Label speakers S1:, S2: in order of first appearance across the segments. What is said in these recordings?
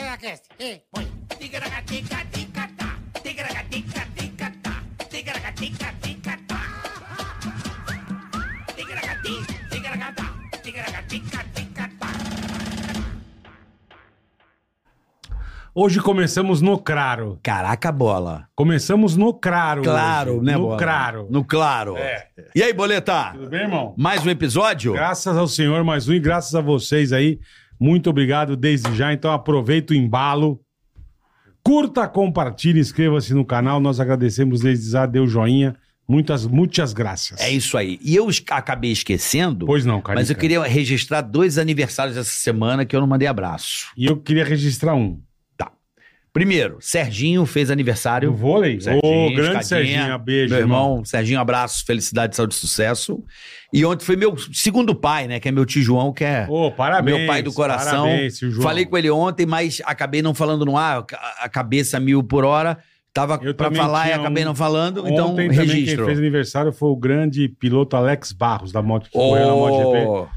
S1: Ticaracast, e põe. Ticaracatica, ticatá. Ticaracatica, ticatá. Ticaracatica, ticatá. Ticaracati, ticaracatá. Ticaracatica, ticatá.
S2: Hoje começamos no Claro.
S3: Caraca, bola.
S2: Começamos no Claro.
S3: Claro,
S2: hoje.
S3: né,
S2: No
S3: bola?
S2: Claro.
S3: No claro.
S2: É.
S3: E aí, Boleta?
S2: Tudo bem, irmão?
S3: Mais um episódio?
S2: Graças ao Senhor, mais um. E graças a vocês aí. Muito obrigado desde já. Então aproveita o embalo. Curta, compartilhe, inscreva-se no canal. Nós agradecemos desde já. Deu joinha. Muitas, muitas graças.
S3: É isso aí. E eu es- acabei esquecendo,
S2: Pois não, cara.
S3: mas eu queria registrar dois aniversários essa semana que eu não mandei abraço.
S2: E eu queria registrar um.
S3: Primeiro, Serginho fez
S2: Do
S3: aniversário.
S2: vôlei?
S3: Serginho,
S2: Ô, grande
S3: Escadinha,
S2: Serginho. um Beijo,
S3: Meu irmão, Serginho, abraço, felicidade, saúde e sucesso. E ontem foi meu segundo pai, né? Que é meu tio João, que é.
S2: Ô, parabéns.
S3: Meu pai do coração.
S2: Parabéns, tio João.
S3: Falei com ele ontem, mas acabei não falando no ar, a a cabeça mil por hora. Tava
S2: Eu
S3: pra
S2: também
S3: falar e
S2: tinha
S3: acabei
S2: um-
S3: não falando, então
S2: Ontem também quem
S3: registro.
S2: fez aniversário foi o grande piloto Alex Barros, da moto que
S3: Ô,
S2: correu na MotoGP.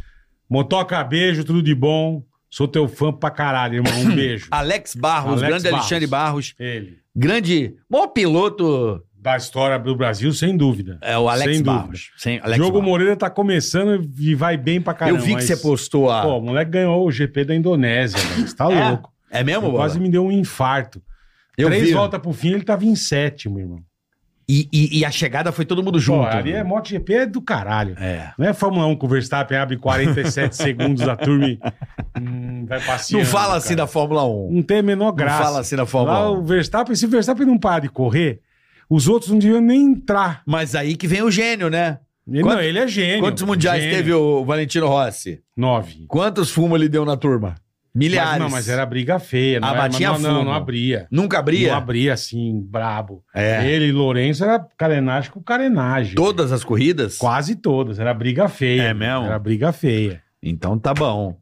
S2: Motoca, beijo, tudo de bom. Sou teu fã pra caralho, irmão. Um beijo.
S3: Alex Barros,
S2: Alex
S3: grande
S2: Barros.
S3: Alexandre Barros,
S2: Ele.
S3: grande, maior piloto
S2: Da história do Brasil, sem dúvida.
S3: é o Alex
S2: Sem dúvida.
S3: Barros. Sem Alex
S2: Diogo
S3: Barros.
S2: Moreira tá começando e vai bem pra caralho.
S3: Eu vi que você postou a.
S2: Pô, o moleque ganhou o GP da Indonésia, velho. Você tá
S3: É?
S2: louco.
S3: é mesmo, Bola?
S2: Quase me deu um infarto.
S3: Eu
S2: Três
S3: vi.
S2: voltas pro fim, ele tava em sétimo, irmão.
S3: E, e- e a chegada foi todo mundo junto. né?
S2: Pô, ali é MotoGP é do caralho.
S3: É.
S2: Não é Fórmula 1 que o Verstappen abre 47 segundos a turma e, hum, vai passeando.
S3: Não fala assim
S2: cara.
S3: da Fórmula 1.
S2: Não tem a menor
S3: Não
S2: graça.
S3: fala assim da
S2: Lá
S3: Fórmula 1.
S2: o Verstappen, se o Verstappen não parar de correr, os outros não deviam nem entrar.
S3: Mas aí que vem o gênio, né?
S2: Ele,
S3: Quanto-
S2: não, ele é gênio.
S3: Quantos mundiais
S2: Gênio.
S3: teve o Valentino Rossi?
S2: Nove.
S3: Quantos fumos ele deu na turma? Milhares.
S2: Mas, não, mas era briga feia. Não
S3: Ah,
S2: era- mas
S3: batia
S2: não, não,
S3: fumo.
S2: não abria.
S3: Nunca abria?
S2: Não abria assim, brabo.
S3: É.
S2: Ele e Lourenço era carenagem com carenagem.
S3: Todas as corridas?
S2: Quase todas. Era briga feia.
S3: É mesmo?
S2: Era briga feia.
S3: Então tá bom.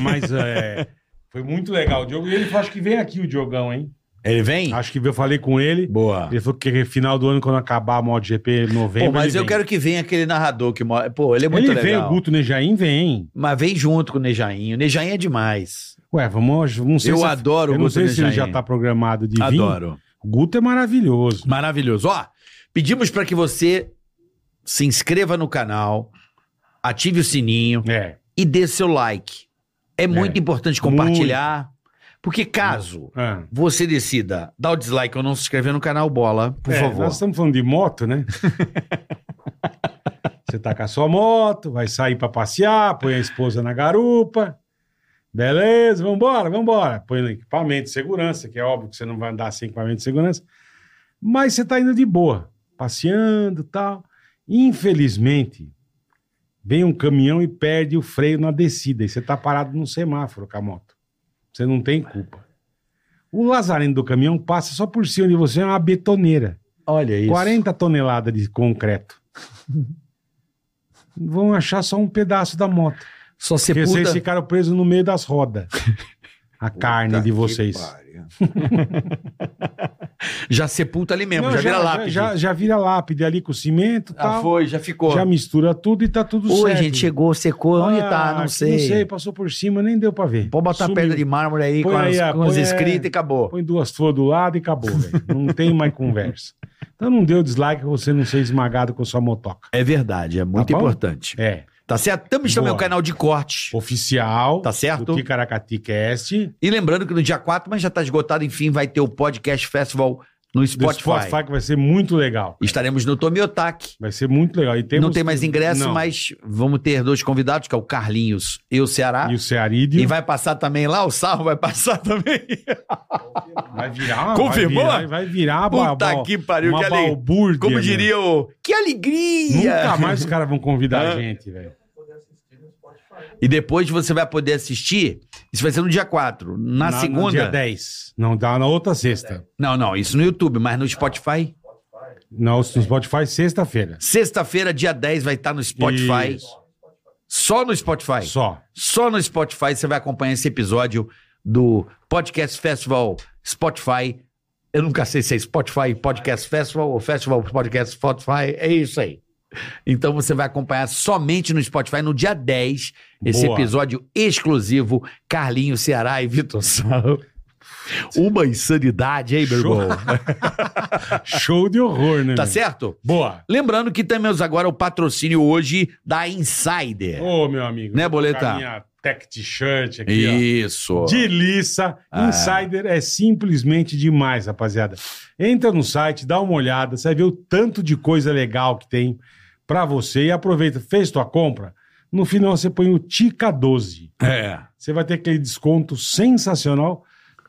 S2: Mas é, foi muito legal. O Diogo, e ele acho que vem aqui o Diogão, hein?
S3: Ele vem?
S2: Acho que eu falei com ele.
S3: Boa.
S2: Ele falou que final do ano, quando acabar a MotoGP, novembro.
S3: Pô, mas
S2: ele
S3: eu
S2: vem.
S3: quero que venha aquele narrador que mora. Pô, ele é muito
S2: Ele vem,
S3: legal.
S2: o Guto Nejaim vem.
S3: Mas vem junto com o Nejainho. O Nejainho é demais.
S2: Ué, vamos. Não sei
S3: eu
S2: se,
S3: adoro
S2: eu
S3: o
S2: não
S3: Guto
S2: sei se ele
S3: Nejaim.
S2: já tá programado de vir.
S3: Adoro.
S2: O Guto é maravilhoso.
S3: Maravilhoso. Ó, pedimos pra que você se inscreva no canal, ative o sininho
S2: É.
S3: e dê seu like. É muito importante compartilhar, porque caso
S2: Ah.
S3: você decida dar o dislike ou não se inscrever no canal Bola, por
S2: É,
S3: favor.
S2: Nós estamos falando de moto, né? Você tá com a sua moto, vai sair pra passear, põe a esposa na garupa. Beleza, vambora, vambora. Põe no equipamento de segurança, que é óbvio que você não vai andar sem equipamento de segurança. Mas você tá indo de boa, passeando e tal. Infelizmente, vem um caminhão e perde o freio na descida. E você tá parado no semáforo com a moto. Você não tem culpa. O lazarento do caminhão passa só por cima de você, é uma betoneira.
S3: Olha isso.
S2: 40 toneladas de concreto. Vão achar só um pedaço da moto.
S3: Só
S2: Porque vocês
S3: sepulta...
S2: ficaram presos no meio das rodas. A carne de vocês.
S3: Já sepulta ali mesmo,
S2: Não,
S3: já, vira lápide.
S2: Já, já vira lápide ali com cimento e
S3: Ah,
S2: tal.
S3: foi, já ficou.
S2: já mistura tudo e tá tudo
S3: Oi,
S2: certo.
S3: gente, chegou, secou, onde
S2: Ah,
S3: tá? Não
S2: que
S3: sei.
S2: Não sei, passou por cima, nem deu pra ver.
S3: Pode botar
S2: Sumiu.
S3: pedra de mármore aí
S2: Põe
S3: com as,
S2: aí, ah,
S3: com as
S2: põe, é.
S3: escritas e acabou.
S2: Põe duas flores do lado e acabou, velho. Não tem mais conversa. Então não dê o dislike pra você não ser esmagado com sua motoca.
S3: É verdade, é muito
S2: bom?
S3: importante.
S2: É.
S3: Tá certo? Estamos também
S2: Boa.
S3: o canal de corte.
S2: Oficial
S3: Tá certo?
S2: do Ticaracati Cast.
S3: E lembrando que no dia 4, mas já tá esgotado, enfim, vai ter o Podcast Festival no
S2: Do
S3: Spotify.
S2: Spotify que vai ser muito legal.
S3: Estaremos no Tomiotaque.
S2: Vai ser muito legal. E temos...
S3: Não tem mais ingresso,
S2: Não.
S3: mas vamos ter dois convidados, que é o Carlinhos e o Ceará.
S2: E o Cearídeo
S3: E vai passar também lá, o Sarro vai passar também.
S2: vai virar...
S3: Confirmou?
S2: Vai virar, vai virar ba-
S3: Puta
S2: ba-
S3: que pariu,
S2: tá uma
S3: que alegria.
S2: balbúrdia,
S3: Como
S2: né?
S3: diria o... Que alegria!
S2: Nunca mais os caras vão convidar a
S3: Ah.
S2: gente, velho.
S3: E depois você vai poder assistir. Isso vai ser no dia 4. Na,
S2: no
S3: segunda.
S2: dia 10. Não, dá na outra sexta.
S3: Não, não, isso no YouTube, mas no Spotify.
S2: No no Spotify, sexta-feira.
S3: Sexta-feira, dia 10, vai estar no Spotify.
S2: Isso.
S3: Só no Spotify.
S2: Só.
S3: Só no Spotify você vai acompanhar esse episódio do Podcast Festival Spotify. Eu nunca sei se é Spotify Podcast Festival ou Festival Podcast Spotify. É isso aí. Então você vai acompanhar somente no Spotify no dia 10, esse
S2: Boa.
S3: episódio exclusivo Carlinho Ceará e Vitor Sal. Uma insanidade, hein, meu
S2: Show.
S3: irmão?
S2: Show de horror, né?
S3: Tá
S2: meu?
S3: certo?
S2: Boa.
S3: Lembrando que temos agora o patrocínio hoje da Insider.
S2: Ô, meu amigo.
S3: Né,
S2: vou colocar
S3: Boleta?
S2: Minha tech t-shirt aqui, ó.
S3: Isso.
S2: De liça.
S3: Ah.
S2: Insider é simplesmente demais, rapaziada. Entra no site, dá uma olhada, você vai ver o tanto de coisa legal que tem pra você e aproveita. Fez tua compra? No final você põe o Tica 12.
S3: É.
S2: Você vai ter aquele desconto sensacional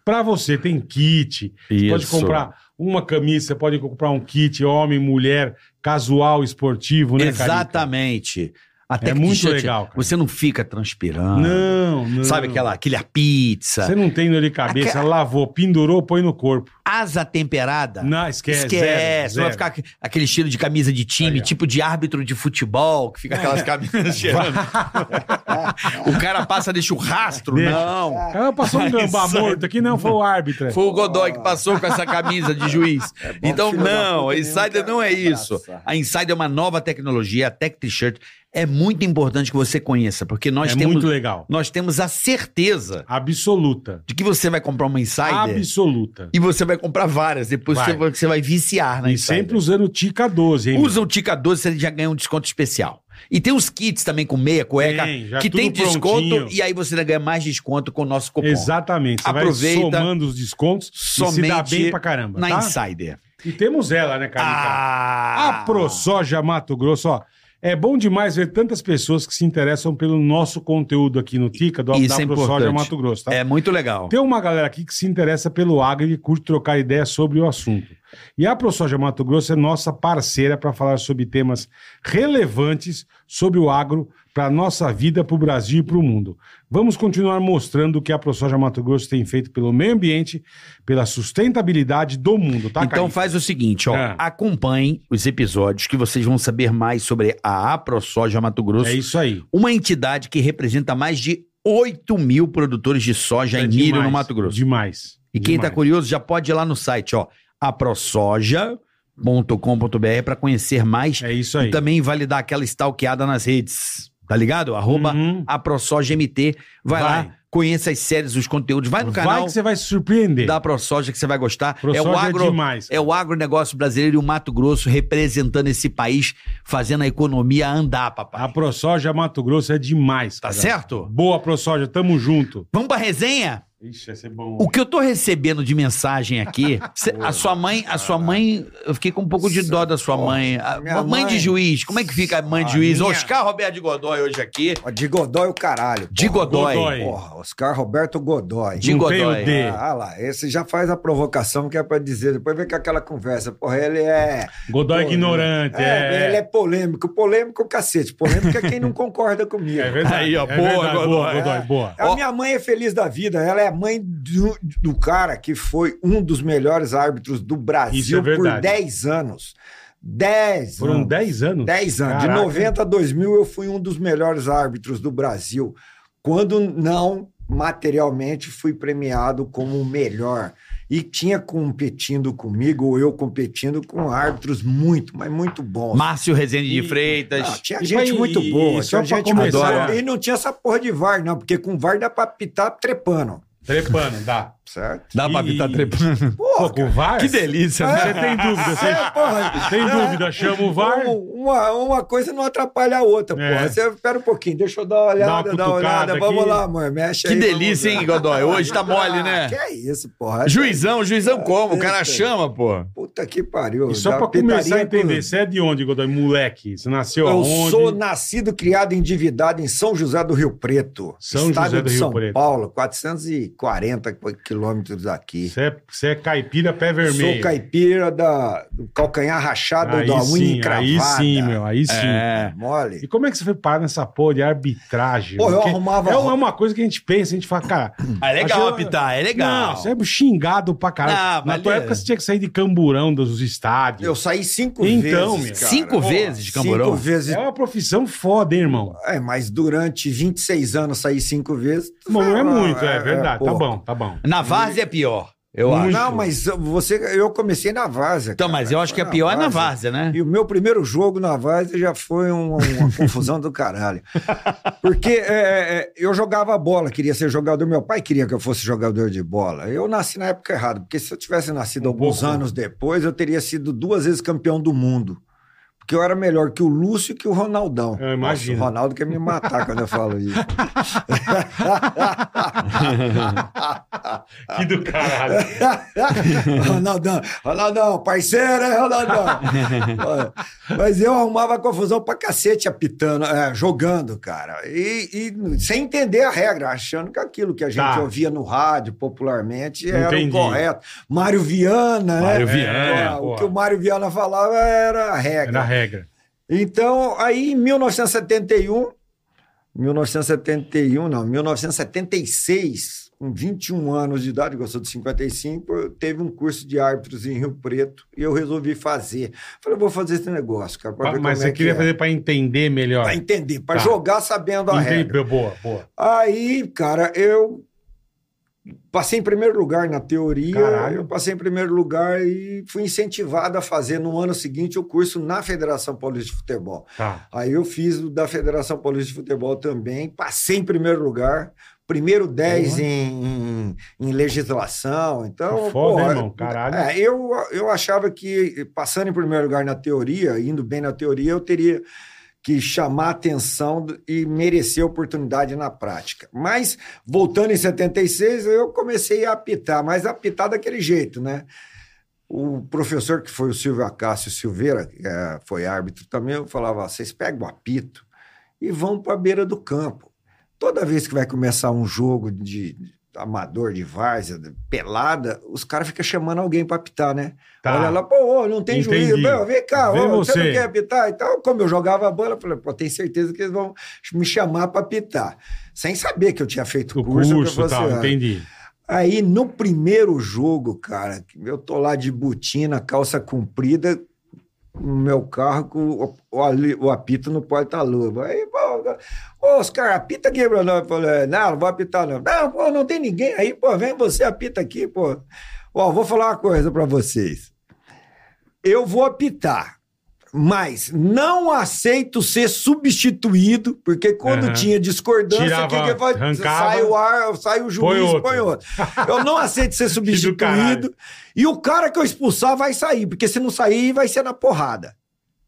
S2: pra você. Tem kit,
S3: Isso.
S2: pode comprar uma camisa, você pode comprar um kit homem, mulher, casual, esportivo, né, Carica?
S3: Exatamente. Até
S2: É
S3: que
S2: muito
S3: t-shirt,
S2: legal, cara.
S3: Você não fica transpirando.
S2: Não, não.
S3: Sabe aquela, aquele a pizza,
S2: Você não tem dor de cabeça,
S3: Aquela-
S2: lavou, pendurou, põe no corpo.
S3: asa temperada.
S2: Não, esquece.
S3: Esquece,
S2: zero,
S3: vai ficar aqu- aquele estilo de camisa de time,
S2: Aí, ó.
S3: tipo de árbitro de futebol, que fica aquelas camisas cheirando. o cara passa, deixa o rastro.
S2: Deixa.
S3: Não.
S2: zero. Ah, passou um
S3: Ai,
S2: gambá
S3: sai.
S2: morto aqui, não, foi o árbitro. é.
S3: Foi o Godoy que passou com essa camisa de juiz. então,
S4: filho da
S3: não,
S4: puta
S3: a
S4: nenhum
S3: Insider
S4: quer
S3: não é isso.
S4: abraçar.
S3: A Insider é uma nova tecnologia, a Tech T-shirt. É muito importante que você conheça, porque nós,
S2: é
S3: temos,
S2: muito legal.
S3: nós temos a certeza
S2: Absoluta.
S3: de que você vai comprar uma Insider
S2: Absoluta.
S3: e você vai comprar várias. Depois
S2: Vai.
S3: Você, vai, você vai viciar na
S2: E
S3: Insider.
S2: sempre usando o Tica 12, hein?
S3: Usa o Tica 12, você já ganha um desconto especial. E tem os kits também com meia cueca,
S2: Tem, já
S3: que
S2: tudo
S3: tem desconto,
S2: prontinho.
S3: e aí você ganha mais desconto com o nosso cupom.
S2: Exatamente. Você vai
S3: Aproveita.
S2: somando os descontos e se dá
S3: Somente
S2: bem pra caramba,
S3: Na Ah!
S2: tá?
S3: Insider.
S2: E temos ela, né, Carica? A ProSoja Mato Grosso, ó. É bom demais ver tantas pessoas que se interessam pelo nosso conteúdo aqui no Tica, do
S3: Isso
S2: da
S3: é
S2: ProSoja
S3: importante.
S2: Mato Grosso, tá?
S3: É muito legal.
S2: Tem uma galera aqui que se interessa pelo agro e curte trocar ideias sobre o assunto. E a ProSoja Mato Grosso é nossa parceira para falar sobre temas relevantes sobre o agro para a nossa vida, para o Brasil e para o mundo. Vamos continuar mostrando o que a ProSoja Mato Grosso tem feito pelo meio ambiente, pela sustentabilidade do mundo, tá,
S3: então
S2: Carica?
S3: faz o seguinte, ó,
S2: Ah.
S3: acompanhe os episódios que vocês vão saber mais sobre a AproSoja Mato Grosso,
S2: É isso aí.
S3: uma entidade que representa mais de 8 mil produtores de soja
S2: É
S3: e milho no
S2: demais,
S3: Mato Grosso.
S2: Demais.
S3: E quem tá
S2: demais.
S3: está curioso já pode ir lá no site, ó, aprosoja.com.br para conhecer mais
S2: É isso aí.
S3: e também validar aquela stalkeada nas redes. Tá ligado? Arroba
S2: Uhum.
S3: AproSojaMT. Vai,
S2: Vai.
S3: lá, conheça as séries, os conteúdos. Vai no
S2: Vai
S3: canal
S2: que você vai se surpreender.
S3: da ProSoja que você vai gostar.
S2: ProSoja
S3: é o agro.
S2: é demais.
S3: É o agronegócio brasileiro e o Mato Grosso representando esse país, fazendo a economia andar, papai.
S2: A ProSoja Mato Grosso é demais,
S3: Tá
S2: cara.
S3: certo?
S2: Boa, ProSoja, tamo junto.
S3: Vamos pra resenha?
S2: Ixi, vai ser bom.
S3: O que eu tô recebendo de mensagem aqui, cê- a sua mãe, a sua mãe, eu fiquei com um pouco de dó da sua mãe. A,
S4: Minha
S3: a mãe de
S4: mãe.
S3: juiz, como é que fica a mãe de
S4: A
S3: juiz?
S4: minha-
S3: Oscar Roberto de Godoy hoje aqui.
S4: Ó, De Godoy o caralho.
S3: De
S4: porra.
S3: Godoy.
S2: Godoy.
S4: Porra, Oscar Roberto Godoy.
S3: De
S2: Não
S3: Godoy.
S2: tem o D.
S4: Ah, ah lá, esse já faz a provocação que é pra dizer. Depois vem com aquela conversa. Porra, ele é.
S2: Godoy é
S4: Pô,
S2: ignorante,
S4: É,
S2: é.
S4: ele é polêmico. Polêmico, cacete. Polêmico é quem não concorda comigo.
S2: É verdade.
S3: Aí, ó,
S2: é
S3: boa, Godoy.
S2: boa, Godoy, boa.
S4: A minha mãe é feliz da vida. Ela é a mãe do, do cara que foi um dos melhores árbitros do
S2: Isso é
S4: Brasil
S2: verdade. um
S4: por 10 anos. 10
S2: Foram
S4: anos.
S2: 10 anos?
S4: 10 anos. De
S2: Caraca.
S4: 90 a 2000, eu fui um dos melhores árbitros do Brasil. Quando não, materialmente, fui premiado como o melhor. E tinha competindo comigo, ou eu competindo com árbitros muito, mas muito bons.
S3: Márcio Rezende de
S2: E-
S4: Ah,
S3: Freitas.
S4: tinha
S2: E
S4: gente
S2: vai-
S4: muito
S2: e-
S4: boa,
S2: e só
S4: tinha
S2: pra
S4: gente
S2: começar-
S4: muito boa. E não tinha essa porra de VAR, não, porque com VAR dá pra pitar trepando,
S2: Trepando, dá.
S4: certo?
S3: Dá pra
S2: E-
S3: pitar trepando.
S2: Pô, com o VAR?
S3: Que delícia, né?
S2: Você tem dúvida, você
S4: É, porra.
S2: tem
S4: É.
S2: dúvida, chama o VAR.
S4: Um- Uma, uma coisa não atrapalha a outra,
S2: É.
S4: porra. Você espera um pouquinho, deixa eu dar uma olhada,
S2: uma
S4: dar uma
S2: cutucada
S4: olhada. Vamos
S2: aqui.
S4: lá, amor, mexe
S3: Que
S4: aí. vamos
S3: delícia,
S4: ver.
S3: hein, Godoy? Hoje tá mole,
S4: Ah,
S3: né?
S4: Que é isso, porra.
S3: Juizão, juizão como? O cara
S4: Eita.
S3: chama, pô.
S4: Puta que pariu.
S2: E só
S4: dá
S2: pra começar a
S4: pitaria com-
S2: entender, você é de onde, Godoy? Moleque, você nasceu
S4: Eu
S2: aonde?
S4: sou nascido, criado e endividado em São José do Rio Preto,
S2: São
S4: estado
S2: José
S4: de
S2: do Rio
S4: São
S2: Preto.
S4: Paulo, 440 quilômetros daqui.
S2: Você é, você é caipira pé vermelho.
S4: Sou caipira da, do calcanhar rachado
S2: aí
S4: da unha
S2: sim,
S4: encravada.
S2: aí sim, meu, aí sim.
S3: É.
S4: Mole.
S2: E como é que você foi parar nessa porra de arbitragem?
S4: Pô, eu
S2: Porque
S4: arrumava-
S2: É uma coisa que a gente pensa, a gente fala, cara.
S3: Ah, é legal
S2: Achei-
S3: apitar, é legal.
S2: Não, você é xingado pra caralho.
S3: Não,
S2: Na
S3: mas
S2: tua
S3: é-
S2: época você tinha que sair de camburão dos estádios.
S4: Ah, Eu saí cinco
S2: Então,
S4: vezes.
S2: meu.
S4: cara. Pô,
S3: Cinco vezes de
S4: Cinco
S3: camburão?
S4: vezes.
S2: É uma profissão foda, hein, irmão.
S4: É, mas durante 26 anos saí cinco vezes.
S2: Não, não é
S4: Ah,
S2: muito, é verdade. tá
S4: pô.
S2: bom, tá bom.
S3: Na várzea é pior.
S5: Eu acho.
S4: Não, mas você, eu comecei na Várzea.
S5: Então,
S4: cara.
S5: mas eu acho que a
S4: Foi
S5: pior é na várzea, né?
S4: E o meu primeiro jogo na Várzea já foi um- uma confusão do caralho. Porque é, é, eu jogava bola, queria ser jogador. Meu pai queria que eu fosse jogador de bola. Eu nasci na época errada, porque se eu tivesse nascido
S2: Um
S4: alguns
S2: pouco.
S4: anos depois, eu teria sido duas vezes campeão do mundo. Porque eu era melhor que o Lúcio e que o Ronaldão.
S2: Eu imagino.
S4: Nossa, o Ronaldo quer me matar quando eu falo isso. Ah.
S2: Que do caralho.
S4: Ronaldão, Ronaldão, parceiro, hein, Ronaldão? Olha, Mas eu arrumava confusão pra cacete apitando, é, jogando, cara. E, e sem entender a regra, achando que aquilo que a gente
S2: Tá.
S4: ouvia no rádio popularmente era
S2: Entendi.
S4: o correto. Mário Viana,
S5: Mário
S4: né?
S2: Viana,
S4: Pô,
S2: pô.
S4: o que o Mário Viana falava era a regra.
S2: Era a regra.
S4: Então, aí em 1971, 1971 não, 1976, com 21 anos de idade, gostou de 55, eu teve um curso de árbitros em Rio Preto e eu resolvi fazer. Falei, eu vou fazer esse negócio, cara, pra ver
S2: Ah, Mas
S4: como
S2: você
S4: é
S2: queria
S4: que é.
S2: fazer pra entender melhor.
S4: Pra entender, pra
S2: Tá.
S4: jogar sabendo a
S2: Entendi.
S4: regra.
S2: Boa, boa.
S4: Aí, cara, eu passei em primeiro lugar na teoria,
S2: Caralho.
S4: eu passei em primeiro lugar e fui incentivado a fazer no ano seguinte o curso na Federação Paulista de Futebol.
S2: Tá.
S4: Aí eu fiz o da Federação Paulista de Futebol também, passei em primeiro lugar, primeiro 10 em, em- em legislação. Então,
S2: Tá foda,
S4: porra,
S2: hein, irmão? Caralho.
S4: é, eu, eu achava que passando em primeiro lugar na teoria, indo bem na teoria, eu teria que chamar atenção do- e merecer oportunidade na prática. Mas, voltando em 76, eu comecei a apitar, mas apitar daquele jeito, né? O professor que foi o Silvio Acácio Silveira, que eh, foi árbitro também, eu falava: vocês pegam o apito e vão para a beira do campo. Toda vez que vai começar um jogo de de amador de várzea, de pelada, os caras ficam chamando alguém para apitar, né?
S2: Tá.
S4: Olha lá, pô, ô, não tem
S2: Entendi.
S4: juízo, meu, vem cá,
S2: Vem
S4: ô, você
S2: você.
S4: não quer apitar? Então, como eu jogava a bola, eu falei, pô, tenho certeza que eles vão me chamar para apitar. Sem saber que eu tinha feito
S2: O
S4: o curso. que eu
S2: curso e
S4: falei
S2: tal,
S4: assim, ah,
S2: entendi.
S4: Aí no primeiro jogo, cara, eu tô lá de botina, calça comprida, no meu carro com o, o ali- o apito no porta-luva. Aí, pô, ô, os caras, apita aqui, Bruno. Eu falei, "É, não, não vou apitar, não. Não, pô, não tem ninguém aí, pô, vem você, apita aqui, pô. Ó, vou falar uma coisa pra vocês. Eu vou apitar, mas não aceito ser substituído, porque quando
S2: Aham.
S4: tinha discordância,
S2: Tirava,
S4: o que que vai-
S2: arrancava.
S4: sai o ar, sai o juiz,
S2: Põe
S4: põe
S2: outro.
S4: outro. Eu não aceito ser
S2: caralho.
S4: substituído. e o cara que eu expulsar vai sair, porque se não sair, vai ser na porrada.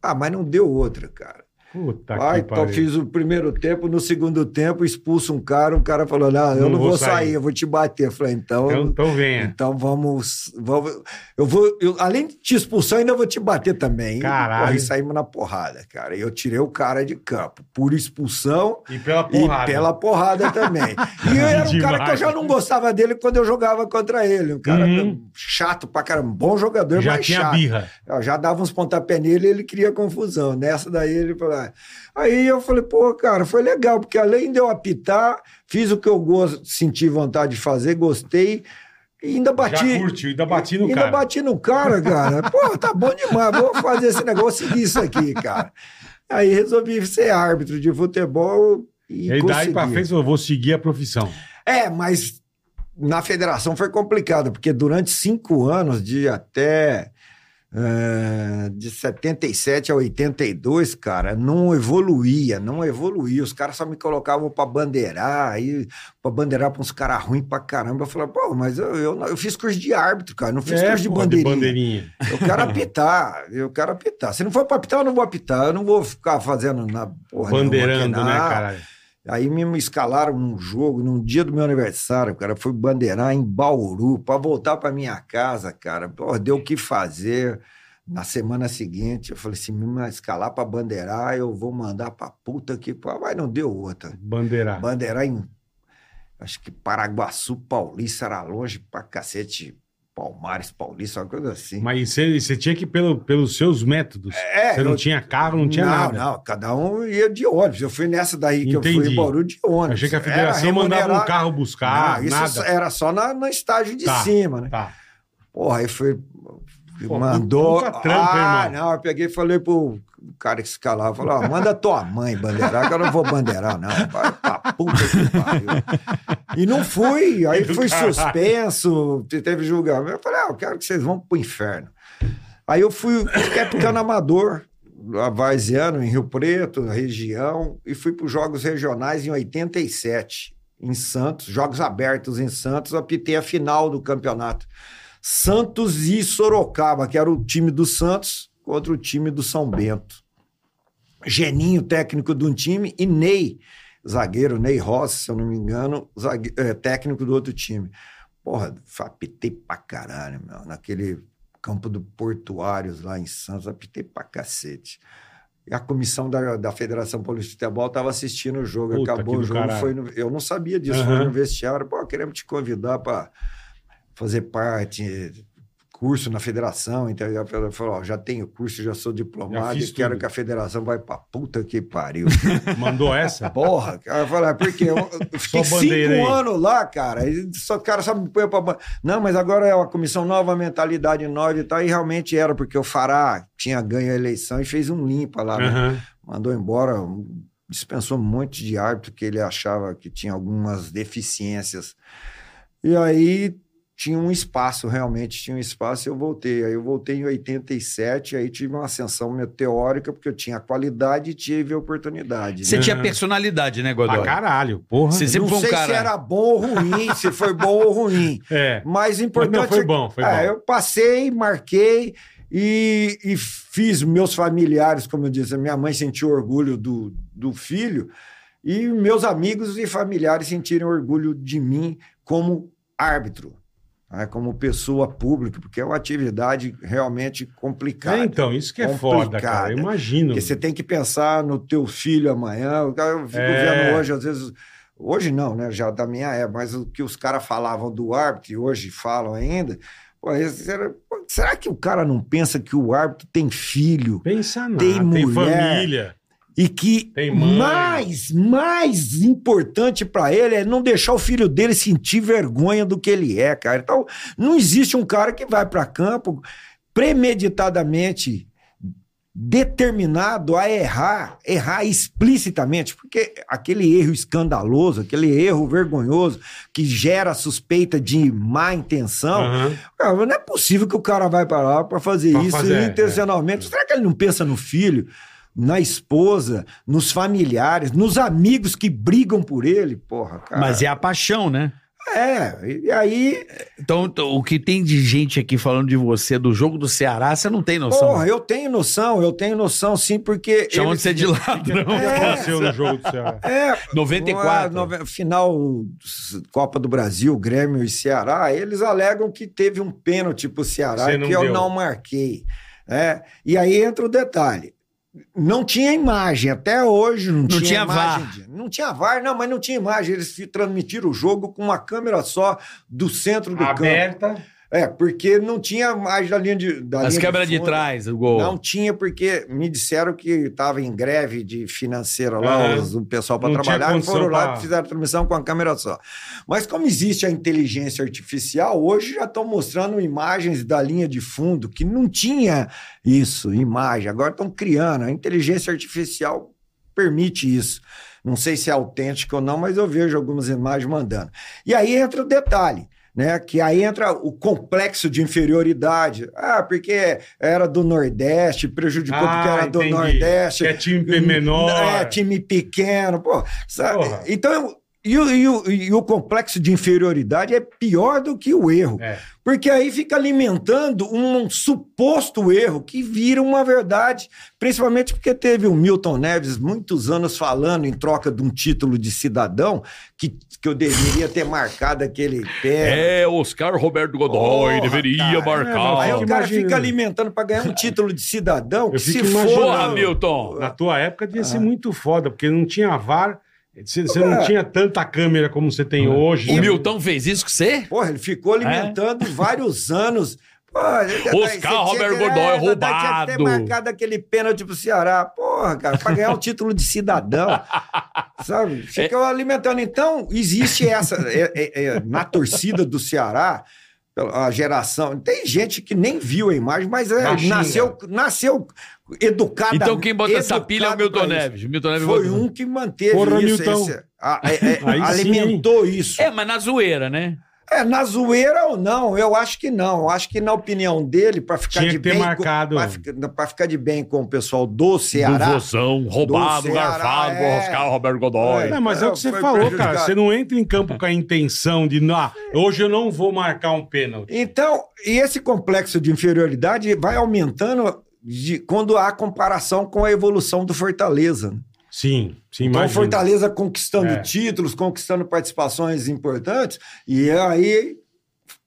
S4: Ah, mas não deu outra, cara.
S2: Puta
S4: Ai,
S2: que
S4: então
S2: pariu.
S4: fiz o primeiro tempo, no segundo tempo expulso um cara, o cara falou: não, eu não, vou, sair. eu vou te bater. Eu falei, então.
S2: Então,
S4: Então,
S2: então venha.
S4: vamos, vamos. Eu vou. eu- além de te expulsar, ainda vou te bater também. E,
S2: Caralho.
S4: porra, E saímos na porrada, cara. E eu tirei o cara de campo. Por expulsão
S2: E pela porrada.
S4: e pela porrada também. E eu era um cara que eu
S2: Demais.
S4: já não gostava dele quando eu jogava contra ele. Um cara
S2: Uhum.
S4: chato pra caramba, um bom jogador,
S2: Já
S4: mas
S2: tinha
S4: chato.
S2: birra.
S4: Eu já dava uns pontapé nele e ele queria confusão. Nessa daí ele falou. "Ah". Aí eu falei, pô, cara, foi legal, porque além de eu apitar, fiz o que eu gosto, senti vontade de fazer, gostei. E ainda bati.
S2: Já curtiu, ainda bati no
S4: Ainda
S2: cara.
S4: bati no cara, cara. Pô, tá bom demais. Vou fazer esse negócio, seguir isso aqui, cara. Aí resolvi ser árbitro de futebol e,
S2: E aí daí
S4: consegui.
S2: pra frente eu vou seguir a profissão.
S4: É, mas na federação foi complicado, porque durante cinco anos, de até eh, de 77 a 82, cara, não evoluía, não evoluía. Os caras só me colocavam pra bandeirar, aí pra bandeirar pra uns caras ruins pra caramba. Eu falava, pô, mas eu, eu, não- eu fiz curso de árbitro, cara, não fiz
S2: É,
S4: curso de
S2: porra,
S4: bandeirinha.
S2: bandeirinha.
S4: Eu quero apitar, eu quero apitar. Se não for pra apitar, eu não vou apitar, eu não vou ficar fazendo na porra nenhuma aqui,
S2: Bandeirando, né,
S4: não.
S2: caralho?
S4: Aí me escalaram num jogo, num dia do meu aniversário, cara. Fui bandeirar em Bauru para voltar para minha casa, cara. Pô, deu o que fazer. Na semana seguinte, eu falei assim: me escalar para bandeirar, eu vou mandar pra puta que. pariu." Mas não deu outra.
S2: Bandeirar.
S4: Bandeirar em. Acho que Paraguaçu Paulista era longe pra cacete. Palmares Paulista, uma coisa assim.
S2: Mas você, você tinha que ir pelo, pelos seus métodos.
S4: É,
S2: você não
S4: eu-
S2: tinha carro, não tinha nada.
S4: Não, cada um ia de ônibus. Eu fui nessa daí que eu fui
S2: Entendi.
S4: em Bauru de ônibus.
S2: Achei que a
S4: Era
S2: federação mandava um
S4: remunerar-
S2: carro buscar,
S4: Não, isso é-
S2: nada.
S4: era só na, no estágio de
S2: Tá.
S4: cima, né?
S2: Tá.
S4: Porra, aí foi,
S2: Pô,
S4: mandou.
S2: puta trampo,
S4: ah,
S2: hein, irmão?
S4: não, eu peguei e falei pro cara que escalava, falei, ó, manda tua mãe bandeirar, que eu não vou bandeirar, não. Vai pra puta que pariu. E não fui, aí
S2: Do
S4: fui
S2: caralho.
S4: suspenso, te- teve julgamento. Eu falei, ah, eu quero que vocês vão pro inferno. Aí eu fui capitão amador, a Varziano, em Rio Preto, na região, e fui para os Jogos Regionais em 87, em Santos, Jogos Abertos em Santos, apitei a final do campeonato. Santos e Sorocaba, que era o time do Santos contra o time do São Bento. Geninho, técnico de um time, e Ney, zagueiro, Ney Rossi, se eu não me engano, zague- eh, técnico do outro time. Porra, apitei pra caralho, meu, naquele campo do Portuários, lá em Santos, apitei pra cacete. E a comissão da, da Federação Paulista de Futebol estava assistindo o jogo,
S2: Puta,
S4: acabou
S2: que
S4: o
S2: do
S4: jogo,
S2: caralho.
S4: foi no- eu não sabia disso,
S2: Aham.
S4: foi no vestiário, pô, queremos te convidar para fazer parte, curso na federação, então a federação falou, ó, já tenho curso, já sou
S2: Já
S4: diplomado,
S2: fiz
S4: e quero
S2: tudo.
S4: que a federação vai pra puta que pariu.
S2: Mandou essa?
S4: Porra, cara, eu falei, ah, por quê? Eu, eu fiquei
S2: Só bandeira
S4: cinco
S2: aí.
S4: anos lá, cara, e só, o cara só me põe pra... ban- Não, mas agora é uma comissão nova, uma mentalidade nova e tal, e realmente era, porque o Fará tinha ganho a eleição e fez um limpa lá, né?
S2: Aham.
S4: mandou embora, dispensou um monte de árbitro que ele achava que tinha algumas deficiências. E aí tinha um espaço, realmente tinha um espaço, e eu voltei. Aí eu voltei em 87, aí tive uma ascensão meteórica, porque eu tinha qualidade e tive a oportunidade.
S5: Você
S4: né?
S5: tinha personalidade, né,
S2: Pra
S5: Godoy?
S2: caralho, porra.
S5: Vocês- sempre
S4: Não
S5: foi um
S4: sei
S5: cara-
S4: se era bom ou ruim, se foi bom ou ruim.
S2: É.
S4: Mas o
S2: Mas
S4: importante
S2: não,
S4: é
S2: foi
S4: que-
S2: bom, foi
S4: é,
S2: bom.
S4: eu passei, marquei e, e fiz meus familiares, como eu disse, a minha mãe sentiu orgulho do, do filho e meus amigos e familiares sentiram orgulho de mim como árbitro, né, como pessoa pública, porque é uma atividade realmente
S2: É,
S4: complicada.
S2: então, isso que é
S4: complicada.
S2: foda, cara. Eu imagino.
S4: Porque você tem que pensar no teu filho amanhã. Eu- Eu fico
S2: É.
S4: vendo hoje, às vezes. Hoje não, né? Já da minha época, mas o que os caras falavam do árbitro e hoje falam ainda. pô, esse era- pô, será que o cara não pensa que o árbitro tem filho
S2: Pensa nada. Tem,
S4: Tem mulher.
S2: família.
S4: e que
S2: Tem mãe.
S4: mais, mais importante pra ele é não deixar o filho dele sentir vergonha do que ele é, cara. Então, não existe um cara que vai pra campo premeditadamente determinado a errar, errar explicitamente, porque aquele erro escandaloso, aquele erro vergonhoso que gera suspeita de má intenção,
S2: Aham.
S4: Cara, mas não é possível que o cara vai para lá para fazer
S2: Pra
S4: isso
S2: fazer,
S5: é.
S4: intencionalmente. Será que ele não pensa no filho, na esposa, nos familiares, nos amigos que brigam por ele? Porra, cara.
S5: Mas é a paixão, né?
S4: É, e aí,
S5: Então, t- o que tem de gente aqui falando de você, do jogo do Ceará, você não tem noção.
S4: porra, eu tenho noção, eu tenho noção sim, porque.
S5: Chamando
S4: eles-
S5: você de
S2: O que
S5: ladrão.
S2: aconteceu no jogo do Ceará?
S4: É,
S5: 94.
S4: Uma é nove- Final s- Copa do Brasil, Grêmio e Ceará, eles alegam que teve um pênalti pro Ceará
S2: Você
S4: que
S2: não
S4: eu
S2: deu.
S4: não marquei. né? E aí entra o detalhe. Não tinha imagem, até hoje não, tinha,
S5: tinha
S4: imagem.
S5: VAR.
S4: de- Não tinha VAR, não, mas não tinha imagem. Eles fi- transmitiram o jogo com uma câmera só do centro do campo.
S2: Aberta.
S4: É, porque não tinha imagem da linha de. Da
S5: As
S4: linha
S5: câmeras de
S4: fundo.
S5: trás, o gol.
S4: Não tinha, porque me disseram que estava em greve de financeira lá,
S2: Aham.
S4: os- o pessoal para
S2: Não tinha
S4: trabalhar, e
S2: condição
S4: foram lá
S2: pra-
S4: e fizeram a transmissão com a câmera só. Mas como existe a inteligência artificial, hoje já estão mostrando imagens da linha de fundo, que não tinha isso, imagem. Agora estão criando. A inteligência artificial permite isso. Não sei se é autêntico ou não, mas eu vejo algumas imagens mandando. E aí entra o detalhe, né? Que aí entra o complexo de inferioridade. Ah, porque era do Nordeste, prejudicou
S2: Ah,
S4: porque era do
S2: entendi. Que
S4: Nordeste.
S2: é time menor.
S4: É, time pequeno, pô. Sabe?
S2: Porra.
S4: Então, e, o- e o- e o complexo de inferioridade é pior do que o erro.
S2: É.
S4: Porque aí fica alimentando um suposto erro que vira uma verdade, principalmente porque teve o Milton Neves muitos anos falando em troca de um título de cidadão que, que eu deveria ter marcado aquele
S2: É,
S4: pé.
S5: É, Oscar Roberto
S4: é. Porra, cara. Aí
S2: Eu
S4: o
S2: fico
S4: cara
S2: imaginando.
S4: fica alimentando para ganhar um título de cidadão. Que se
S2: fico
S4: for,
S2: imaginando.
S5: Milton!
S2: Na tua época devia ser muito foda, porque não tinha VAR, você você não
S4: É.
S2: tinha tanta câmera como você tem hoje. né?
S5: fez isso com você?
S4: Porra, ele ficou
S3: É?
S4: alimentando vários anos. Pô, tá-
S5: Oscar Roberto Godoy
S4: é Tinha que ter
S5: roubado.
S4: marcado aquele pênalti pro Ceará. Porra, cara, pra ganhar o título de cidadão. sabe? Ficou alimentando. Então, existe essa. é- é- é, na torcida do Ceará, a geração. Tem gente que nem viu a imagem, mas é,
S2: Baixinha.
S4: nasceu, nasceu educada.
S3: Então quem bota essa
S4: educado
S3: pilha é o Milton
S4: pra isso.
S3: Neves. Milton Neves
S4: Foi
S3: bota-
S4: um que manteve
S2: Porra,
S4: isso.
S2: Milton.
S4: esse- a- é- é-
S2: Aí sim,
S4: alimentou isso.
S3: É, mas na zoeira, né?
S4: É, na zoeira ou não, eu acho que não. Eu acho que na opinião dele, para ficar
S2: Tinha
S4: de
S2: que ter
S4: bem.
S2: marcado.
S4: Para ficar, pra ficar de bem com o pessoal do
S3: Do
S4: Ceará.
S3: Voção, roubado,
S4: Do Ceará,
S3: garfado,
S4: é.
S3: borroscado, Roberto Godoy.
S2: Não, mas é o que você
S4: Foi
S2: falou, cara.
S4: prejudicado.
S2: Você não entra em campo com a intenção de, ah, hoje eu não vou marcar um pênalti.
S4: Então, e esse complexo de inferioridade vai aumentando de- quando há comparação com a evolução do Fortaleza. né?
S2: Sim, sim,
S4: Então, o
S2: mas.
S4: Fortaleza conquistando
S2: É.
S4: títulos, conquistando participações importantes, e aí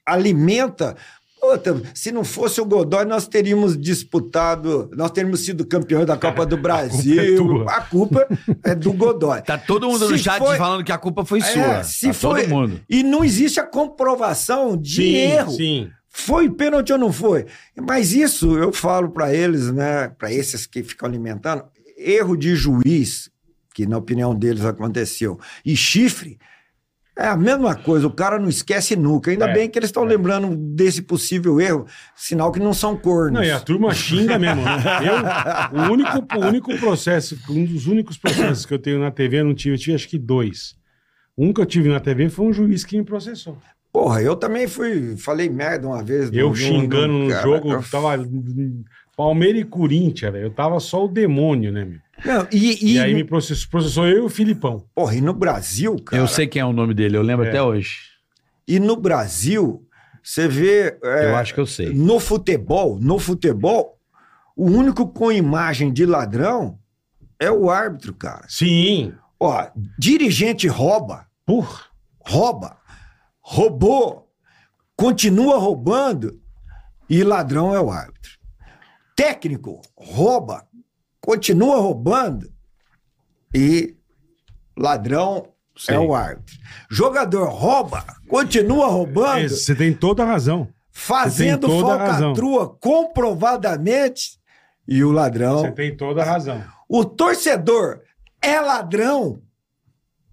S4: alimenta. Puta, se não fosse o Godoy, nós teríamos disputado, nós teríamos sido campeão da Copa do Brasil.
S2: tua.
S4: A culpa é do Godoy.
S5: Tá todo mundo
S4: Se
S5: no chat
S4: foi-
S5: falando que a culpa foi
S4: É,
S5: sua.
S4: se
S3: Tá
S4: foi,
S3: todo mundo.
S4: E não existe a comprovação de
S2: Sim,
S4: erro.
S2: sim.
S4: Foi pênalti ou não foi? Mas isso eu falo para eles, né? Para esses que ficam alimentando, erro de juiz, que na opinião deles aconteceu, e chifre. É a mesma coisa, o cara não esquece nunca. Ainda
S2: É,
S4: bem que eles estão
S2: é.
S4: lembrando desse possível erro, sinal que não são cornos.
S2: Não, e a turma xinga mesmo. né? Eu, o, único, o único processo, um dos únicos processos que eu tenho na TV, eu não tive, eu tive acho que dois. Um que eu tive na TV foi um juiz que me processou.
S4: Porra, eu também fui, falei merda uma vez.
S2: Eu
S4: num-
S2: xingando
S4: num-
S2: no
S4: cara,
S2: jogo,
S4: eu-
S2: tava hum, Palmeiras e Corinthians, velho. Eu tava só o demônio, né, meu?
S4: Não, e,
S2: E,
S4: e,
S2: aí me processou, processou eu e o Filipão.
S4: porra, e no Brasil, cara.
S5: Eu sei quem é o nome dele, eu lembro
S2: É.
S5: até hoje.
S4: E no Brasil, você vê. é,
S5: Eu acho que eu sei.
S4: No futebol, no futebol, o único com imagem de ladrão é o árbitro, cara.
S2: Sim.
S4: Ó, dirigente rouba,
S2: Porra.
S4: rouba, roubou, continua roubando e ladrão é o árbitro. Técnico rouba, continua roubando e ladrão
S2: Sim.
S4: é o árbitro. Jogador rouba, continua roubando
S2: É, Você tem toda a razão.
S4: fazendo
S2: Você tem toda a razão.
S4: falcatrua comprovadamente e o
S2: Você
S4: ladrão.
S2: tem toda a razão.
S4: O torcedor é ladrão,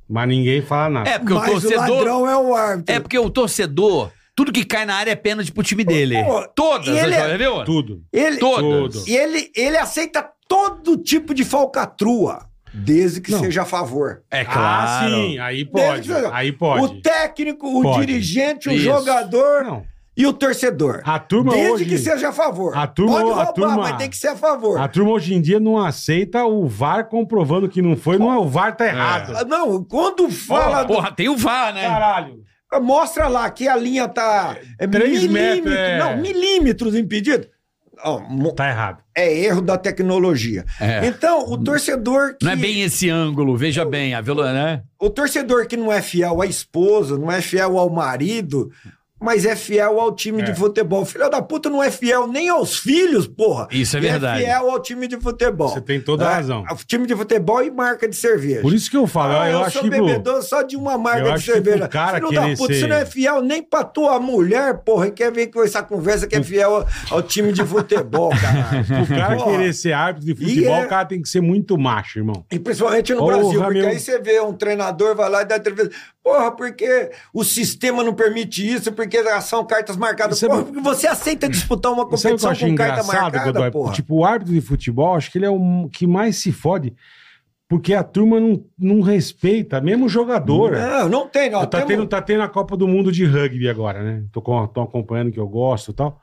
S2: Mas ninguém fala nada.
S5: É, porque o
S4: mas o
S5: torcedor.
S4: ladrão é o árbitro.
S5: É porque o torcedor, tudo que cai na área é pênalti pro time dele.
S4: Pô,
S3: Todas,
S4: e ele
S3: as
S4: é-
S3: joias, viu?
S2: Tudo.
S4: Ele,
S3: Todas.
S2: Tudo.
S4: e ele, ele aceita todo tipo de falcatrua, desde que
S2: Não.
S4: seja a favor.
S5: É
S2: Ah,
S5: claro.
S2: sim. Aí pode.
S4: Desde que-
S2: Aí pode.
S4: O técnico, o
S2: Pode.
S4: dirigente, o
S3: Isso.
S4: jogador
S2: Não.
S4: e o torcedor.
S2: A turma
S4: desde
S2: hoje.
S4: que seja a favor.
S2: A turma-
S4: Pode
S2: a
S4: roubar,
S2: turma-
S4: mas tem que ser a favor.
S2: A turma hoje em dia não aceita o VAR comprovando que não foi. Não é o VAR tá errado.
S4: Ah, Não, quando fala do
S3: Porra, tem o VAR, né?
S2: Caralho.
S4: Mostra lá que a linha tá é,
S2: Três metros,
S4: milímetros,
S2: é.
S4: não, milímetros impedido. Ó, mo-
S2: Tá errado.
S4: É erro da tecnologia.
S5: É.
S4: Então, o torcedor que
S5: Não é bem esse ângulo, veja bem, a velo, né?
S4: o torcedor que não é fiel à esposa, não é fiel ao marido, mas é fiel ao time
S2: É.
S4: de futebol. Filho da puta não é fiel nem aos filhos, porra.
S5: Isso é
S4: E
S5: verdade.
S4: É fiel ao time de futebol.
S2: Você tem toda a
S4: É,
S2: razão.
S4: ao time de futebol e marca de cerveja.
S2: Por isso que eu falo.
S4: Ah,
S2: eu,
S4: eu,
S2: acho
S4: sou
S2: que. pô,
S4: bebedor só de uma
S2: eu
S4: marca de
S2: acho que pro
S4: cerveja.
S2: cara
S4: Filho da
S2: querer
S4: puta, você
S2: ser-
S4: não é fiel nem pra tua mulher, porra, e quer vir com essa conversa
S2: Hum.
S4: que é fiel ao, ao time de futebol, cara.
S2: O cara querer ser árbitro de futebol,
S4: E é-
S2: o cara tem que ser muito macho, irmão.
S4: E principalmente no
S2: Porra,
S4: Brasil, porque
S2: meu.
S4: aí você vê um treinador, vai lá e dá entrevista. Porra, porque o sistema não permite isso, porque são cartas marcadas.
S2: Você-
S4: porra, porque você aceita disputar uma
S2: E Hum. Sabe o que eu
S4: competição
S2: achei
S4: com carta
S2: engraçado,
S4: marcada,
S2: Godoy?
S4: porra.
S2: Tipo, o árbitro de futebol, acho que ele é o que mais se fode, porque a turma não, não respeita, mesmo jogadora.
S4: não, não tem, não.
S2: Tá,
S4: É, Temos-
S2: tendo, tá tendo a Copa do Mundo de rugby agora, né? Tô, com- tô acompanhando que eu gosto e tal.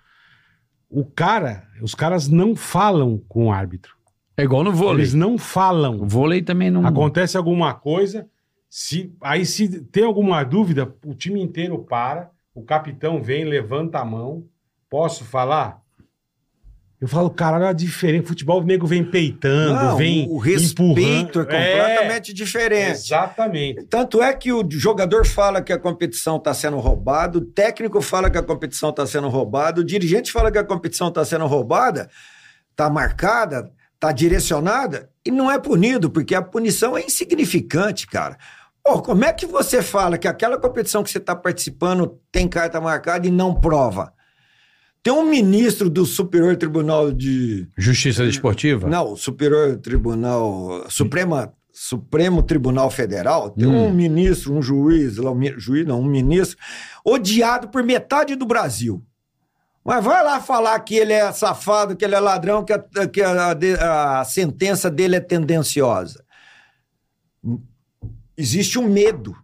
S2: O cara, os caras não falam com o árbitro.
S5: É igual no vôlei.
S2: Eles não
S5: O
S2: falam.
S5: vôlei também não.
S2: Acontece alguma coisa, se aí se tem alguma dúvida, o time inteiro para, o capitão vem, levanta a mão, posso falar? Eu falo, caralho, é diferente. Futebol, o nego vem peitando,
S4: Não,
S2: vem
S4: o respeito
S2: empurrando.
S4: é completamente
S2: É,
S4: diferente.
S2: exatamente.
S4: Tanto é que o jogador fala que a competição está sendo roubada, o técnico fala que a competição está sendo roubada, o dirigente fala que a competição está sendo roubada, está marcada, está direcionada e não é punido, porque a punição é insignificante, cara. Pô, como é que você fala que aquela competição que você está participando tem carta marcada e não prova? Tem um ministro do Superior Tribunal de
S5: Justiça Desportiva?
S4: não, o Superior Tribunal Suprema Supremo Tribunal Federal, tem
S5: Hum.
S4: um ministro, um juiz, lá, um mi- juiz não, um ministro, odiado por metade do Brasil. Mas vai lá falar que ele é safado, que ele é ladrão, que a, que a de- a sentença dele é tendenciosa. Existe um medo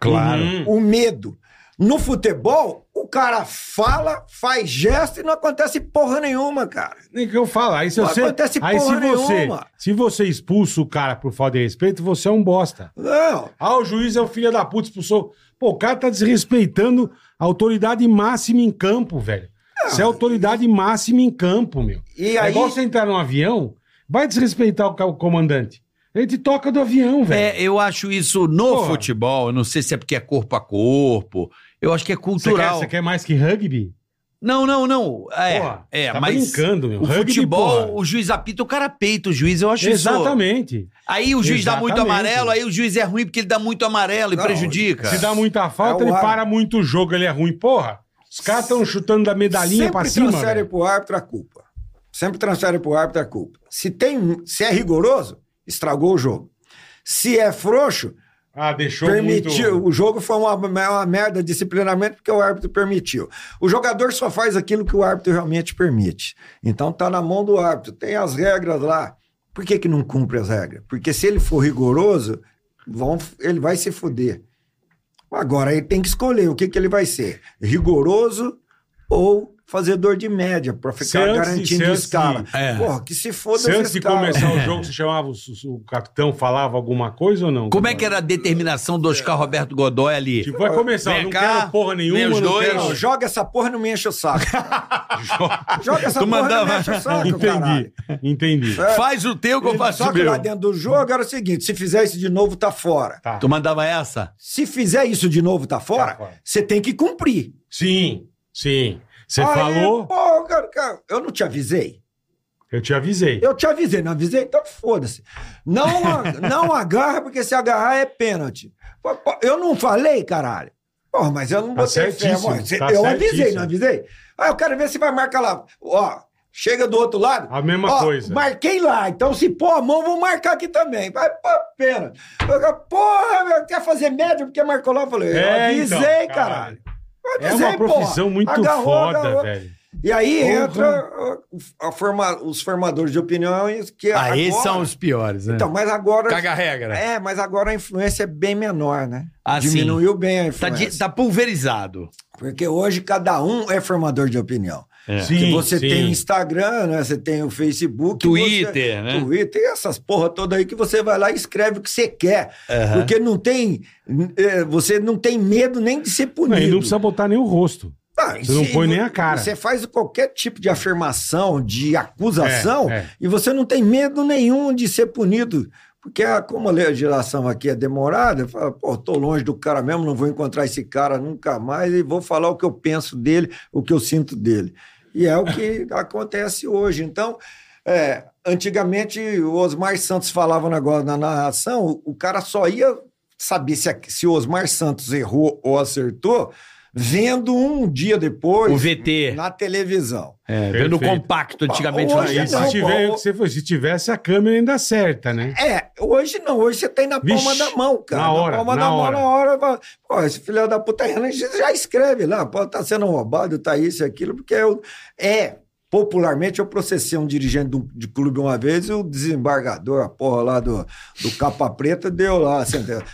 S5: Claro.
S2: Uhum.
S4: o medo. No futebol, o cara fala, faz gesto e não acontece porra nenhuma, cara.
S2: Nem que eu falo. Aí se
S4: Não
S2: você,
S4: acontece
S2: aí se
S4: porra
S2: você,
S4: nenhuma.
S2: se você expulsa o cara por falta de respeito, você é um bosta.
S4: Não.
S2: Ah, o juiz é o filho da puta, expulsou. Pô, o cara tá desrespeitando a autoridade máxima em campo, velho. Você
S5: Ah.
S2: é autoridade máxima em campo, meu.
S4: E
S2: é
S4: aí,
S2: igual você entrar num avião, vai desrespeitar o, ca- o comandante. Ele te toca do avião, velho.
S5: É, eu acho isso no
S2: Porra.
S5: futebol, eu não sei se é porque é corpo a corpo, eu acho que é
S2: Você quer,
S5: cultural.
S2: você quer mais que rugby?
S5: Não, não, não. É,
S2: Porra,
S5: é
S2: tá
S5: mas
S2: brincando, meu.
S5: o
S2: Rugby,
S5: futebol,
S2: porra.
S5: o juiz apita, o cara peita o juiz, eu acho isso.
S2: Exatamente.
S5: Aí o juiz dá muito
S2: Exatamente.
S5: amarelo, aí o juiz é ruim porque ele dá muito amarelo e
S4: Não,
S5: prejudica.
S2: Se dá muita falta,
S4: É o
S2: ele
S4: ar.
S2: para muito o jogo, ele é ruim. Porra, os caras estão chutando da medalhinha
S4: sempre
S2: pra cima,
S4: transfere
S2: velho.
S4: pro árbitro a culpa. Sempre transfere pro árbitro a culpa. Se, tem, se é rigoroso, estragou o jogo. Se é frouxo,
S2: Ah, deixou
S4: permitiu.
S2: muito...
S4: O jogo foi uma, uma merda disciplinarmente porque o árbitro permitiu. O jogador só faz aquilo que o árbitro realmente permite. Então tá na mão do árbitro. Tem as regras lá. Por que, que não cumpre as regras? Porque se ele for rigoroso, vão, ele vai se fuder. Agora ele tem que escolher o que, que ele vai ser: rigoroso ou fazedor de média, para
S2: Se
S4: ficar
S2: antes de- se
S4: garantindo
S2: antes de-
S4: escala.
S5: É.
S4: Porra, que se foda
S2: Se
S4: essa
S2: antes de
S4: escala.
S2: começar o jogo, você chamava o, o capitão, falava alguma coisa ou não?
S5: Como é que era a determinação do Oscar Roberto Godoy ali?
S2: Tipo, vai começar,
S5: Vem
S2: não
S5: cá,
S2: quero porra nenhuma,
S5: vem os
S2: não
S5: dois.
S4: Não,
S2: quero...
S4: joga essa porra, não me enche o saco. Joga essa
S5: Tu
S4: porra,
S5: mandava-
S4: não me enche o saco, caralho.
S2: Entendi, entendi.
S4: É.
S5: Faz o teu que eu faço
S4: Só
S5: o
S4: que
S5: meu.
S4: lá dentro do jogo era o seguinte: se fizer isso de novo, tá fora.
S2: Tá.
S5: Tu mandava essa?
S4: Se fizer isso de novo, tá
S2: Tá
S4: fora,
S2: fora.
S4: você tem que cumprir.
S2: Sim, sim. Você
S4: Aí,
S2: falou,
S4: pô, cara, cara, eu não te avisei.
S2: eu te avisei.
S4: Eu te avisei, não avisei? Então foda-se. Não, a- não agarra, porque se agarrar é pênalti. Pô, pô, Eu não falei, caralho. Pô, mas eu não
S2: Tá
S4: botei fé,
S2: certíssimo,
S4: mano. Cê-
S2: tá
S4: eu avisei,
S2: certíssimo.
S4: não avisei? Ah, eu quero ver se vai marcar lá. Ó, chega do outro lado.
S2: A mesma
S4: Ó,
S2: coisa.
S4: Marquei lá, então se pôr a mão, vou marcar aqui também. Vai pra pênalti. Eu falo, Porra, meu, quer fazer média porque marcou lá? Eu falei,
S2: É,
S4: eu
S2: então,
S4: avisei,
S2: caralho.
S4: caralho. Eu
S2: É
S4: avisei,
S2: uma profissão
S4: porra.
S2: muito
S4: Agarrou,
S2: foda,
S4: agarrou.
S2: velho.
S4: E aí
S2: Porra.
S4: entra uh, a forma- os formadores de opiniões que
S2: Ah,
S5: Aí
S4: agora-
S5: Ah, são os piores, né?
S4: Então, mas agora...
S3: Caga a regra.
S4: É, mas agora a influência é bem menor, né?
S5: Ah, sim.
S4: Diminuiu bem a
S5: tá,
S4: influência.
S5: di- tá pulverizado.
S4: Porque hoje cada um é formador de opinião.
S2: Sim,
S4: Que você
S2: sim.
S4: tem o Instagram, né? Você tem o Facebook.
S3: Twitter,
S4: você-
S3: né?
S4: Twitter, e essas porra toda aí que você vai lá e escreve o que você quer. Porque não tem... eh, Você não tem medo nem de ser
S2: Não,
S4: punido.
S2: e não precisa botar nem o rosto.
S4: Ah, e
S2: Você não
S4: se-
S2: põe nem a cara.
S4: Você faz qualquer tipo de afirmação, de acusação,
S2: É, é.
S4: e você não tem medo nenhum de ser punido. Porque ah, como a legislação aqui é demorada, fala, pô, tô longe do cara mesmo, não vou encontrar esse cara nunca mais e vou falar o que eu penso dele, o que eu sinto dele. E é o que acontece hoje. Então, é, antigamente, o Osmar Santos falava um negócio na narração, o, o cara só ia saber se, a- se o Osmar Santos errou ou acertou, vendo um dia depois
S5: O VT.
S4: na televisão.
S5: É, vendo o
S2: Perfeito.
S5: compacto antigamente.
S4: Hoje
S5: fazia
S2: Aí,
S4: não,
S5: isso.
S2: se, tiver,
S4: pô.
S2: se for- se tivesse a câmera ainda certa, né?
S4: É, hoje não, hoje você tem na palma
S2: Vixe,
S4: da mão, cara.
S2: na hora,
S4: palma
S2: na
S4: da
S2: hora.
S4: mão, na hora. fala, Pô, esse filho da puta Renan já escreve lá, pode estar sendo roubado, tá isso e aquilo, porque eu, é, popularmente eu processei um dirigente do- de clube uma vez e o desembargador, a porra lá do, do Capa Preta, deu lá a sentença.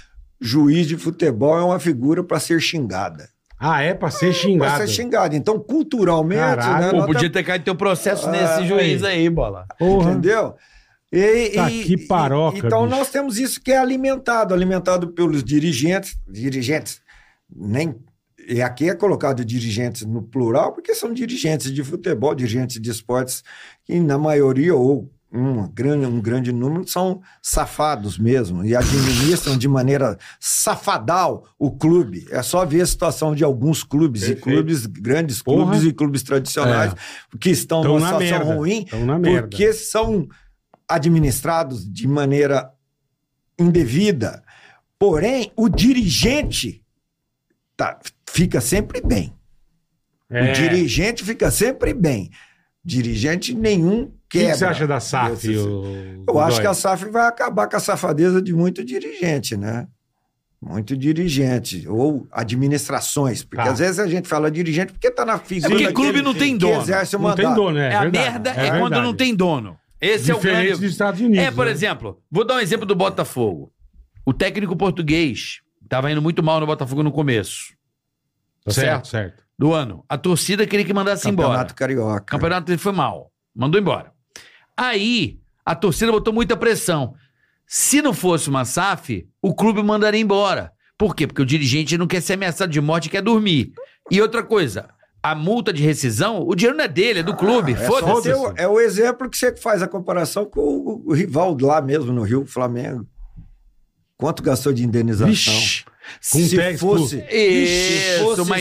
S4: Juiz de futebol é uma figura para ser xingada.
S2: Ah, é pra ser
S4: Pra
S2: xingado.
S4: ser xingada. Então, culturalmente,
S2: Caraca,
S4: né?
S2: pô,
S4: nós
S5: Pô, podia ter caído teu processo nesse
S2: Ah,
S4: é.
S5: juiz
S2: aí.
S5: aí, bola.
S2: Porra.
S4: Entendeu? E,
S2: Tá
S4: e-
S2: que paroca,
S4: Então
S2: bicho.
S4: nós temos isso que é alimentado, alimentado pelos dirigentes, dirigentes, nem e aqui é colocado dirigentes no plural, porque são dirigentes de futebol, dirigentes de esportes, que na maioria, ou um grande, um grande número, são safados mesmo, e administram de maneira safadal o clube. É só ver a situação de alguns clubes,
S2: Perfeito.
S4: e clubes, grandes
S2: Porra.
S4: clubes e clubes tradicionais, que estão
S2: Estão
S4: numa
S2: na
S4: situação
S2: merda.
S4: ruim,
S2: Estão na merda.
S4: porque são administrados de maneira indevida. Porém, o dirigente tá- fica sempre bem.
S2: É.
S4: O dirigente fica sempre bem. Dirigente nenhum
S2: O que,
S4: quebra.
S2: que você acha da SAF?
S4: desses-
S2: o-
S4: Eu acho
S2: Godoy?
S4: que a SAF vai acabar com a safadeza de muito dirigente, né? Muito dirigente. Ou administrações. Porque
S2: Tá.
S4: às vezes a gente fala dirigente porque está na
S3: É
S4: figura.
S3: porque clube
S4: daquele
S3: não tem
S4: que
S3: dono.
S4: exerce o
S2: não tem
S4: mandato.
S2: dono, né?
S3: É a
S2: verdade,
S3: merda é, quando
S2: verdade.
S3: não tem dono. Esse
S2: Diferente
S3: é o grande.
S2: dos Estados Unidos.
S3: É, por
S2: né?
S3: exemplo, vou dar um exemplo do Botafogo. O técnico português estava indo muito mal no Botafogo no começo
S2: Tá Certo, certo.
S3: do ano. A torcida queria que mandasse embora.
S4: Campeonato Carioca.
S3: O campeonato dele foi mal. Mandou embora. Aí, a torcida botou muita pressão. Se não fosse uma SAF, o clube mandaria embora. Por quê? Porque o dirigente não quer ser ameaçado de morte e quer dormir. E outra coisa, a multa de rescisão, o dinheiro não é dele, é do clube.
S4: É, só
S3: Foda-se.
S4: ter o- é o exemplo que você faz a comparação com o, o rival lá mesmo no Rio, Flamengo. Quanto gastou de indenização?
S2: Vixe, com
S4: se
S2: pés,
S4: fosse, se
S3: Isso,
S4: fosse
S3: uma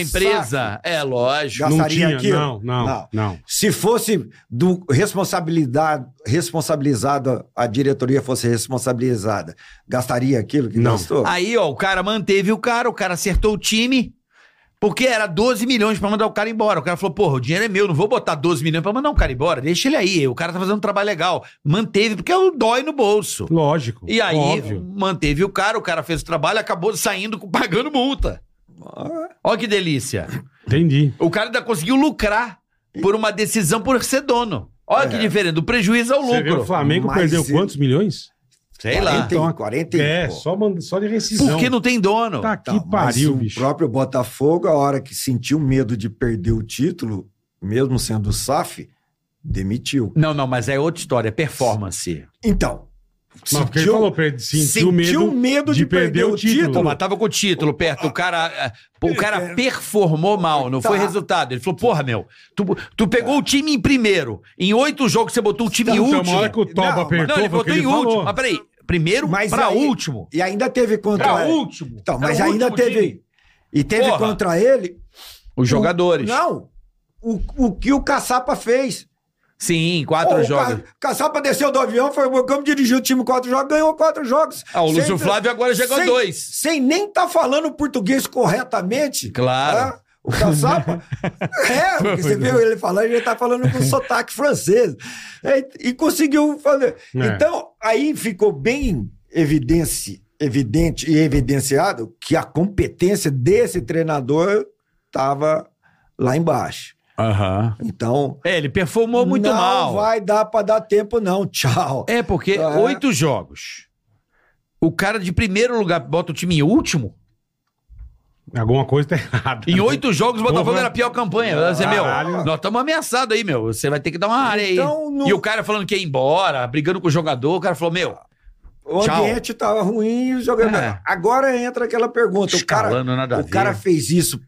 S4: SAF,
S3: empresa. É, lógico.
S2: não
S4: gastaria
S2: tinha,
S4: aquilo?
S2: não, não, não,
S4: Não. se fosse do responsabilidade responsabilizado a diretoria fosse responsabilizada, gastaria aquilo que
S2: Não.
S4: gastou?
S3: Aí, ó, o cara manteve o cara, o cara acertou o time. Porque era 12 milhões pra mandar o cara embora. O cara falou, porra, o dinheiro é meu, não vou botar 12 milhões pra mandar um cara embora. Deixa ele aí, o cara tá fazendo um trabalho legal. Manteve, porque é o dói no bolso.
S2: Lógico.
S3: E aí,
S2: Óbvio.
S3: manteve o cara, o cara fez o trabalho, acabou saindo com- pagando multa.
S4: Ah,
S3: Olha que delícia.
S2: Entendi.
S3: O cara ainda conseguiu lucrar por uma decisão por ser dono. Olha que
S4: É.
S3: diferente, do prejuízo ao
S2: Você vê o
S3: lucro.
S2: Flamengo
S4: Mas
S2: perdeu
S4: ele-
S2: quantos milhões?
S3: Sei lá.
S4: 40,
S2: Então,
S4: e 40 e
S2: É,
S4: pô.
S2: só, manda, só de rescisão.
S3: Porque não tem dono.
S2: Tá que
S4: Então, mas
S2: pariu,
S4: o
S2: bicho.
S4: próprio Botafogo, a hora que sentiu medo de perder o título, mesmo sendo SAF, demitiu.
S3: Não, não, mas é outra história, é performance.
S4: Então,
S2: Mas porque ele falou pra ele, sentiu, medo.
S4: medo
S2: de perder o
S3: Pô,
S2: título.
S3: mas tava com o título perto. O cara, eh, pô, o cara performou mal, não
S4: Tá.
S3: foi resultado. Ele falou: porra, meu, tu, tu pegou o time em primeiro. Em oito jogos você botou o time em
S2: Então,
S3: último.
S2: uma hora que o Toba
S4: um Não, mas-
S2: apertou,
S3: Não, ele
S2: foi o que
S3: botou em
S2: ele falou.
S3: último. Mas peraí, primeiro
S4: Mas
S3: pra
S4: aí-
S3: último.
S4: E ainda teve contra
S3: Pra
S4: ele.
S3: último.
S4: Então, mas
S3: Era o
S4: ainda
S3: último
S4: teve.
S3: time.
S4: E teve
S3: Porra.
S4: contra ele.
S3: Os jogadores.
S4: Não. O, o que o Caçapa fez.
S3: Sim, quatro
S4: Pô, o
S3: jogos.
S4: Ca- Caçapa desceu do avião, foi pro campo, dirigiu o time quatro jogos, ganhou quatro jogos.
S3: Ah, o Lúcio Flávio agora
S4: chegou
S3: jogou dois.
S4: Sem nem estar tá falando português corretamente.
S3: Claro.
S4: tá? O Caçapa. é, porque você viu ele falando, ele tá falando com sotaque francês. É, e conseguiu fazer.
S2: É.
S4: Então, aí ficou bem evidente, evidente e evidenciado que a competência desse treinador estava lá embaixo.
S3: Aham.
S4: Então,
S3: É, ele performou muito
S4: não
S3: mal.
S4: vai dar pra dar tempo, não. Tchau.
S3: É, porque
S4: É.
S3: oito jogos. O cara de primeiro lugar bota o time em último.
S2: Alguma coisa tá errada.
S3: Em oito jogos, o Botafogo
S2: Porra.
S3: era a pior campanha.
S4: né?
S3: Vai dizer, meu,
S2: Caralho.
S3: nós estamos ameaçados aí, meu. Você vai ter que dar uma área aí.
S4: Então, não-
S3: E o cara falando que ia embora, brigando com o jogador, o cara falou, meu,
S4: O
S3: Tchau.
S4: ambiente tava ruim, o jogador.
S3: É.
S4: Agora entra aquela pergunta: o cara,
S3: escalando nada a
S4: o cara
S3: ver.
S4: fez isso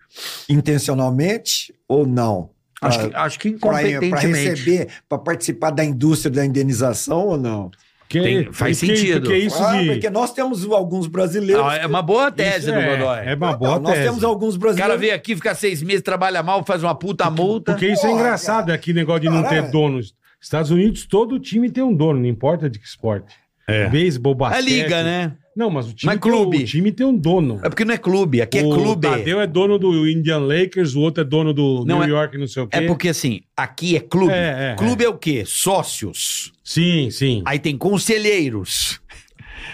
S4: intencionalmente ou não?
S5: Acho que, acho que
S4: Pra- pra- pra
S5: incompetentemente.
S4: receber, pra participar da indústria da indenização ou não?
S2: Porque-
S3: Tem- faz
S2: porque-
S3: sentido.
S2: Porque isso
S4: ah,
S2: de...
S4: porque nós temos alguns brasileiros.
S3: Ah, é uma boa tese
S2: isso
S3: do
S2: é-
S3: Godoy.
S2: É uma boa
S4: Não, nós
S2: tese.
S4: temos alguns
S3: O cara
S4: brasileiros.
S3: veio aqui, fica seis meses, trabalha mal, faz uma puta multa.
S2: Porque isso é
S4: Porra,
S2: engraçado, é aquele negócio de não ter
S4: Caralho.
S2: dono. Estados Unidos, todo time tem um dono, não importa de que esporte. É. Beisebol,
S3: É
S2: basquete.
S3: liga, né?
S2: Não, mas o time,
S3: Mas
S2: tem,
S3: clube.
S2: o time tem um dono.
S3: É porque não é clube, aqui é
S2: o
S3: clube.
S2: Tadeu é dono do Indian Lakers, o outro é dono do
S3: Não,
S2: New
S3: é-
S2: York, não sei o quê.
S3: É porque assim, aqui é clube.
S2: É, é,
S3: clube é. o quê? Sócios.
S2: Sim, sim.
S3: Aí tem conselheiros.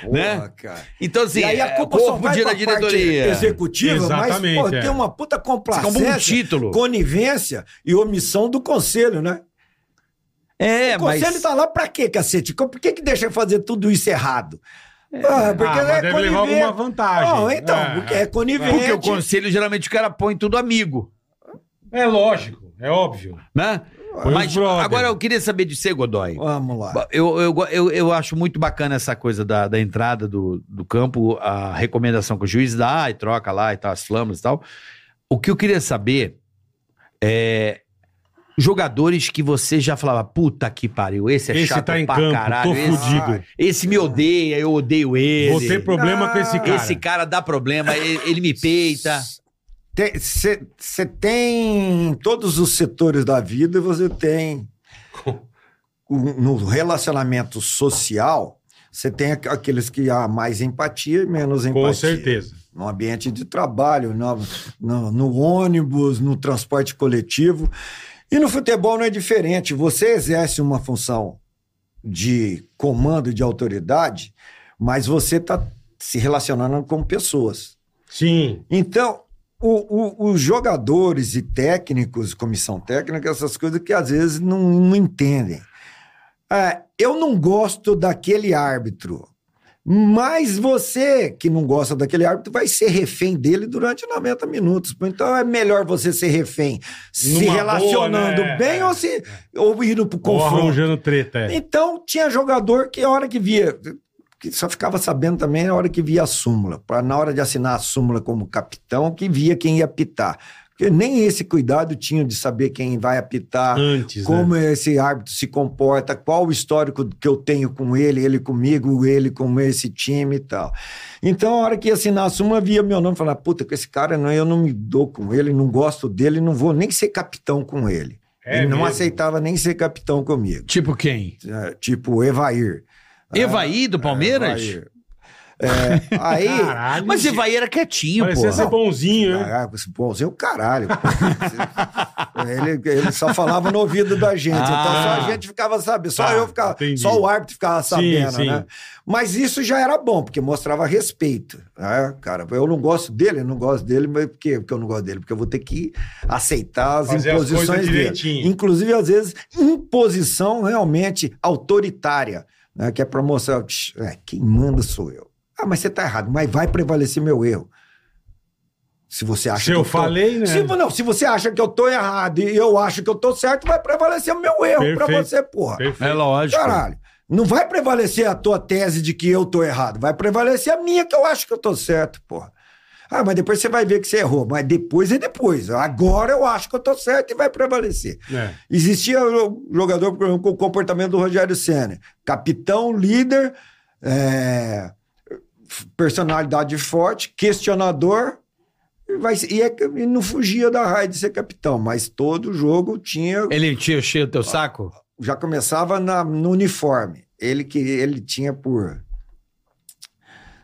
S4: Porra,
S3: né?
S4: cara.
S3: Então assim,
S4: e aí
S3: é
S4: a culpa só
S3: corpo
S4: vai
S3: de- da
S4: pra parte
S3: diretoria.
S4: executiva,
S2: Exatamente,
S4: mas pô,
S2: é.
S4: tem uma puta
S3: Acabou um
S4: complacência,
S3: título.
S4: conivência e omissão do conselho, né?
S3: É,
S4: o conselho
S3: mas...
S4: tá lá pra quê, cacete? Co- Por que, que deixa fazer tudo isso errado?
S3: É.
S4: Ah,
S2: Ah, mas deve levar
S4: conivente.
S2: alguma vantagem.
S4: Não, então,
S2: É,
S4: porque
S2: é.
S4: é conivente.
S3: Porque o conselho, geralmente, o cara põe tudo amigo,
S2: É lógico, é óbvio.
S3: né?
S2: Põe os
S3: Mas
S2: brother.
S3: agora eu queria saber de você, Godoy.
S4: Vamos lá.
S3: Eu, eu, eu, eu acho muito bacana essa coisa da, da entrada do, do campo, a recomendação que o juiz dá e troca lá e tal, as flamas e tal. O que eu queria saber é jogadores que você já falava, puta que pariu, esse é
S2: Esse
S3: chato
S2: tá em
S3: pra
S2: campo,
S3: caralho,
S2: tô
S3: esse,
S2: fudido.
S3: esse me odeia, eu odeio ele.
S2: Vou ter problema com esse cara.
S3: Esse cara dá problema, ele, ele me peita.
S4: Você tem em todos os setores da vida, você tem o- no relacionamento social, você tem aqu- aqueles que há mais empatia e menos
S2: Com
S4: empatia.
S2: certeza.
S4: no ambiente de trabalho, no, no- no ônibus, no transporte coletivo. E no futebol não é diferente. Você exerce uma função de comando, de autoridade, mas você está se relacionando com pessoas.
S2: Sim.
S4: Então, o- o- os jogadores e técnicos, comissão técnica, essas coisas que às vezes não, não entendem. Ah, eu não gosto daquele árbitro, mas você que não gosta daquele árbitro vai ser refém dele durante 90 minutos. Então é melhor você ser refém, se
S2: Numa
S4: relacionando
S2: boa, né?
S4: bem ou, se, ou indo pro
S2: Ou
S4: confronto.
S2: arranjando treta. É.
S4: Então, tinha jogador que a hora que via, que só ficava sabendo também a hora que via a súmula, para na hora de assinar a súmula como capitão, que via quem ia apitar. Porque nem esse cuidado tinha de saber quem vai apitar,
S2: Antes, né?
S4: como esse árbitro se comporta, qual o histórico que eu tenho com ele, ele comigo, ele com esse time e tal. Então, a hora que ia assinar a súmula, via meu nome e falava, puta, com esse cara não, eu não me dou com ele, não gosto dele, não vou nem ser capitão com ele.
S2: É
S4: ele não
S2: mesmo.
S4: aceitava nem ser capitão comigo.
S3: Tipo quem?
S4: É, tipo Evair.
S3: Ah,
S4: É,
S3: Evaí do Palmeiras? Ah,
S4: Evair. É, aí.
S2: Caralho.
S3: Mas Evaí era quietinho,
S2: Parecia
S3: pô.
S2: ser bonzinho, né?
S4: Caraca, esse pãozinho, caralho. pô. ele, ele só falava no ouvido da gente.
S3: Ah.
S4: então só a gente ficava sabendo, só
S2: Tá,
S4: eu ficava,
S2: entendi.
S4: só o árbitro ficava sabendo,
S2: sim.
S4: né? Mas isso já era bom, porque mostrava respeito. Né? Cara, eu não gosto dele, eu não gosto dele, mas por quê? Porque eu não gosto dele, porque eu vou ter que aceitar as
S2: Fazer as coisas
S4: imposições dele.
S2: direitinho.
S4: Inclusive, às vezes, imposição realmente autoritária, né? Que é pra mostrar, "Tch, é, quem manda sou eu. Ah, mas você tá errado, mas vai prevalecer meu erro. Se você acha
S2: Se eu
S4: tô-
S2: falei, né?
S4: se, vo- não, se você acha que eu tô errado e eu acho que eu tô certo, vai prevalecer o meu erro pra
S2: Perfeito.
S4: você, porra.
S3: É
S2: Perfeito.
S3: lógico.
S4: Caralho. Não vai prevalecer a tua tese de que eu tô errado, vai prevalecer a minha que eu acho que eu tô certo, porra. Ah, mas depois você vai ver que você errou, mas depois é depois. Agora eu acho que eu tô certo e vai prevalecer.
S2: É.
S4: Existia o jogador por exemplo, com o comportamento do Rogério Senna. Capitão, líder, é, f- personalidade forte, questionador, e, vai se- e é que- e não fugia da raia de ser capitão, mas todo jogo tinha.
S3: Ele tinha cheio o teu saco?
S4: Já começava na- no uniforme. Ele que ele tinha por.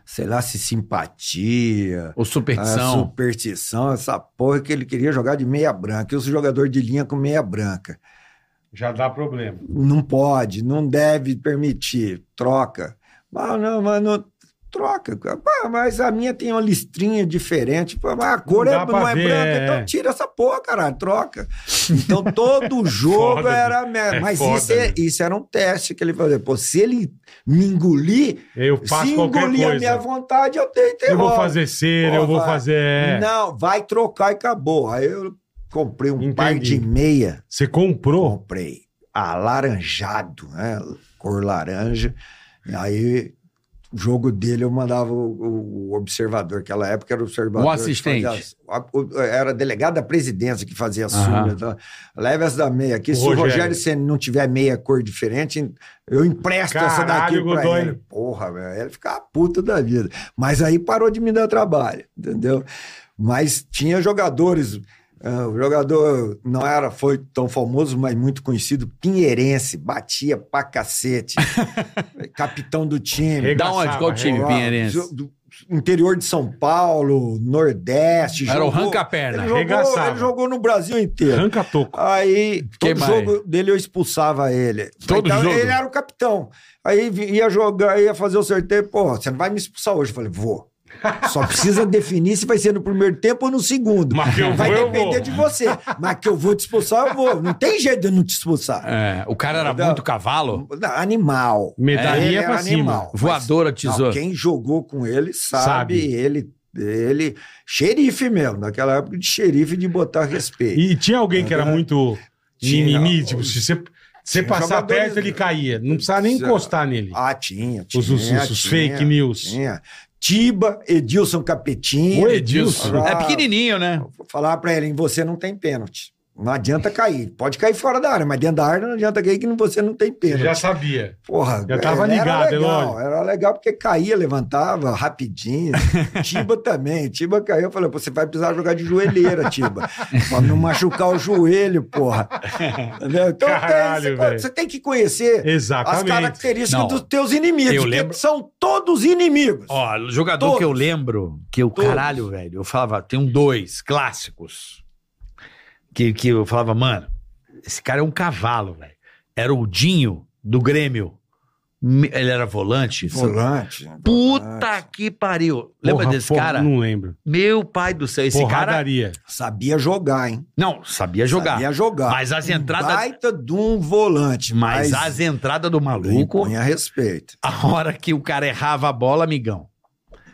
S4: Sei lá, se simpatia.
S3: Ou
S4: A
S3: superstição?
S4: superstição, essa porra que ele queria jogar de meia branca. E os jogador de linha com meia branca
S2: Já dá problema.
S4: não pode, não deve permitir, troca. Ah, não, mano, troca. Ah, mas a minha tem uma listrinha diferente. Ah, mas a cor
S2: Não
S4: é-
S2: dá
S4: não,
S2: pra
S4: é
S2: ver,
S4: branca,
S2: é.
S4: então tira essa porra, caralho, troca. Então todo jogo
S2: É Foda,
S4: era merda.
S2: é
S4: mas
S2: foda,
S4: isso, é-
S2: né?
S4: isso era um teste que ele fazia. Pô, se ele me engolir,
S2: Eu
S4: se
S2: faço qualquer
S4: engolir a minha
S2: coisa.
S4: vontade, eu tenho terror.
S2: Eu vou fazer cera, eu vou
S4: Porra.
S2: fazer. é.
S4: Não, vai trocar e acabou. Aí eu comprei um par
S2: Entendi.
S4: de meia
S2: Você comprou?
S4: comprei alaranjado, né? Cor laranja. E aí, o jogo dele eu mandava o, o- o observador, aquela época era o observador.
S3: O
S4: que
S3: assistente.
S4: fazia as- a- o- era delegado da presidência que fazia a
S3: Aham.
S4: súmula. Então, leve essa da meia aqui.
S2: O
S4: Se o Rogério,
S2: Rogério
S4: Ceni não tiver meia cor diferente, eu empresto essa daqui
S2: Caralho,
S4: pra
S2: Godoy.
S4: ele. Porra, velho. Ele ficava puto da vida. Mas aí parou de me dar trabalho, entendeu? Mas tinha jogadores. ah, o jogador não era, foi tão famoso, mas muito conhecido, pinheirense, batia pra cacete. capitão do time.
S3: Dá onde? Qual time,
S4: Ó,
S3: Pinheirense?
S4: jo- do Interior de São Paulo, Nordeste.
S3: Era o
S4: jogou-
S3: arranca-perna.
S4: Ele jogou,
S2: Arregaçava.
S4: ele jogou no Brasil inteiro.
S2: Arranca toco.
S4: Aí,
S3: Quem
S4: todo
S3: mais?
S4: jogo dele eu expulsava ele.
S3: Todo
S4: então,
S3: jogo?
S4: Ele era o capitão. Aí vi- ia jogar, ia fazer o sorteio. Pô, você não vai me expulsar hoje. Eu falei, vou. Só precisa definir se vai ser no primeiro tempo ou no segundo.
S2: Mas que eu
S4: vai
S2: vou, eu
S4: depender
S2: vou.
S4: de você. Mas que eu vou te expulsar, eu vou. Não tem jeito de eu não te expulsar.
S3: É, o cara era
S4: Não.
S3: muito cavalo?
S4: Animal.
S2: Medalhinha
S4: Ele
S2: pra
S4: É, era
S2: cima.
S4: animal. Mas-
S3: Voadora,
S4: Não,
S3: tesoura.
S4: quem jogou com ele sabe,
S2: Sabe.
S4: ele ele xerife mesmo, naquela época de xerife de botar respeito.
S2: E tinha alguém que era muito
S4: Tinha.
S2: mimimi, tipo, se você, se você
S4: Tinha
S2: passar
S4: jogadores- né?
S2: perto, ele caía. Não precisava nem
S4: Tinha.
S2: encostar nele.
S4: Ah, tinha, tinha.
S2: Os, os- os- os fake news.
S4: Tinha. Tiba, Edilson Capetinho.
S2: O Edilson.
S4: Ah,
S3: É pequenininho, né?
S4: Falar pra ele, "Em você não tem pênalti. Não adianta cair. Pode cair fora da área, mas dentro da área não adianta cair que você não tem
S2: Você já
S4: pênalti.
S2: sabia.
S4: Porra,
S2: já tava ligado, é
S4: era legal,
S2: lógico.
S4: era legal porque caía, levantava rapidinho. Tiba também. Tiba caiu, eu falei, "Pô, você vai precisar jogar de joelheira, Tiba. pra não machucar o joelho, porra. Entendeu? Então tem-
S2: Caralho,
S4: você-
S2: velho.
S4: você tem que conhecer as
S2: Exatamente.
S4: características
S3: Não.
S4: dos teus inimigos,
S3: Eu
S4: que
S3: lembro-
S4: são todos inimigos.
S3: Ó, jogador
S4: Todos.
S3: que eu lembro, que eu,
S4: Todos.
S3: caralho, velho, eu falava, tem um dois clássicos. Que, que eu falava, mano, Esse cara é um cavalo, velho. Era o Dinho do Grêmio. Me- Ele era volante.
S4: Volante.
S3: Puta
S4: volante.
S3: que pariu. Lembra
S2: Porra,
S3: desse
S2: porra,
S3: cara?
S2: Não lembro.
S3: Meu pai do céu. Esse cara.
S2: Porradaria.
S4: Sabia jogar, hein?
S3: Não, sabia jogar.
S4: Sabia jogar.
S3: Mas as entradas.
S4: Baita de um volante.
S3: Mas
S4: Mas,
S3: as entradas do maluco,
S4: Impunha respeito.
S3: a hora que o cara errava a bola, amigão.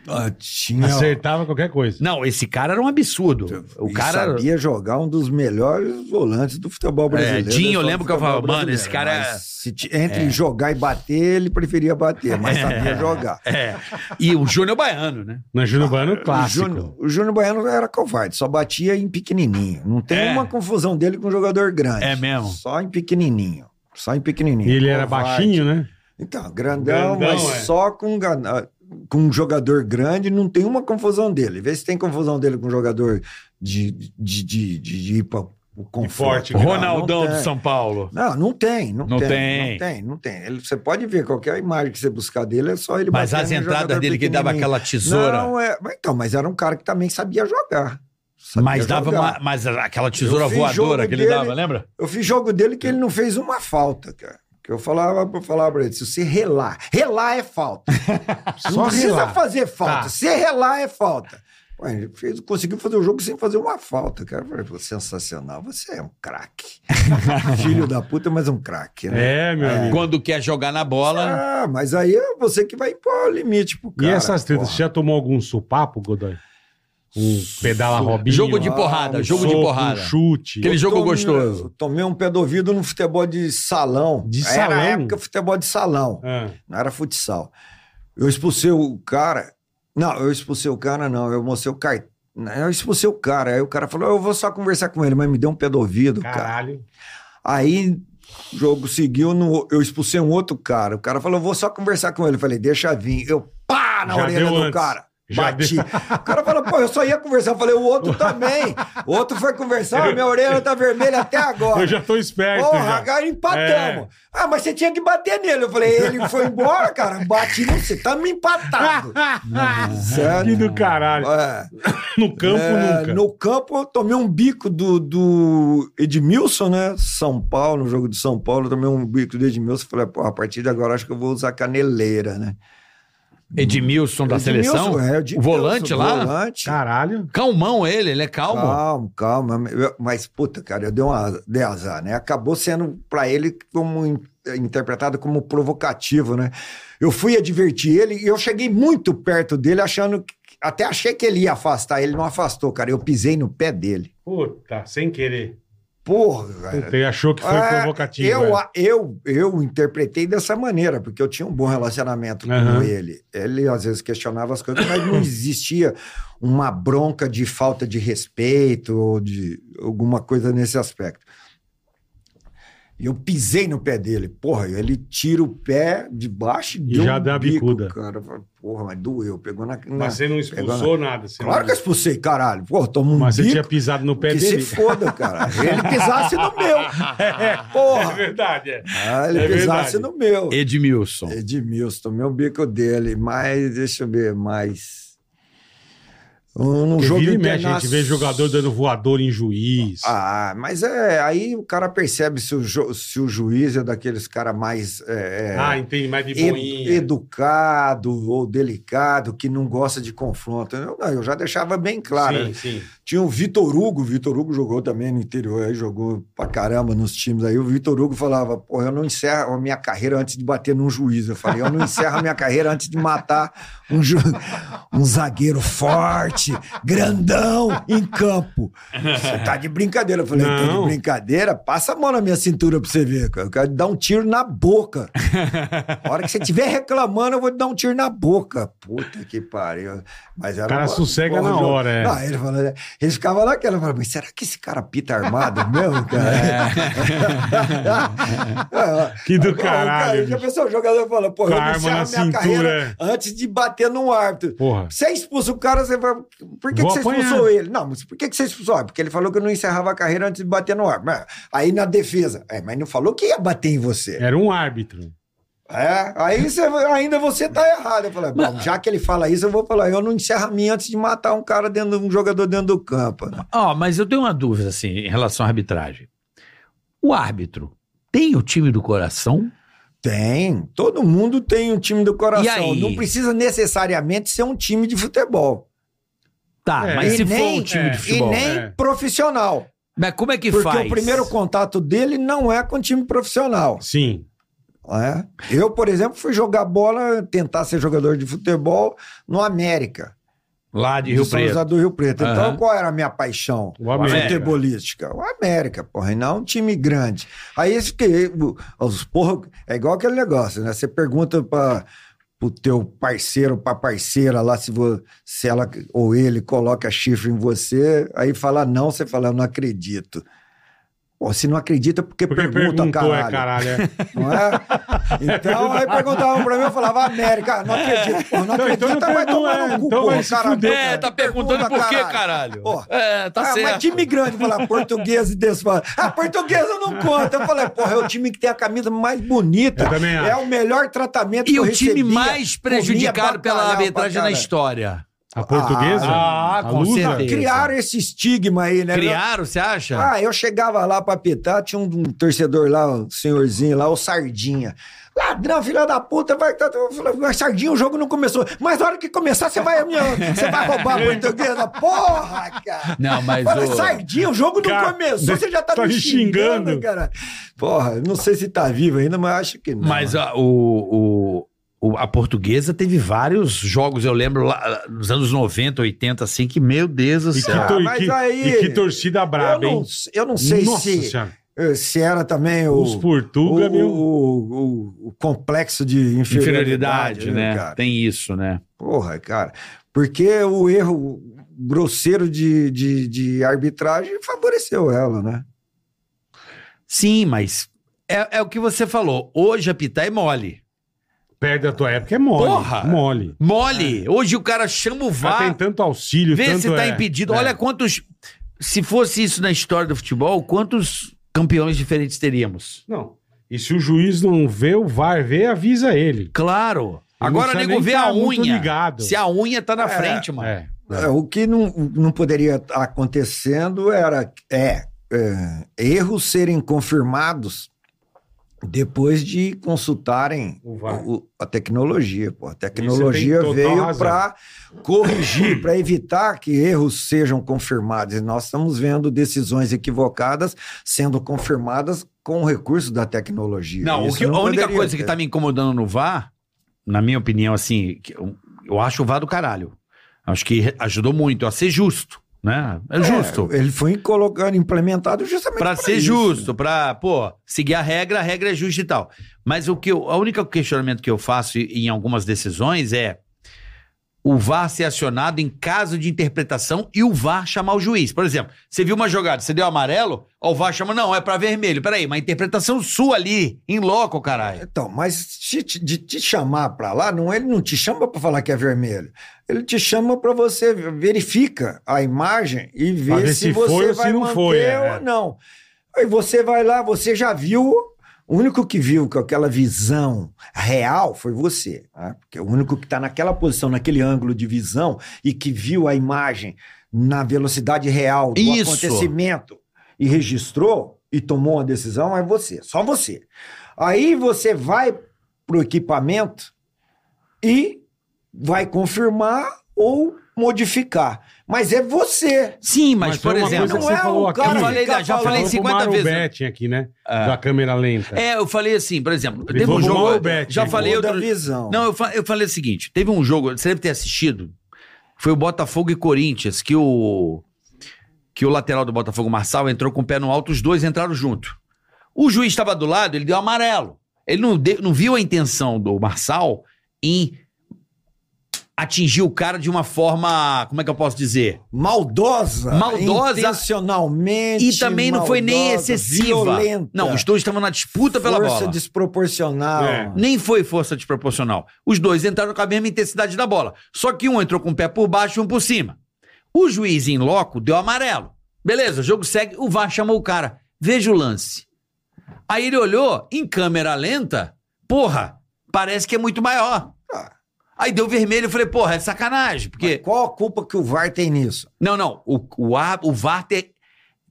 S4: Ah, tinha...
S2: Acertava qualquer coisa.
S3: Não, esse cara era um absurdo. O
S4: e
S3: cara. É,
S4: sabia jogar um dos melhores volantes do futebol brasileiro. né?
S3: Dinho, eu
S4: só do
S3: lembro que eu
S4: futebol
S3: falava, mano,
S4: brasileiro.
S3: esse cara
S4: Mas
S3: é-
S4: se ti- entre jogar e bater, ele preferia bater, mas sabia jogar.
S3: É. E o Júnior Baiano, né?
S2: Na Júnior Baiano,
S4: O Júnior,
S2: clássico.
S4: o Júnior Baiano era covarde, só batia em pequenininho. Não tem
S3: É.
S4: uma confusão dele com um jogador grande.
S3: É mesmo?
S4: Só em pequenininho. Só em pequenininho.
S2: E ele era
S4: Covarde.
S2: baixinho, né?
S4: Então, grandão,
S2: Grandão,
S4: mas
S2: é.
S4: só com, gana- com um jogador grande não tem uma confusão dele. Vê se tem confusão dele com um jogador de, de, de, de, de ir para o conforto.
S2: forte, Não, não
S3: Ronaldão
S4: tem.
S3: do São Paulo.
S4: Não, não tem, não,
S3: Não
S4: tem,
S3: tem.
S4: Não tem, não tem. Ele- você pode ver, qualquer imagem que você buscar dele é só ele
S3: Mas
S4: batendo
S3: as
S4: em
S3: entradas
S4: jogador
S3: dele que dava
S4: pequenininho.
S3: aquela tesoura.
S4: Não, é, mas então, mas era um cara que também sabia jogar. Sabia
S3: mas dava
S4: jogar.
S3: uma- mas aquela tesoura
S4: Eu fiz jogo
S3: voadora que ele
S4: dele-
S3: dava, lembra?
S4: Eu fiz jogo dele
S2: É.
S4: que ele não fez uma falta, cara. Que eu falava, eu falava pra ele, se você relar, relar é falta. Você
S2: Só
S4: não precisa
S2: relar.
S4: fazer falta,
S2: Tá.
S4: se relar é falta. Pô, ele fez- conseguiu fazer o jogo sem fazer uma falta, cara. Eu falei, pô, sensacional, você é um craque. Filho da puta, mas um craque, né?
S2: É, meu amigo.
S3: Quando quer jogar na bola.
S4: Ah, mas aí é você que vai impor o limite pro
S2: E
S4: cara.
S2: essas tretas,
S4: porra.
S2: você já tomou algum supapo, Godoy? Um pedala robinho?
S3: Jogo de
S4: Ah,
S3: porrada,
S4: um
S3: jogo de
S2: soco,
S3: porrada.
S2: Um chute.
S3: Aquele jogo
S4: tomei-
S3: gostoso.
S4: eu Tomei um pé do ouvido no futebol de salão.
S2: De
S4: era
S2: salão?
S4: Era época futebol de salão,
S2: Ah,
S4: não era futsal. Eu expulsei o cara. Não, eu expulsei o cara, não. Eu mostrei o cara. Eu expulsei o cara. Aí o cara falou: eu vou só conversar com ele, mas me deu um pé do ouvido, cara.
S2: caralho.
S4: Aí o jogo seguiu, no- eu expulsei um outro cara. O cara falou: eu vou só conversar com ele. Eu falei: deixa vir. Eu pá na
S2: Já
S4: orelha
S2: deu
S4: do
S2: antes.
S4: cara.
S2: Já
S4: Bati.
S2: deu.
S4: O cara falou, pô, eu só ia conversar. Eu falei, o outro também. O outro foi conversar, minha orelha tá vermelha até agora.
S2: Eu já tô esperto.
S4: Porra,
S2: já.
S4: agora empatamos. Ah, mas você tinha que bater nele. Eu falei, ele foi embora, cara. Bati não, você tá me empatado. Certo?
S2: Que do caralho.
S4: É,
S2: No campo
S4: é,
S2: nunca.
S4: No campo, eu tomei um bico do, do Edmilson, né? São Paulo, no jogo de São Paulo, eu tomei um bico do Edmilson. Falei, pô, a partir de agora acho que eu vou usar caneleira, né?
S3: Edmilson da
S4: Edmilson,
S3: seleção.
S4: é,
S3: o volante lá.
S4: Volante.
S2: Caralho.
S3: Calmão ele, ele é calmo.
S4: Calmo, calma. Eu- Mas, puta, cara, eu dei, uma, dei azar, né? Acabou sendo pra ele como in- interpretado como provocativo, né? Eu fui advertir ele e eu cheguei muito perto dele, achando que. Até achei que ele ia afastar, ele não afastou, cara. Eu pisei no pé dele.
S2: Puta, sem querer.
S4: Porra, cara.
S2: Puta, ele achou que foi
S4: É,
S2: provocativo.
S4: Eu,
S2: é.
S4: a- eu, eu interpretei dessa maneira, porque eu tinha um bom relacionamento
S2: Aham.
S4: com ele. Ele às vezes questionava as coisas, mas não existia uma bronca de falta de respeito ou de alguma coisa nesse aspecto. E eu pisei no pé dele. Porra, ele tira o pé de baixo e, deu
S2: já
S4: um
S2: deu a
S4: bico,
S2: bicuda.
S4: Cara, Eu falei, porra, mas doeu. Pegou na. na-
S2: Mas você não expulsou nada. você
S4: Claro
S2: não-
S4: que eu expulsei, caralho. Porra, toma um
S2: Mas você
S4: bico.
S2: tinha pisado no pé
S4: que
S2: dele.
S4: se foda, cara. Ele pisasse no meu. Porra.
S2: É verdade, é.
S4: Ah, ele
S2: É
S4: pisasse
S2: verdade.
S4: no meu.
S3: Edmilson.
S4: Edmilson, tomei o bico dele, mas deixa eu ver, mais. Um, um
S2: Porque
S4: jogo
S2: vira e mexe, a gente
S4: interna-
S2: vê jogador dando voador em juiz.
S4: Ah, mas é. Aí o cara percebe se o, ju- se o juiz é daqueles cara mais. é, é,
S2: Ah, entendi, mais de
S4: edu-
S2: boinha.
S4: educado ou delicado, que não gosta de confronto. Eu, não, eu já deixava bem claro.
S2: Sim, sim.
S4: Tinha o Vitor Hugo, o Vitor Hugo jogou também no interior, aí jogou pra caramba nos times. Aí o Vitor Hugo falava: Porra, eu não encerro a minha carreira antes de bater num juiz. Eu falei: Eu não encerro a minha carreira antes de matar um, ju- um zagueiro forte, grandão, em campo. Você tá de brincadeira. Eu falei: Tô
S2: Não.
S4: de brincadeira? Passa a mão na minha cintura pra você ver, cara. Eu quero dar um tiro na boca. A hora que você estiver reclamando, eu vou te dar um tiro na boca. Puta que pariu. Mas era
S2: O cara
S4: uma
S2: sossega
S4: porra
S2: na
S4: de-
S2: hora, é.
S4: Não, ele falou, né? Eles ficavam naquela, falavam, mas será que esse cara pita armado mesmo, cara?
S2: É. Que do
S4: Pô, o cara-
S2: caralho,
S4: Já
S2: bicho.
S4: pensou, o jogador fala, pô,
S2: Com
S4: eu
S2: a
S4: não
S2: arma na
S4: encerro minha
S2: cintura.
S4: carreira antes de bater num árbitro.
S2: Porra.
S4: Você expulsa o cara, você vai. Por que,
S2: Vou
S4: que você
S2: apanhar.
S4: expulsou ele? Não, mas por que, que você expulsou? Ah, Porque ele falou que eu não encerrava a carreira antes de bater no árbitro. Mas- Aí na defesa. É, mas não falou que ia bater em você.
S2: Era um árbitro.
S4: É, aí você, ainda você tá errado. Eu falei, bom, já que ele fala isso, eu vou falar, eu não encerro a minha antes de matar um cara dentro, um jogador dentro do campo. né?
S3: Ó, mas eu tenho uma dúvida, assim, em relação à arbitragem. O árbitro tem o time do coração?
S4: Tem. Todo mundo tem um time do coração.
S3: E aí?
S4: Não precisa necessariamente ser um time de futebol.
S3: Tá,
S2: É.
S3: mas
S4: E
S3: se
S4: nem-
S3: for um time
S2: é.
S3: de futebol.
S4: E nem
S2: é.
S4: profissional.
S3: Mas como é que
S4: porque
S3: faz?
S4: o primeiro contato dele não é com time profissional.
S2: Sim.
S4: né? Eu, por exemplo, fui jogar bola, tentar ser jogador de futebol no América.
S3: Lá de Rio
S4: de São
S3: Preto.
S4: José do Rio Preto. Então,
S3: Aham.
S4: qual era a minha paixão?
S2: O América.
S4: Futebolística. O América, porra, e não um time grande. Aí esse que o- os porra, é igual aquele negócio, né? Você pergunta para o teu parceiro, pra parceira lá, se, vo- se ela ou ele coloca chifre em você, aí fala não, você fala, eu não acredito. Pô, se não acredita, porque,
S2: Porque
S4: pergunta,
S2: perguntou,
S4: caralho.
S2: é caralho. é.
S4: Não é? Então, aí perguntavam pra mim, eu falava, América, ah, não acredito, porra, não
S2: Então,
S4: acredita,
S2: então não
S4: vai tomar
S2: pergunta,
S4: no cu,
S2: então vai
S4: porra,
S2: se
S4: caralho.
S2: fuder,
S3: É, tá perguntando por quê, caralho?
S4: Ó,
S3: É, tá
S4: ah,
S3: certo.
S4: mas time grande, falar português e desse fala, ah, português eu não conto. Eu falei, porra, é o time que tem a camisa mais bonita.
S2: Eu também
S4: É
S2: acho.
S4: o melhor tratamento
S3: E
S4: que eu
S3: o time
S4: recebia.
S3: mais prejudicado
S4: comia bacalhau
S3: pela
S4: pra
S3: arbitragem na
S4: caralho.
S3: história?
S2: A portuguesa?
S3: Ah,
S2: a
S3: com certeza.
S4: Criaram esse estigma aí, né?
S3: Criaram, você acha?
S4: Ah, eu chegava lá pra apitar, tinha um, um torcedor lá, um senhorzinho lá, o Sardinha. Ladrão, filha da puta, vai. tá- tá- eu falei, "Mas, Sardinha, o jogo não começou. Mas na hora que começar, você vai, minha, você vai roubar a portuguesa. Porra, cara!
S3: Não, mas
S4: Fala,
S3: o-
S4: Sardinha, o jogo não
S2: Cara,
S4: começou, você já tá,
S2: tá
S4: me
S2: me
S4: xingando,
S2: xingando.
S4: cara. Porra, não sei se tá vivo ainda, mas acho que não.
S3: Mas a, o, o- o- a portuguesa teve vários jogos, eu lembro, lá, nos anos 90, 80, assim, que, meu Deus do
S2: E que,
S3: céu.
S4: Ah,
S2: tor-
S4: mas
S2: que-
S4: aí-
S2: e que torcida
S4: eu
S2: braba,
S4: não,
S2: hein?
S4: eu não sei
S2: Nossa
S4: se,
S2: Senhora.
S4: eh, se era também o.
S2: Os Portuga,
S4: o, é
S2: meu.
S4: o- o- o complexo de é inferioridade,
S3: Inferioridade, né?
S4: cara?
S3: Tem isso, né?
S4: Porra, cara. Porque o erro grosseiro de, de, de arbitragem favoreceu ela, né?
S3: Sim, mas é, é o que você falou. Hoje apitar é mole.
S2: Perde a tua época, é mole.
S3: Porra!
S2: Mole.
S4: É.
S3: Mole! Hoje o cara chama o
S4: Tá
S2: Já
S3: VAR,
S2: tem tanto auxílio,
S3: vê
S2: tanto
S3: se tá
S2: é.
S3: impedido.
S2: É.
S3: Olha quantos... Se fosse isso na história do futebol, quantos campeões diferentes teríamos?
S2: Não. E se o juiz não vê, o VAR vê, avisa ele. Ele
S3: Claro.
S2: não
S3: Agora
S2: precisa
S3: nego
S2: nem
S3: vê
S2: tá
S3: a
S2: muito
S3: unha.
S2: Ligado.
S3: Se a unha tá na
S4: É,
S3: frente, mano.
S2: É.
S4: É, O que não, não poderia estar acontecendo era é, é, erros serem confirmados depois de consultarem
S2: O VAR.
S4: o- a tecnologia. pô. A
S2: Isso
S4: tecnologia
S2: tem total
S4: veio
S2: razão.
S4: para corrigir, para evitar que erros sejam confirmados. E nós estamos vendo decisões equivocadas sendo confirmadas com o recurso da tecnologia.
S3: Não, o
S4: Isso
S3: que- a única
S4: poderia
S3: coisa que
S4: ter.
S3: tá me incomodando no VAR, na minha opinião, assim, que eu, eu acho o VAR do caralho. Acho que re- ajudou muito a ser justo, né? É justo.
S4: É, ele foi colocando, implementado justamente
S3: Pra ser
S4: isso.
S3: justo, pra, pô, seguir a regra, a regra é justa e tal. Mas o que eu, a única questionamento que eu faço em em algumas decisões é o VAR ser acionado em caso de interpretação e o VAR chamar o juiz. Por exemplo, você viu uma jogada, você deu amarelo, ó, o VAR chama, não, é pra vermelho. Peraí, mas a interpretação sua ali, em loco, caralho.
S4: Então, mas se te- de te chamar pra lá, não, é, ele não te chama pra falar que é vermelho. Ele te chama pra você verifica a imagem e
S2: Pra
S4: vê
S2: ver
S4: se,
S2: se
S4: você
S2: foi ou se
S4: vai
S2: não
S4: manter
S2: foi, é.
S4: ou não. Aí você vai lá, você já viu. O único que viu com aquela visão real foi você, né? porque o único que está naquela posição, naquele ângulo de visão e que viu a imagem na velocidade real do
S3: Isso.
S4: acontecimento e registrou e tomou uma decisão é você, só você. Aí você vai pro equipamento e vai confirmar ou modificar, mas é você.
S3: Sim, mas, por
S2: é uma
S3: exemplo.
S2: coisa que
S4: não é
S2: você
S4: o
S2: falou aqui.
S4: cara
S3: Eu falei,
S4: fica
S3: já, já
S4: falando
S3: falei
S2: Falou pro
S3: 50
S2: Mauro
S3: vezes.
S2: Betting aqui, né?
S3: É.
S2: Da câmera lenta.
S3: É, eu falei assim, por exemplo,
S2: Ele
S3: teve um
S2: falou mal
S3: jogo.
S2: o Bet,
S3: já
S2: ele
S3: falei
S4: Muda a
S3: outro.
S4: visão.
S3: Não, eu, fa- eu falei o seguinte: teve um jogo, você deve ter assistido. Foi o Botafogo e Corinthians, que o. Que o lateral do Botafogo, Marçal, entrou com o pé no alto, os dois entraram junto. O juiz estava do lado, ele deu amarelo. Ele não, deu- não viu a intenção do Marçal em atingir o cara de uma forma. Como é que eu posso dizer?
S4: maldosa,
S3: Maldosa.
S4: intencionalmente
S3: E também não foi nem
S4: maldosa,
S3: excessiva.
S4: violenta,
S3: Não, os dois estavam na disputa pela
S4: força
S3: bola.
S4: desproporcional.
S2: É.
S3: Nem foi força desproporcional. Os dois entraram com a mesma intensidade da bola. Só que um entrou com o pé por baixo e um por cima. O juiz em loco deu amarelo. Beleza, o jogo segue, o VAR chamou o cara. Veja o lance. Aí ele olhou em câmera lenta, porra, parece que é muito maior.
S4: Ah.
S3: Aí deu vermelho, eu falei, porra, é
S4: Mas
S3: sacanagem, porque
S4: Qual a culpa que o VAR tem nisso?
S3: não, não. O, o, ar- o VAR te-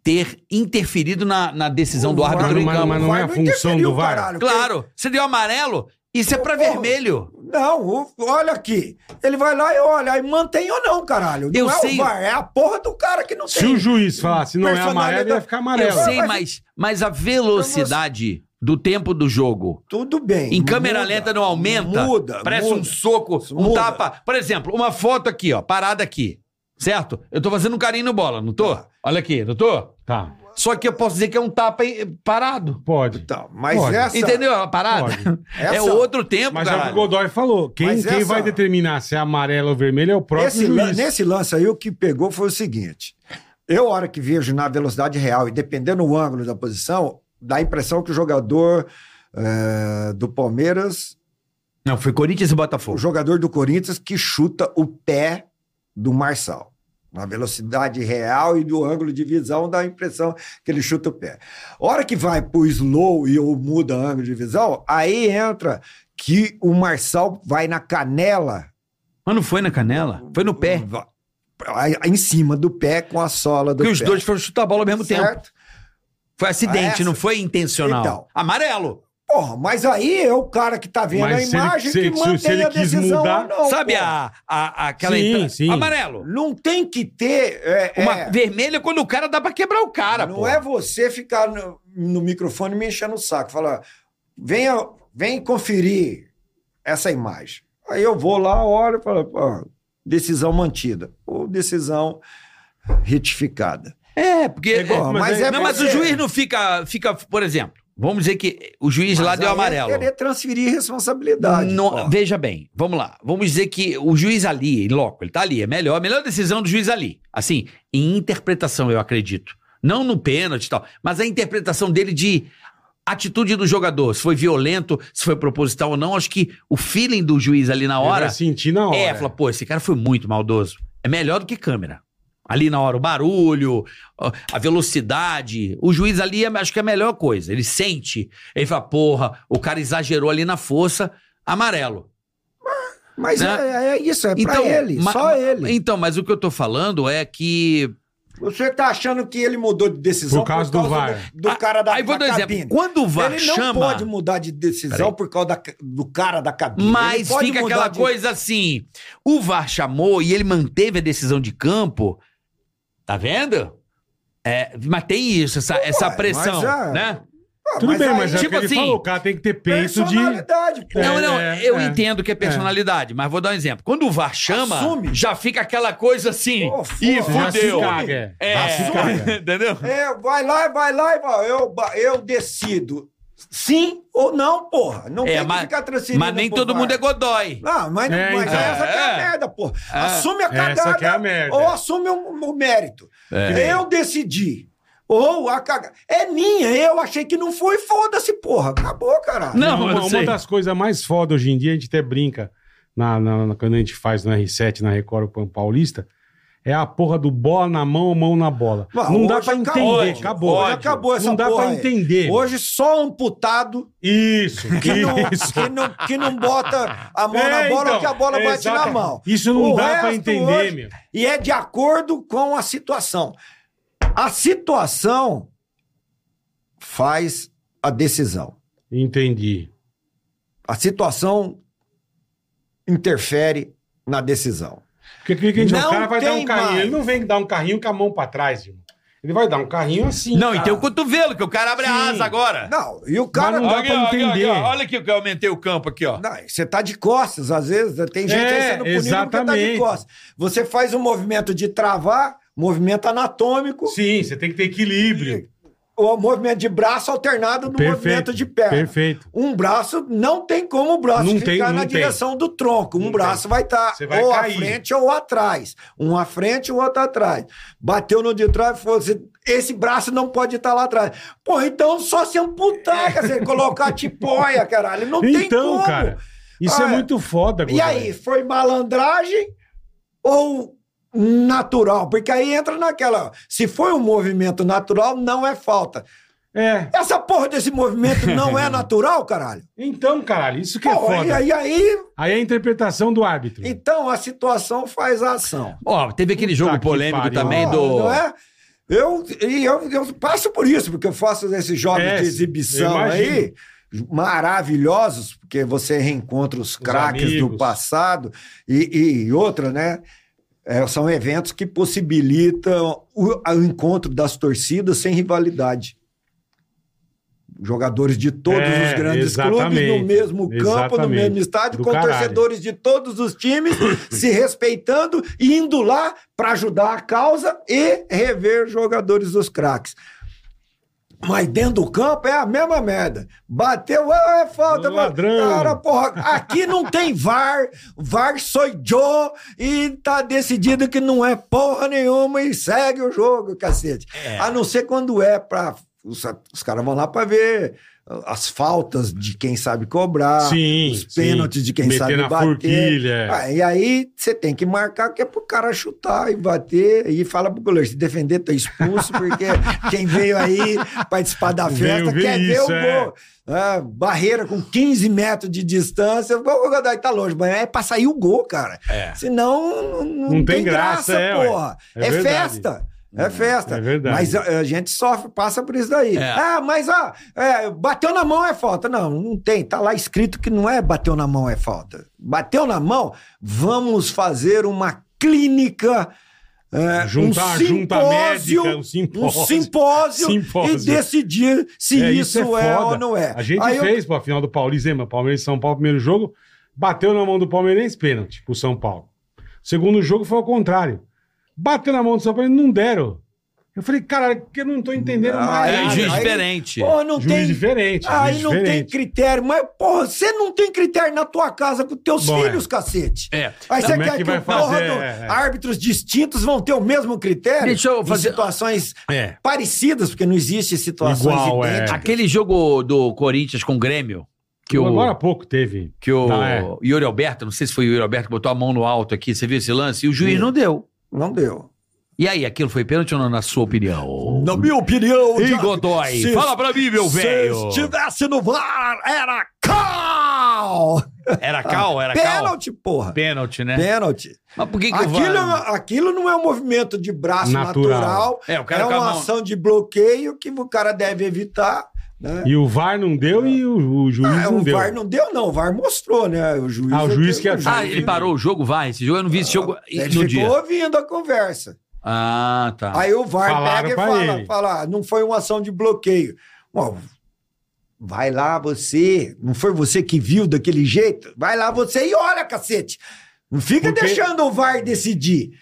S3: ter interferido na, na decisão do
S4: O
S3: árbitro
S4: VAR-
S3: em
S2: mas-
S3: campo.
S2: mas não é a
S4: interferiu,
S2: função do VAR.
S4: caralho.
S3: Claro, você deu amarelo, isso é pra
S4: Porra.
S3: vermelho.
S4: Não, o- olha aqui. Ele vai lá e olha, aí mantém ou não, caralho. Não
S3: Eu
S4: é
S3: sei.
S4: o VAR, é a porra do cara que não
S2: Se
S4: tem.
S2: o juiz falasse não é amarelo, ia
S4: Personalidade-
S2: ficar
S3: Eu
S2: amarelo.
S3: sei, mas, mas a velocidade do tempo do jogo
S4: Tudo bem.
S3: em câmera
S4: muda,
S3: lenta não aumenta?
S4: Muda,
S3: Parece
S4: muda.
S3: um soco, um
S4: Muda.
S3: tapa. Por exemplo, uma foto aqui, ó, parada aqui. Certo? Eu tô fazendo um carinho no bola, não
S4: Tá.
S3: tô? Olha aqui, não tô?
S2: Tá,
S3: Só que eu posso dizer que é um tapa em- parado.
S2: pode.
S4: Então, mas
S2: Olha,
S4: essa...
S3: Entendeu a parada?
S2: Pode.
S4: Essa-
S3: É outro tempo,
S2: Mas é o que o
S3: caralho.
S2: Godoy falou. Quem,
S4: Mas
S2: quem
S4: essa-
S2: vai determinar se é amarelo ou vermelho é o próprio
S4: Esse lan-
S2: juiz.
S4: nesse lance aí, o que pegou foi o seguinte. Eu, a hora que vejo na velocidade real, e dependendo do ângulo da posição, dá a impressão que o jogador eh, do Palmeiras,
S3: Não, foi Corinthians e
S4: o
S3: Botafogo.
S4: jogador do Corinthians que chuta o pé do Marçal. Na velocidade real e do ângulo de visão, dá a impressão que ele chuta o pé. A hora que vai pro slow e ou muda ângulo de visão, aí entra que o Marçal vai na canela
S3: Mas não foi na canela? Foi no pé.
S4: Hum, Va- aí- aí Em cima do pé com a sola do
S3: Porque os
S4: pé.
S3: dois foram chutar a bola ao mesmo tempo.
S4: certo? Ah, é
S3: Foi acidente,
S4: Essa.
S3: não foi intencional.
S4: Então.
S3: Amarelo.
S4: Porra, mas aí é o cara que tá vendo
S2: Mas
S4: a
S2: se ele-
S4: imagem
S2: se- se-
S4: que mantém
S2: se ele
S4: a
S2: quis
S4: decisão
S2: mudar-
S4: ou não,
S3: Sabe
S4: porra.
S3: a, a, aquela
S2: Sim,
S3: entrada?
S2: sim.
S3: Amarelo.
S4: Não tem que ter... é,
S3: Uma
S4: é,
S3: vermelha quando o cara dá pra quebrar o cara,
S4: não
S3: pô.
S4: é você ficar no, no microfone me enchendo o saco. Falar, venha, vem conferir essa imagem. Aí eu vou lá, olho e falo, "Pô, decisão mantida. Ou decisão retificada.
S3: É, porque.
S2: É igual,
S4: Porra, mas
S2: aí-
S4: é
S3: não, mas o
S4: você-
S3: juiz não fica, fica. Por exemplo, vamos dizer que o juiz lá
S4: Mas
S3: deu
S4: aí é
S3: amarelo.
S4: querer transferir responsabilidade.
S3: Não-
S4: porra.
S3: veja bem, vamos lá. Vamos dizer que o juiz ali, em loco, ele tá ali, é melhor, a melhor decisão do juiz ali. Assim, em interpretação, eu acredito. Não no pênalti e tal, mas a interpretação dele de atitude do jogador, se foi violento, se foi proposital ou não, acho que o feeling do juiz ali na
S2: Ele
S3: hora
S2: vai sentir na hora.
S3: é, fala, pô, esse cara foi muito maldoso. É melhor do que câmera. Ali na hora, o barulho, ó, a velocidade. O juiz ali, é- acho que é a melhor coisa. Ele sente. Ele fala, porra, o cara exagerou ali na força, amarelo.
S4: Mas
S3: né?
S4: é, é isso, é
S3: Então,
S4: pra ele,
S3: ma-
S4: só
S3: ma-
S4: ele.
S3: Então, mas o que eu tô falando é que.
S4: Você tá achando que ele mudou de decisão
S2: Por causa do VAR.
S4: do, do cara da,
S3: Aí vou
S4: da
S3: dar um exemplo.
S4: Tá cabine?
S3: Quando o VAR
S4: ele não
S3: chama,
S4: pode mudar de decisão por causa da ca- do cara da cabine. Ele
S3: mas
S4: pode
S3: fica
S4: mudar
S3: aquela
S4: de-
S3: coisa assim: o VAR chamou e ele manteve a decisão de campo. Tá vendo? É, mas tem isso, essa, essa
S4: mas
S3: pressão,
S4: é-
S3: né?
S4: Ah,
S2: Tudo bem,
S4: aí
S2: mas é
S3: tipo
S2: o que ele
S3: assim,
S2: falou. O cara tem que ter peito de...
S4: personalidade, pô.
S3: Não,
S2: É,
S3: não,
S2: é,
S3: eu
S2: é.
S3: entendo que é personalidade, mas vou dar um exemplo. Quando o VAR chama,
S4: Assume.
S3: já fica aquela coisa assim.
S4: Pô, foda.
S3: Ih,
S2: Já se
S3: fudeu.
S2: caga, é.
S3: É,
S2: Já se caga.
S3: entendeu?
S4: É, vai lá, vai lá, e vai- eu, ba- eu decido. Sim ou não, porra. Não
S3: É,
S4: tem
S3: mas-
S4: que ficar transferindo.
S3: Mas nem
S4: pro
S3: todo
S4: VAR.
S3: mundo é Godoy.
S4: Não, Ah, mas, não-
S2: É,
S4: mas
S2: então.
S4: essa que é a
S3: É.
S4: merda, pô.
S3: É.
S4: Assume a
S2: Essa
S4: cagada
S2: que é a merda.
S4: ou assume o, o mérito. Eu decidi. Ou a cagada. É minha, eu achei que não foi, foda-se, porra. Acabou, caralho.
S3: Não,
S2: Uma-
S3: eu
S2: uma,
S3: sei.
S2: das coisas mais foda hoje em dia, a gente até brinca na, na- na- quando a gente faz no R7, na Record o Paulista, é a porra do bola na mão, mão na bola.
S4: Ah,
S2: não dá
S4: hoje
S2: pra
S4: acabou,
S2: entender,
S4: hoje
S2: acabou.
S4: acabou essa
S2: Não dá
S4: porra
S2: pra
S4: aí.
S2: entender.
S4: Hoje só amputado
S2: Isso,
S4: que não,
S2: isso.
S4: que, não, que não bota a mão
S2: É,
S4: na bola
S2: então,
S4: que a bola bate
S2: exata-
S4: na mão.
S2: Isso não
S4: O
S2: dá pra
S4: resto
S2: entender,
S4: hoje-
S2: meu.
S4: E é de acordo com a situação. A situação faz a decisão.
S2: Entendi.
S4: A situação interfere na decisão.
S2: Porque aquilo que a gente
S4: Não
S2: o cara vai dar um
S4: tem
S2: carrinho.
S4: mais.
S2: Ele não vem dar um carrinho com a mão pra trás, irmão. Ele vai dar um carrinho assim.
S3: Não, e
S2: cara.
S3: tem o cotovelo, que o cara abre a
S2: Sim.
S3: asa agora.
S4: Não, e o cara.
S2: Mas não dá pra
S3: ó, ó,
S2: entender.
S3: ó, olha aqui que eu aumentei o campo aqui, ó.
S4: Não, você tá de costas, às vezes né? tem gente
S2: É,
S4: aí sendo punido porque tá
S2: exatamente.
S4: de costas. Você faz um movimento de travar, movimento anatômico,
S2: Sim, você tem que ter equilíbrio.
S4: ou movimento de braço alternado no movimento de perna.
S2: Perfeito.
S4: Um braço não tem como o braço
S2: Não
S4: ficar
S2: tem, não
S4: na
S2: tem.
S4: direção do tronco. Um
S2: Não
S4: braço vai estar
S2: Você vai
S4: ou
S2: cair.
S4: à frente ou atrás. Um à frente, o outro atrás. Bateu no de trás, falou assim, esse braço não pode estar lá atrás. Pô, então só se amputar, quer dizer, colocar tipóia, caralho. Não tem
S2: então,
S4: como.
S2: cara, isso é
S4: Ah,
S2: muito foda,
S4: E
S2: Godoy.
S4: aí, foi malandragem ou natural? Porque aí entra naquela, ó, se foi um movimento natural, não é falta.
S2: É.
S4: Essa porra desse movimento não é natural, caralho?
S2: Então, caralho, isso que é
S4: Pô,
S2: foda.
S4: e
S2: Aí,
S4: aí, aí
S2: é a interpretação do árbitro.
S4: Então, a É. situação faz a ação.
S3: Ó, teve aquele
S2: Puta
S3: jogo
S2: que
S3: polêmico
S2: pariu.
S3: também
S2: Ó,
S3: do.
S4: Não é? Eu, e eu, eu passo por isso, porque eu faço esses jogos
S2: É,
S4: de exibição
S2: eu imagino.
S4: aí maravilhosos, porque você reencontra os craques do
S2: amigos.
S4: passado e, e outra, né? É, são eventos que possibilitam o, o encontro das torcidas sem rivalidade. Jogadores de todos
S2: É,
S4: os grandes clubes
S2: exatamente,
S4: no mesmo campo, no
S2: exatamente,
S4: mesmo estádio,
S2: do
S4: com
S2: caralho.
S4: torcedores de todos os times se respeitando e indo lá para ajudar a causa e rever jogadores dos craques. Mas dentro do campo é a mesma merda. Bateu, ah, é falta. mas-
S2: Um Ladrão.
S4: Cara, porra, aqui não tem VAR. VAR sou eu e tá decidido que não é porra nenhuma e segue o jogo, cacete. A não ser quando é pra... Os, os caras vão lá pra ver as faltas de quem sabe cobrar.
S2: sim.
S4: Então, Os
S2: sim.
S4: pênaltis de quem
S2: Meter
S4: sabe
S2: na
S4: bater.
S2: forquilha. é.
S4: Ah, e aí você tem que marcar que é pro cara chutar e bater e fala pro goleiro, se defender tá expulso porque quem veio aí participar da
S2: Veio
S4: festa
S2: ver
S4: quer ver o
S2: isso,
S4: gol.
S2: é.
S4: Ah, barreira com 15 metros de distância, o gol Godoy tá longe, mas é pra sair o gol, cara. Senão não, não
S2: É. Não
S4: tem,
S2: tem
S4: graça,
S2: graça, é, ué.
S4: porra.
S2: É
S4: É,
S2: verdade.
S4: festa. É festa.
S2: é verdade.
S4: Mas a, a gente sofre, passa por isso daí. Ah, mas ó, é, bateu na mão é falta. Não, não tem. Tá lá escrito que não é bateu na mão é falta. Bateu na mão, vamos fazer uma clínica. É,
S2: Juntar-
S4: um
S2: junta
S4: simpósio,
S2: médica, um simpósio.
S4: um simpósio
S2: Simpósio.
S4: e decidir se
S2: É,
S4: isso, é,
S2: foda.
S4: ou não é.
S2: A gente
S4: Aí eu-
S2: fez, pô, a final do Paulista, hein, mano? Palmeiras e São Paulo, primeiro jogo, bateu na mão do Palmeirense, pênalti pro São Paulo. Segundo jogo foi ao contrário. Bateu na mão do São Paulo, não deram. Eu falei, cara, que eu não tô entendendo
S4: Ah,
S2: mais.
S3: É,
S4: Aí-
S3: juiz
S4: aí-
S3: diferente.
S4: Pô, não
S2: Juiz
S4: tem.
S2: diferente.
S4: Aí
S2: juiz
S4: não tem
S2: diferente.
S4: critério, mas, porra, você não tem critério na tua casa com teus
S2: Bom,
S4: filhos, cacete.
S3: É.
S4: Aí você
S2: Como é
S4: quer
S2: que
S4: que,
S2: vai
S4: o porra
S2: fazer?
S4: do-
S2: É, é.
S4: árbitros distintos vão ter o mesmo critério
S3: Deixa eu
S4: em
S3: fazer-
S4: situações
S2: É.
S4: parecidas, porque não existe situações
S2: Igual, é.
S4: idênticas.
S3: Aquele jogo do Corinthians com o Grêmio, que o,
S2: Agora há pouco teve.
S3: que o
S4: Ah,
S2: Tá, é.
S3: Yuri Alberto, não sei se foi o Yuri Alberto que botou a mão no alto aqui, você viu esse lance? E o juiz
S4: Sim.
S3: não deu.
S4: Não deu.
S3: E aí, aquilo foi pênalti ou não, na sua opinião?
S4: Na minha opinião,
S3: Ih,
S4: Thiago,
S3: Godoy,
S4: se-
S3: fala pra mim, meu
S4: Se
S3: velho.
S4: estivesse no VAR, era cal!
S3: Era cal, era cal.
S4: Pênalti, porra.
S3: Pênalti, né?
S4: Pênalti.
S3: Mas por que que o
S4: Aquilo,
S3: VAR-
S4: aquilo não é um movimento de braço
S2: Natural.
S4: natural.
S3: É, o cara
S4: é
S3: com a
S4: uma
S3: mão-
S4: ação de bloqueio que o cara deve evitar. Né?
S2: E o VAR não deu e o, o juiz
S4: Ah,
S2: não
S4: o
S2: deu.
S4: VAr não deu, não. O VAR mostrou, né? O juiz.
S2: Ah, o
S4: é
S2: juiz que é-
S3: Ah, ele parou o jogo, vai. Esse jogo eu não vi esse jogo
S4: Ah, Ele
S3: no
S4: ficou
S3: Né, dia.
S4: ouvindo a conversa.
S3: Ah, tá.
S4: Aí o VAR
S2: Falaram
S4: pega e
S2: pra
S4: fala,
S2: ele.
S4: fala: "Ah, não foi uma ação de bloqueio. Bom, vai lá você. Não foi você que viu daquele jeito? Vai lá você e olha, cacete. Não fica
S2: Porque-
S4: deixando o VAR decidir.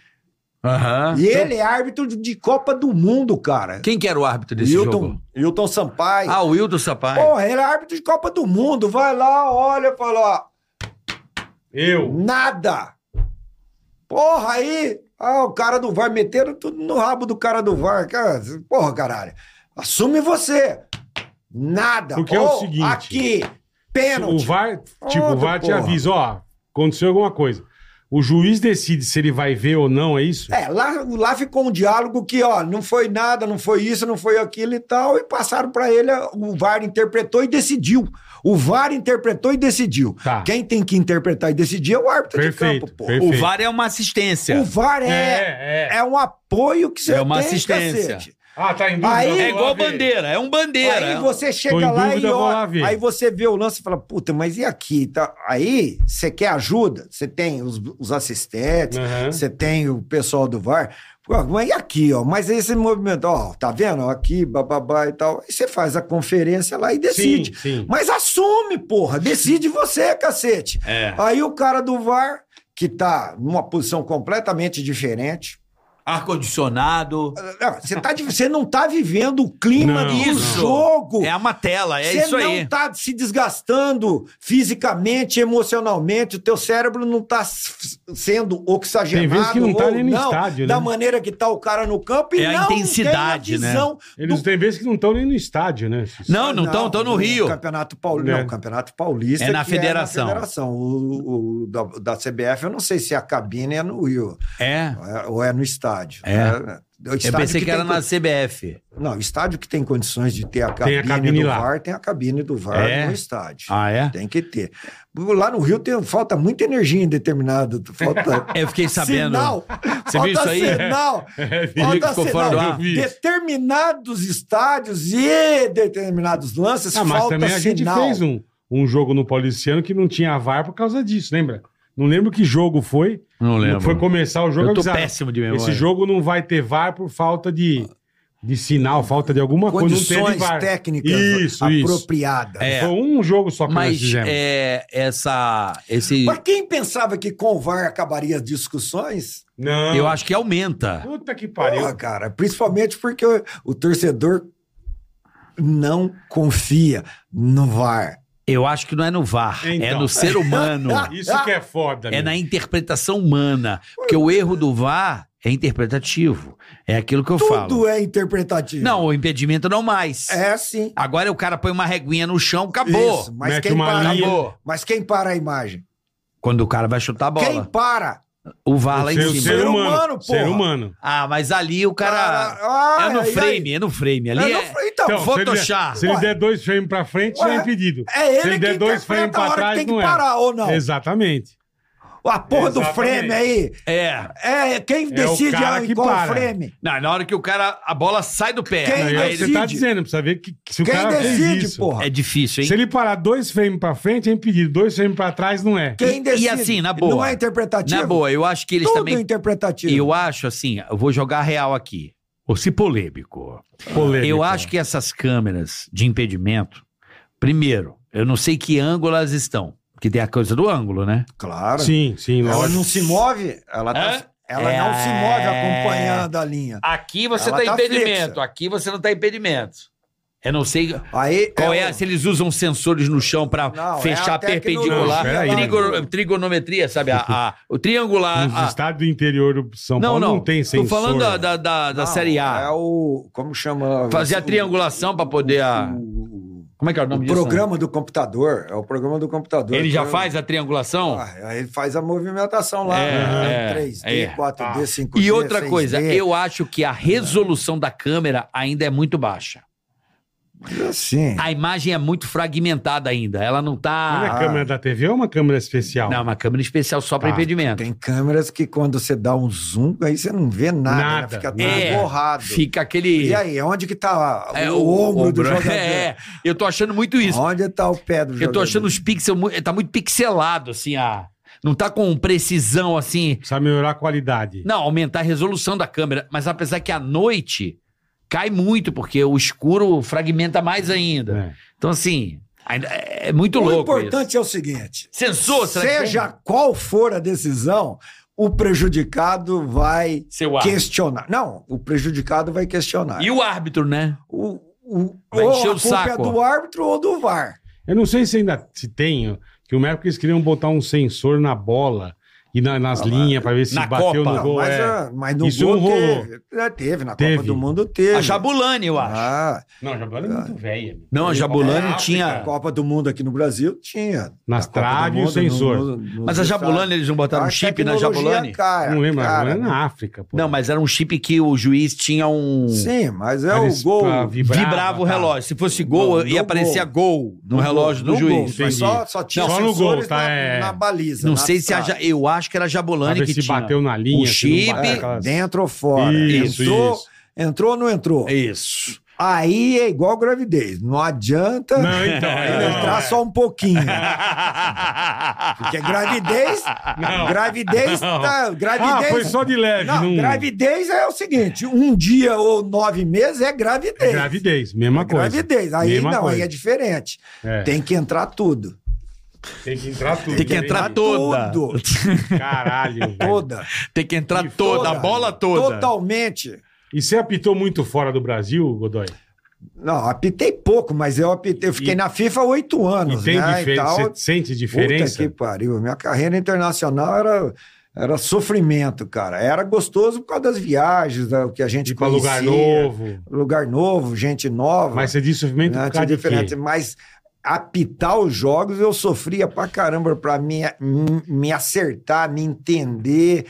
S3: Aham.
S4: E ele é árbitro de Copa do Mundo, cara.
S3: Quem Ah, então que era o árbitro desse
S4: Hilton,
S3: jogo?
S4: Hilton Sampaio.
S3: Ah, o Wildo Sapai.
S4: Porra, ele é árbitro de Copa do Mundo. Vai lá, olha, fala, ó,
S2: Eu.
S4: Nada! Porra, aí! Ah, o cara do VAR meteram tudo no rabo do cara do VAR. Cara, porra, caralho. Assume você! Nada!
S2: Porque é o
S4: Ou
S2: seguinte,
S4: Aqui! Pênalti!
S2: O VAR, tipo, o
S4: Outro,
S2: VAR te
S4: porra.
S2: avisa, ó, aconteceu alguma coisa. O juiz decide se ele vai ver ou não, é isso?
S4: É, lá, lá ficou um diálogo que, ó, não foi nada, não foi isso, não foi aquilo e tal, e passaram pra ele, o VAR interpretou e decidiu. O VAR interpretou e decidiu.
S2: Tá.
S4: Quem tem que interpretar e decidir é o árbitro de
S2: Perfeito,
S4: campo, pô.
S2: perfeito.
S3: O VAR é uma assistência.
S4: O VAR é,
S2: é.
S4: é um apoio que você
S3: É uma
S4: tem,
S3: assistência.
S4: cacete.
S2: Ah, tá em dúvida.
S4: Aí-
S2: eu vou
S3: É
S2: lá
S3: igual
S2: ver.
S3: bandeira, é um bandeira.
S4: Aí
S3: é um-
S4: você
S2: Tô em
S4: chega lá
S2: dúvida,
S4: e
S2: eu vou lá
S4: olha,
S2: ver.
S4: aí você vê o lance e fala, puta, mas e aqui? Tá, aí você quer ajuda, você tem os, os assistentes,
S2: Aham.
S4: você tem o pessoal do VAR. Pô, mas e aqui, ó? Mas esse movimento, ó, tá vendo? Ó, Aqui, bababá e tal. Aí você faz a conferência lá e decide.
S2: Sim, sim.
S4: Mas assume, porra. Decide você, cacete.
S2: É.
S4: Aí o cara do VAR, que tá numa posição completamente diferente,
S3: Ar-condicionado.
S4: não, Você, tá de- você não tá vivendo o clima
S2: Não,
S4: do
S2: não.
S4: jogo.
S3: É uma tela, é
S4: você
S3: isso
S4: não
S3: aí.
S4: tá se desgastando fisicamente, emocionalmente, o teu cérebro não tá s- sendo oxigenado.
S2: Tem vezes que não tá
S4: ou
S2: nem no
S4: não,
S2: estádio, né?
S4: Da maneira que tá o cara no campo e
S3: É a
S4: não
S3: intensidade,
S4: tem a
S3: né?
S4: visão
S2: Eles
S4: do-
S2: têm vezes que não estão nem no estádio, né?
S3: Não, não estão, estão no Rio.
S4: Campeonato Paulista.
S2: É.
S4: Não, Campeonato Paulista.
S3: É na
S4: que
S3: federação.
S4: federação. O, o- da, da CBF, eu não sei se a cabine é no Rio é-
S3: É.
S4: ou é no estádio.
S3: É.
S4: né? O
S3: Eu
S4: estádio
S3: pensei que, era
S4: tem
S3: na CBF.
S4: con- Não, estádio que tem condições de ter a cabine,
S2: Tem a cabine
S4: do
S2: lá.
S4: VAR, tem a cabine do VAR
S3: É?
S4: no estádio.
S3: Ah, é?
S4: Tem que ter. Lá no Rio tem, falta muita energia em determinado. Falta
S3: Eu fiquei sabendo.
S4: sinal.
S3: Você viu isso aí?
S4: Sinal.
S2: É, vi.
S3: Olha,
S4: Falta
S3: ficou
S4: sinal.
S3: fora do ar?
S2: Eu vi isso.
S4: Determinados estádios e determinados lances
S2: Ah, mas
S4: falta
S2: também a gente
S4: sinal.
S2: fez um, um jogo no Pauliciano que não tinha VAR por causa disso, lembra? Não lembro que jogo foi.
S3: Não lembro.
S2: Foi começar o jogo
S3: Eu tô
S2: avisaram,
S3: péssimo de memória.
S2: Esse jogo não vai ter VAR por falta de, de sinal, falta de alguma coisa. Não
S4: Condições
S2: teve VAR.
S4: técnicas
S2: Isso, isso.
S4: apropriadas.
S3: É.
S2: Foi um jogo só que nós
S3: Mas
S2: fizemos.
S3: é, essa, esse,
S4: Mas quem pensava que com o VAR acabaria as discussões?
S2: Não.
S3: eu acho que aumenta.
S2: Puta que pariu.
S4: Porra, cara, principalmente porque o, o torcedor não confia no VAR.
S3: Eu acho que não é no VAR, é
S2: Então.
S3: no ser humano.
S2: Isso que é foda,
S3: É
S2: meu.
S3: na interpretação humana. Porque o erro do VAR é interpretativo. É aquilo que eu falo.
S4: Tudo é interpretativo.
S3: Não, o impedimento não mais.
S4: É sim.
S3: Agora o cara põe uma reguinha no chão, acabou.
S4: Isso, mas
S2: Mete
S4: quem
S2: uma
S4: para,
S2: linha.
S3: Acabou.
S4: mas quem para a imagem?
S3: Quando o cara vai chutar a bola.
S4: Quem para?
S3: O VAR lá
S2: Ser-
S3: em
S2: Ser
S3: cima.
S4: Ser
S2: humano,
S4: humano,
S2: Ser
S4: porra.
S2: humano.
S3: Ah, mas ali o cara.
S4: Cara,
S3: é no
S4: ai, ai,
S3: frame, é no frame. Ali
S4: ah, é no
S3: é-
S4: frame, então,
S2: Então,
S3: Photoshop.
S2: Se ele, der, se ele
S4: Ué.
S2: der dois frames pra frente, já é
S4: Ué.
S2: impedido.
S4: É ele,
S2: se ele
S4: que
S2: der dois frames
S4: interpreta a
S2: pra
S4: hora que
S2: trás,
S4: tem que
S2: não é.
S4: parar ou não.
S2: Exatamente.
S4: A porra do
S2: Exatamente.
S4: frame aí.
S3: É.
S4: É quem
S2: o
S4: decide
S2: cara
S4: aí
S2: que
S4: qual
S2: para.
S4: frame.
S3: Não, na hora que o cara. A bola sai do pé.
S4: Quem
S2: Aí
S3: Aí
S2: é o que
S3: ele-
S2: você tá
S4: decide?
S2: dizendo, precisa ver que, que se o
S4: Quem
S2: cara fez
S4: decide,
S2: isso.
S4: porra?
S3: É difícil, hein?
S2: Se ele parar dois frames pra frente, é impedido. Dois frames pra trás, não é.
S4: Quem
S3: E- e
S4: decide.
S3: assim, na boa.
S4: Não é interpretativo.
S3: Na boa, eu acho que eles
S4: Tudo
S3: também.
S4: interpretativo.
S3: Eu acho assim, eu vou jogar real aqui. Ou se polêmico.
S2: Polêmico.
S3: Eu acho que essas câmeras de impedimento, primeiro, eu não sei que ângulo elas estão. Porque tem a coisa do ângulo, né?
S4: Claro.
S2: Sim, sim,
S4: Ela
S2: lógico.
S4: não se move, ela, tá-
S3: Hã?
S4: ela
S3: É.
S4: não se move acompanhando a linha.
S3: Aqui
S4: Ela tá
S3: tá
S4: fixa.
S3: aqui você não tá impedimento. Eu não sei
S4: Aí
S3: qual é,
S4: o-
S3: a- se eles usam sensores no chão pra
S4: Não, é
S3: fechar
S4: a tecnologia
S3: perpendicular,
S2: lá do-
S3: trigo- trigonometria, sabe? A, a- o triangular.
S2: Nos
S3: a-
S2: estados do interior do São
S3: Ah, não,
S2: Paulo
S3: não.
S2: não, tem
S3: Tô
S2: sensor.
S3: falando da, da, da- da
S4: Não,
S3: série
S4: É
S3: A.
S4: o. Como chama?
S3: Fazer a
S4: O-
S3: triangulação pra poder a-
S4: o-
S3: Como é que é o
S4: o
S3: nome disso?
S4: programa do computador. É o programa do computador.
S3: Ele já
S4: Que-
S3: faz a triangulação?
S4: Ah, aí ele faz a movimentação lá.
S3: É,
S4: né?
S3: é,
S4: 3D,
S3: é.
S4: 4D, 5D.
S3: E outra
S4: 6D.
S3: coisa, eu acho que a resolução da câmera ainda é muito baixa.
S4: Assim.
S3: A imagem é muito fragmentada ainda. Ela não
S2: Não é
S3: tá.
S4: Ah.
S2: câmera da TV ou uma câmera especial?
S3: Não, é uma câmera especial só para
S2: Tá.
S3: impedimento.
S4: Tem câmeras que quando você dá um zoom, aí você não vê nada, né?
S2: Nada,
S4: fica tudo
S3: nada. É.
S4: borrado.
S3: Fica aquele.
S4: E aí, onde que tá
S3: é,
S4: o, ombro, do jogador?
S3: É, eu tô achando muito isso.
S4: Onde tá o pé do jogador?
S3: eu tô achando os pixels. mu- Tá muito pixelado, assim, a. Não tá com precisão, assim.
S2: Precisa melhorar a qualidade.
S3: Não, aumentar a resolução da câmera. Mas apesar que à noite cai muito, porque o escuro fragmenta mais ainda.
S2: É.
S3: Então, assim, ainda é muito
S4: O
S3: louco.
S4: importante é o seguinte:
S3: isso. Sensor, será que
S4: seja qual for a decisão, o prejudicado vai
S3: tem? Seu árbitro.
S4: questionar. Não, o prejudicado vai questionar.
S3: E o árbitro, né?
S4: O, o,
S3: Vai
S4: ou a
S3: encher o
S4: culpa
S3: saco.
S4: é do árbitro ou do VAR.
S2: Eu não sei se ainda se tem, ó, que o Mercury eles queriam botar um sensor na bola e na- nas linhas pra ver se
S3: Na
S2: bateu
S3: Copa.
S2: no gol.
S4: Ah, mas,
S2: é.
S4: ah, mas no
S2: Isso
S4: gol
S2: não rolou.
S4: teve. É, teve, na
S2: Teve.
S4: Copa do Mundo teve.
S3: A Jabulani, eu acho.
S4: Ah,
S2: Não, a Jabulani é muito velha. meu.
S3: Não, a
S2: É,
S3: Jabulani
S2: África.
S3: tinha.
S4: Copa do Mundo aqui no Brasil tinha. Na
S2: Nas
S4: Copa do
S2: traves e o
S4: Mundo,
S2: sensor.
S4: no- no-
S3: Mas a
S4: nos
S3: Jabulani,
S4: estados.
S3: eles não botaram um
S4: A
S3: chip na
S4: tecnologia,
S3: Jabulani?
S4: cara,
S2: Não lembro, a
S4: cara,
S2: Jabulani é na África. Pô.
S3: Não, mas era um chip que o juiz tinha um.
S4: Sim, mas é
S2: Pra
S4: o
S2: eles-
S4: gol.
S2: pra vibrar,
S3: Vibrava o
S2: tá.
S3: relógio. Se fosse gol,
S4: Não, no
S3: ia aparecer gol no,
S4: gol,
S3: relógio do
S4: no gol,
S3: juiz.
S4: mas só, só tinha
S2: Não, só no
S4: sensores
S2: gol, tá,
S4: na,
S2: é.
S4: na baliza.
S3: Não
S4: na
S3: sei se a.
S4: trave.
S3: Ja- Eu acho que era a
S2: Pra
S3: Jabulani
S2: ver
S3: que
S2: se
S3: tinha.
S2: bateu na linha. se
S3: O
S2: não
S3: chip-
S2: bateu É, aquelas-
S4: É, Dentro ou fora.
S2: Isso,
S4: entrou,
S2: isso. É.
S4: entrou ou não entrou?
S3: Isso.
S4: Aí é igual gravidez. Não adianta
S2: Não, então, aí não,
S4: entrar
S2: é.
S4: só um pouquinho. Porque gravidez.
S2: Não.
S4: Gravidez.
S2: Não.
S4: Tá,
S2: Ah,
S4: gravidez
S2: foi só de leve.
S4: Não,
S2: não-
S4: gravidez é o seguinte: um dia ou nove meses é gravidez.
S2: É gravidez, mesma coisa.
S4: Gravidez. Aí
S2: Mesma
S4: não, aí
S2: coisa.
S4: é diferente.
S2: É.
S4: Tem que entrar tudo.
S2: Tem que entrar tudo.
S3: Tem que
S2: né?
S3: entrar toda.
S4: Tudo.
S2: Caralho. velho.
S4: Toda.
S3: Tem que entrar
S2: E
S3: toda, a
S4: Toda.
S3: bola toda.
S4: Totalmente.
S2: E você apitou muito fora do Brasil, Godoy?
S4: Não, apitei pouco, mas eu apitei. Eu fiquei
S2: E-
S4: na FIFA oito anos,
S2: E tem
S4: né? E
S2: diferença?
S4: tal.
S2: Você sente diferença?
S4: Puta que pariu. Minha carreira internacional era, era sofrimento, cara. Era gostoso por causa das viagens, da- o que a gente
S2: De ir pra lugar
S4: conhecia.
S2: novo.
S4: Lugar novo, gente nova.
S2: Mas você diz sofrimento
S4: né?
S2: por
S4: Tinha
S2: causa de
S4: diferença.
S2: quê?
S4: Mas apitar os jogos eu sofria pra caramba pra me, me acertar, me entender.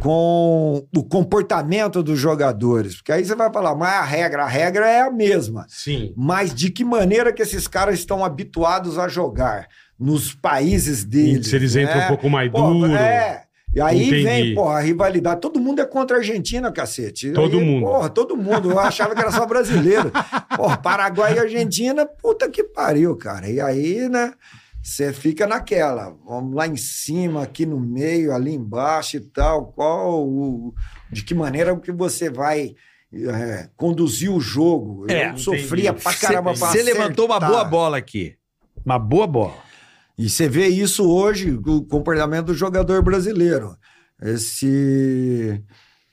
S4: com o comportamento dos jogadores. Porque aí você vai falar, mas a regra, a regra é a mesma.
S2: Sim.
S4: Mas de que maneira que esses caras estão habituados a jogar nos países deles?
S2: Se eles entram
S4: né?
S2: um pouco mais
S4: Pô,
S2: duro.
S4: É. E aí
S2: Entendi.
S4: vem, porra, a rivalidade. Todo mundo é contra a Argentina, cacete. E
S2: Todo
S4: aí,
S2: mundo.
S4: Porra, todo mundo. Eu achava que era só brasileiro. Porra, Paraguai e Argentina, puta que pariu, cara. E aí, né? Você fica naquela. Vamos lá em cima, aqui no meio, ali embaixo e tal. Qual o- De que maneira que você vai é, conduzir o jogo?
S5: É,
S4: Eu sofria
S2: entendi.
S4: pra caramba pra
S5: Você levantou uma
S4: acertar.
S5: boa bola aqui. Uma boa bola.
S4: E você vê isso hoje, o comportamento do jogador brasileiro. Esse-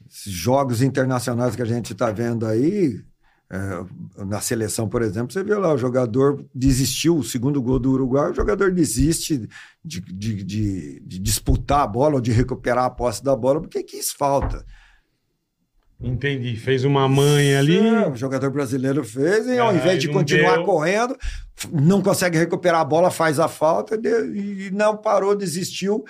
S4: esses jogos internacionais que a gente está vendo aí, é, na seleção, por exemplo, você vê lá, o jogador desistiu, o segundo gol do Uruguai, o jogador desiste de, de- de- de disputar a bola ou de recuperar a posse da bola, porque quis falta.
S2: Entendi. Fez uma manha ali.
S4: É, o jogador brasileiro fez, e ao
S2: É,
S4: invés
S2: e
S4: de
S2: não
S4: continuar
S2: deu.
S4: correndo, f- não consegue recuperar a bola, faz a falta deu- e e não parou, desistiu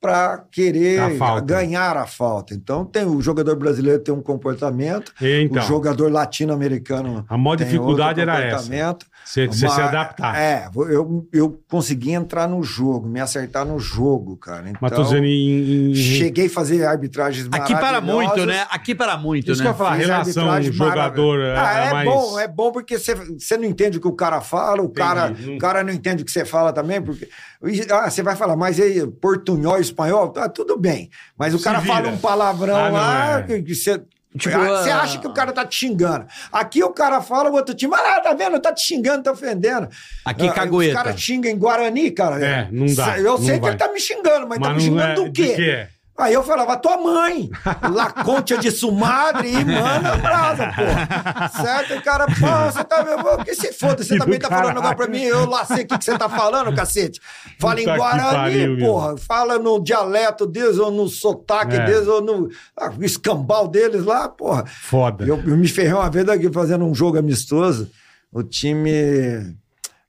S4: para querer
S2: A falta.
S4: ganhar a falta. Então tem o jogador brasileiro tem um comportamento,
S2: E, então,
S4: o jogador latino-americano
S2: a maior
S4: tem
S2: dificuldade
S4: outro
S2: era essa.
S4: comportamento.
S2: Você você
S4: Mas,
S2: se adaptar.
S4: É, eu, eu consegui entrar no jogo, me acertar no jogo, cara. Então,
S2: Mas tô dizendo em- em- em-
S4: cheguei a fazer arbitragens
S5: Aqui para muito,
S4: maravilhosas.
S5: né? Aqui para muito,
S2: Isso que eu
S5: né?
S2: ia falar, a
S4: Fiz
S2: relação
S4: arbitragem
S2: jogador é,
S4: maravilhosa. Ah, é,
S2: é mais...
S4: bom, é bom porque você- você não entende o que o cara fala, o cara,
S2: não-
S4: o cara não entende o que você fala também, porque e, ah, você vai falar, mas aí, portunhol, espanhol, tá tudo bem. Mas o
S2: Se
S4: cara
S2: vira.
S4: fala um palavrão
S2: Ah, não,
S4: lá
S2: é.
S4: que que você
S3: Tipo,
S4: ah, você
S3: ah,
S4: acha que o cara tá te xingando. Aqui o cara fala, o outro time, ah, tá vendo? Tá te xingando, tá ofendendo.
S5: Aqui
S4: Ah,
S5: cagueta.
S4: Os caras xingam em Guarani, cara.
S2: É, não dá,
S4: Eu sei
S2: não
S4: que
S2: vai.
S4: ele tá me xingando, mas, tá me
S2: não
S4: xingando
S2: é-
S4: do quê?
S2: De quê?
S4: Aí eu falava, tua mãe, Laconte de Sumadre e Mana Brasa, pô. Certo? O cara, pô, você tá. meu, Que se foda, você
S2: Que
S4: também
S2: do
S4: tá falando agora
S2: caralho.
S4: pra mim, eu lá sei o que, que você tá falando, cacete. Fala em
S2: Puta que
S4: Guarani,
S2: pariu, meu.
S4: porra. Fala no dialeto deles, ou no sotaque
S2: É.
S4: deles, ou no ah, escambau deles lá, porra.
S2: Foda.
S4: Eu, eu me ferrei uma vez aqui fazendo um jogo amistoso. O time.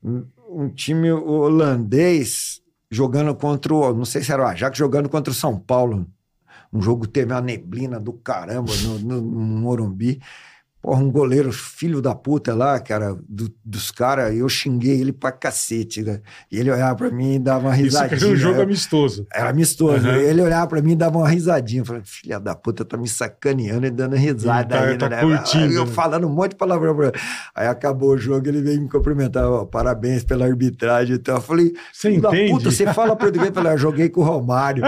S4: Um time holandês jogando contra o. Não sei se era o Ajax, jogando contra o São Paulo. Um jogo que teve uma neblina do caramba no, no- no Morumbi. Porra, um goleiro filho da puta lá, cara, do- dos caras, eu xinguei ele pra cacete, né? E ele olhava pra mim e dava uma
S2: Isso que
S4: risadinha. né?
S2: era um jogo
S4: Eu-
S2: amistoso.
S4: era amistoso.
S2: Aham.
S4: Ele olhava pra mim e dava uma risadinha. Eu falei, filha da puta, tá me sacaneando e dando risada
S2: Tá-
S4: aí,
S2: tá
S4: né?
S2: curtindo,
S4: Eu
S2: né?
S4: falando um monte de palavrão pra ele. Aí acabou o jogo, ele veio me cumprimentar. ó, parabéns pela arbitragem e tal. Eu falei,
S2: Você
S4: filho da
S2: entende?
S4: puta, você fala português? Eu falei, "Ah, joguei com o Romário.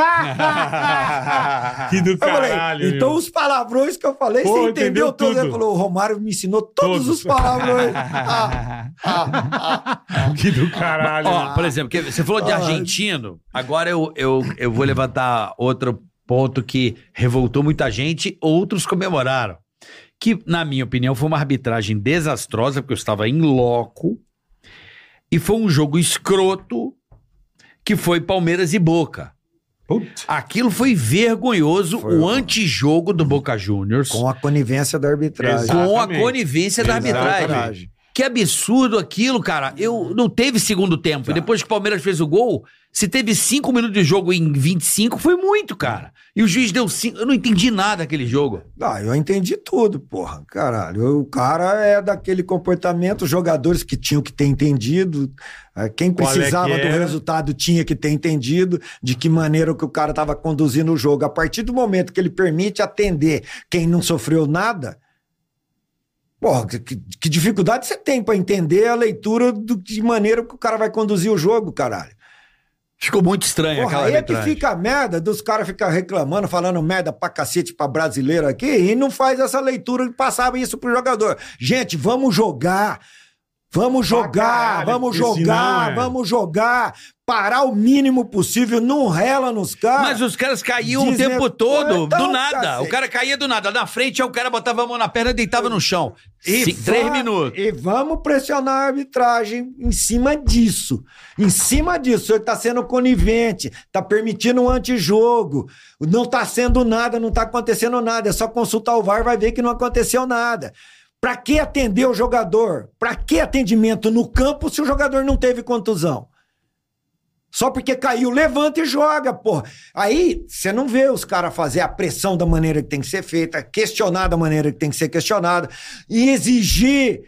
S2: que do
S4: Eu falei,
S2: caralho.
S4: então
S2: meu.
S4: os palavrões que eu falei,
S2: Pô,
S4: você entendeu
S2: entendeu
S4: todos?
S2: tudo.
S4: Ele falou, o Romário me ensinou todos,
S2: Todos.
S4: os palavrões. Ah, ah, ah.
S2: Que do caralho.
S3: Ó, por exemplo, Ah. que Ah, você falou de argentino, agora eu, eu, eu vou levantar outro ponto que revoltou muita gente, outros comemoraram. Que, na minha opinião, foi uma arbitragem desastrosa, porque eu estava em loco, e foi um jogo escroto, que foi Palmeiras e Boca.
S2: Putz.
S3: Aquilo foi vergonhoso,
S4: Foi,
S3: o
S4: ó.
S3: antijogo do Boca Juniors, com
S4: Com a conivência da arbitragem.
S2: Exato.
S3: a
S2: Exatamente.
S3: conivência da arbitragem.
S2: Exatamente.
S3: Que absurdo aquilo, cara. Eu não teve segundo tempo. E Depois que o Palmeiras fez o gol, se teve 5 minutos de jogo em 25, foi muito, cara. E o juiz deu 5. Eu não entendi nada daquele jogo.
S4: Ah, eu entendi tudo, porra. Caralho, o cara é daquele comportamento, os jogadores que tinham que ter entendido, eh, quem
S2: Qual é que
S4: precisava do
S2: era?
S4: resultado tinha que ter entendido de que maneira que o cara estava conduzindo o jogo. A partir do momento que ele permite atender quem não sofreu nada, porra, que, que- que dificuldade você tem pra entender a leitura do, de maneira que o cara vai conduzir o jogo, caralho.
S3: Ficou muito estranho
S4: Porra,
S3: aquela
S4: aí é que
S3: arbitragem.
S4: fica a merda dos caras ficar reclamando, falando merda pra cacete pra brasileiro aqui e não faz essa leitura e passava isso pro jogador. Gente, vamos jogar. Vamos jogar,
S2: caralho,
S4: vamos
S2: porque
S4: jogar,
S2: senão é-
S4: vamos jogar. Parar o mínimo possível, não rela nos caras.
S3: Mas os caras caíam o
S4: Dizem-
S3: tempo todo,
S4: Então,
S3: do nada.
S4: cacete.
S3: O cara caía do nada. Na frente, aí o cara botava a mão na perna e deitava no chão.
S4: E
S3: Cin- Três
S4: va-
S3: minutos.
S4: E vamos pressionar a arbitragem em cima disso. Em cima disso. O senhor está sendo conivente, está permitindo um antijogo, não está sendo nada, não está acontecendo nada. É só consultar o VAR, vai ver que não aconteceu nada. Para que atender o jogador? Para que atendimento no campo se o jogador não teve contusão? Só porque caiu, levanta e joga, porra. Aí você não vê os caras fazer a pressão da maneira que tem que ser feita, questionar da maneira que tem que ser questionada e exigir,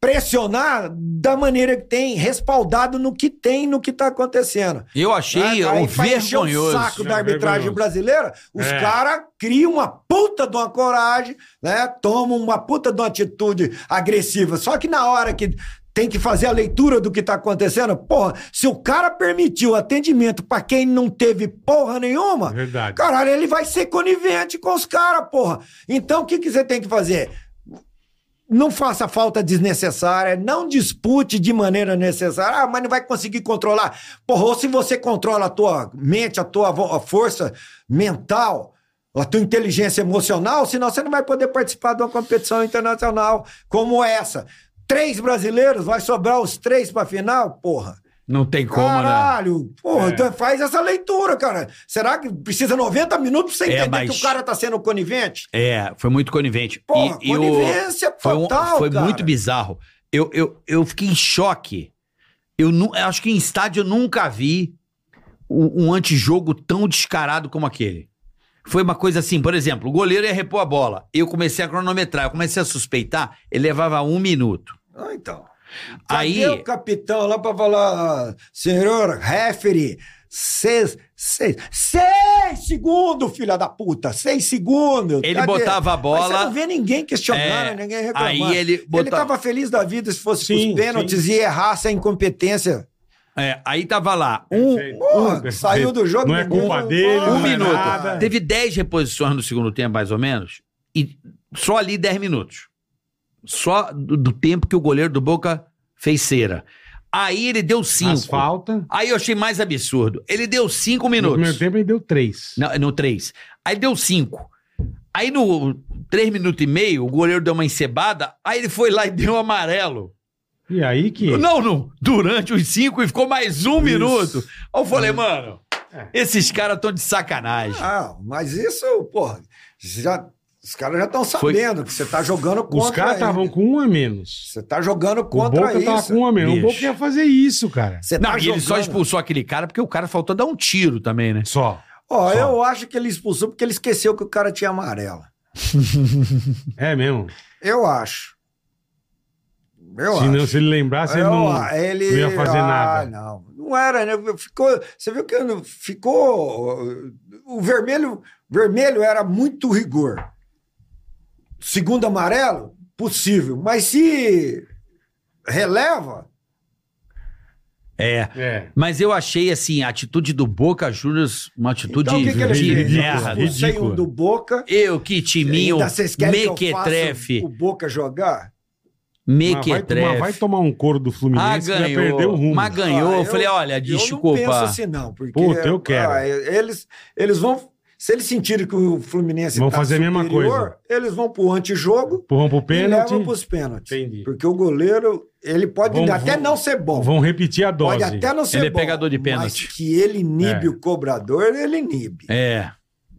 S4: pressionar da maneira que tem, respaldado no que tem, no que está acontecendo.
S3: Eu achei
S4: Ah,
S3: um
S4: aí pra encher
S3: vergonhoso.
S4: O saco da
S2: É,
S4: arbitragem
S2: vergonhoso.
S4: brasileira, os
S2: É.
S4: caras criam uma puta de uma coragem, né? Tomam uma puta de uma atitude agressiva. Só que na hora que tem que fazer a leitura do que tá acontecendo, porra, se o cara permitiu atendimento pra quem não teve porra nenhuma,
S2: Verdade.
S4: Caralho, ele vai ser conivente com os caras, porra. Então, o que, que você tem que fazer? Não faça falta desnecessária, não dispute de maneira necessária. Ah, mas não vai conseguir controlar. Porra, ou se você controla a tua mente, a tua vo- a força mental, a tua inteligência emocional, senão você não vai poder participar de uma competição internacional como essa. Três brasileiros, vai sobrar os três pra final? Porra.
S3: Não tem como, né?
S4: Caralho, porra,
S2: É.
S4: então faz essa leitura, cara. Será que precisa 90 minutos pra você
S3: É,
S4: entender
S3: mas-
S4: que o cara tá sendo conivente?
S3: É, foi muito conivente. E-
S4: Porra,
S3: e o-
S4: conivência
S3: Foi, um-
S4: total,
S3: foi
S4: cara.
S3: muito bizarro. Eu, eu, eu fiquei em choque. Eu, nu- eu acho que em estádio eu nunca vi um, um antijogo tão descarado como aquele. Foi uma coisa assim, por exemplo, o goleiro ia repor a bola. Eu comecei a cronometrar, eu comecei a suspeitar, ele levava um minuto.
S4: Ah, então.
S3: Aí-
S4: Cadê o capitão lá pra falar, senhor referee, seis, seis, seis segundos, filha da puta, seis segundos.
S3: Ele
S4: Cadê?
S3: botava a
S4: Aí você não
S3: bola.
S4: vê ninguém questionando,
S3: É,
S4: ninguém reclamando.
S3: Aí ele
S4: Ele
S3: botava.
S4: tava feliz da vida se fosse
S2: Sim,
S4: os pênaltis e errasse a incompetência.
S3: é, aí tava lá. Um,
S2: Perfeito.
S4: Porra,
S2: Perfeito.
S4: saiu do jogo.
S2: Não é
S4: ninguém-
S2: culpa dele,
S4: Porra,
S3: um
S2: não é
S3: minuto.
S2: nada.
S3: Teve 10 reposições no segundo tempo, mais ou menos, e só ali 10 minutos. Só do, do tempo que o goleiro do Boca fez cera. Aí ele deu 5.
S2: Asfalta.
S3: Aí eu achei mais absurdo. Ele deu 5
S2: No primeiro
S3: minutos.
S2: tempo ele deu três.
S3: Não, No 3. Aí deu 5. Aí no 3 minutos e meio, o goleiro deu uma encebada, aí ele foi lá e deu um amarelo.
S2: E aí que.
S3: Não, não. Durante os 5 e ficou mais um minuto. Aí eu falei, mano,
S2: É.
S3: esses caras estão de sacanagem.
S4: Ah, mas isso, porra, já, os caras já estão sabendo que você tá jogando contra
S2: Os caras
S4: ele.
S2: estavam com um a menos.
S4: Você tá jogando
S2: O
S4: contra
S2: Boca tava
S4: isso.
S2: com um a menos. O
S3: Bicho.
S2: Boca ia fazer isso, cara.
S4: Você
S3: Não,
S4: tá
S3: e ele só
S4: jogando.
S3: expulsou aquele cara porque o cara faltou dar um tiro também, né?
S2: Só.
S4: Ó,
S2: Só.
S4: eu acho que ele expulsou porque ele esqueceu que o cara tinha amarela.
S2: É mesmo.
S4: Eu acho. Eu
S2: se,
S4: acho.
S2: não, se ele lembrasse, ele
S4: Eu-
S2: não.
S4: É, ele-
S2: não ia fazer
S4: ah,
S2: nada.
S4: Não, não era, né? Ficou, você viu que não- ficou. O vermelho, vermelho era muito rigor. Segundo amarelo, possível. Mas se releva,
S3: É.
S2: É.
S3: Mas eu achei, assim, a atitude do Boca Juniors uma atitude
S4: então o que, que ele
S2: de
S3: de
S4: fez?
S3: merda.
S4: Eu expulsei
S2: ridículo.
S4: um do Boca.
S3: Eu, que timinho,
S4: Ainda vocês querem que eu faça
S3: mequetrefe,
S4: o Boca jogar?
S2: Mas vai, mas vai
S3: mequetrefe.
S2: tomar um couro do
S3: Ah,
S4: né?
S2: Fluminense que já perdeu o
S3: ganhou.
S2: rumo.
S3: Mas ganhou.
S4: Ah,
S3: eu
S4: eu-
S3: falei, olha,
S4: Eu não penso
S3: desculpa.
S4: assim, não. Porque,
S2: Puta, eu quero.
S4: ah, eles, eles vão... Se eles sentirem que o Fluminense
S2: Vão
S4: tá
S2: fazer a mesma coisa.
S4: Eles vão pro antijogo
S2: Empurram pro
S4: e
S2: pênalti.
S4: levam pros pênaltis.
S2: Entendi.
S4: Porque o goleiro, ele pode
S2: Vão-
S4: até
S2: vão-
S4: não ser bom.
S2: Vão repetir a dose.
S4: pode até não ser
S3: Ele é
S4: bom.
S3: pegador de pênalti.
S4: Mas que ele inibe
S2: É.
S4: o cobrador, ele inibe.
S3: É.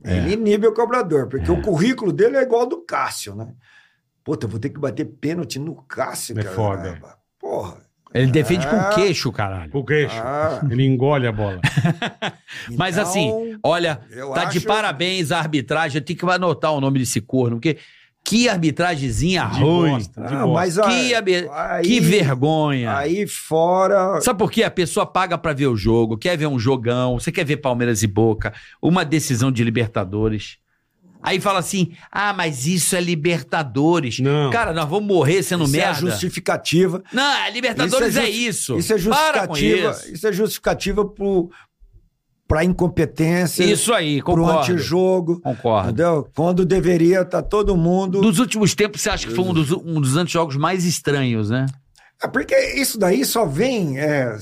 S3: É.
S4: Ele inibe o cobrador, porque o currículo dele é igual ao do Cássio, né? Puta, eu vou ter que bater pênalti no Cássio,
S2: É
S4: cara. Ah,
S2: foda.
S4: Porra.
S3: Ele defende com
S4: Ah.
S3: o queixo, caralho.
S2: O queixo.
S4: Ah,
S2: Ele engole a bola.
S3: Mas
S4: então,
S3: assim, olha,
S4: eu
S3: Tá de
S4: acho-
S3: parabéns a arbitragem. Eu tenho que anotar o nome desse corno, porque que arbitragemzinha
S2: De
S3: ruim.
S2: bosta, de
S4: Ah,
S2: bosta.
S4: mas
S3: Que, abi-
S4: aí,
S3: que vergonha.
S4: Aí fora.
S3: Sabe por quê? A pessoa paga pra ver o jogo, quer ver um jogão, você quer ver Palmeiras e Boca, uma decisão de Libertadores. Aí fala assim: ah, mas isso é Libertadores.
S2: Não.
S3: Cara, nós vamos morrer sendo
S4: isso é a
S3: merda.
S4: justificativa.
S3: Não, é Libertadores
S4: Isso é
S3: é, isso.
S4: Isso é
S3: Para com
S4: justificativa.
S3: isso.
S4: Isso. é justificativa pro, pra incompetência,
S3: Isso aí,
S4: pro
S3: concordo.
S4: antijogo.
S3: Concordo.
S4: Entendeu? Quando deveria estar todo mundo.
S3: Dos últimos tempos, você acha que foi um dos, um dos antijogos mais estranhos, né?
S4: É, porque isso daí só vem, é,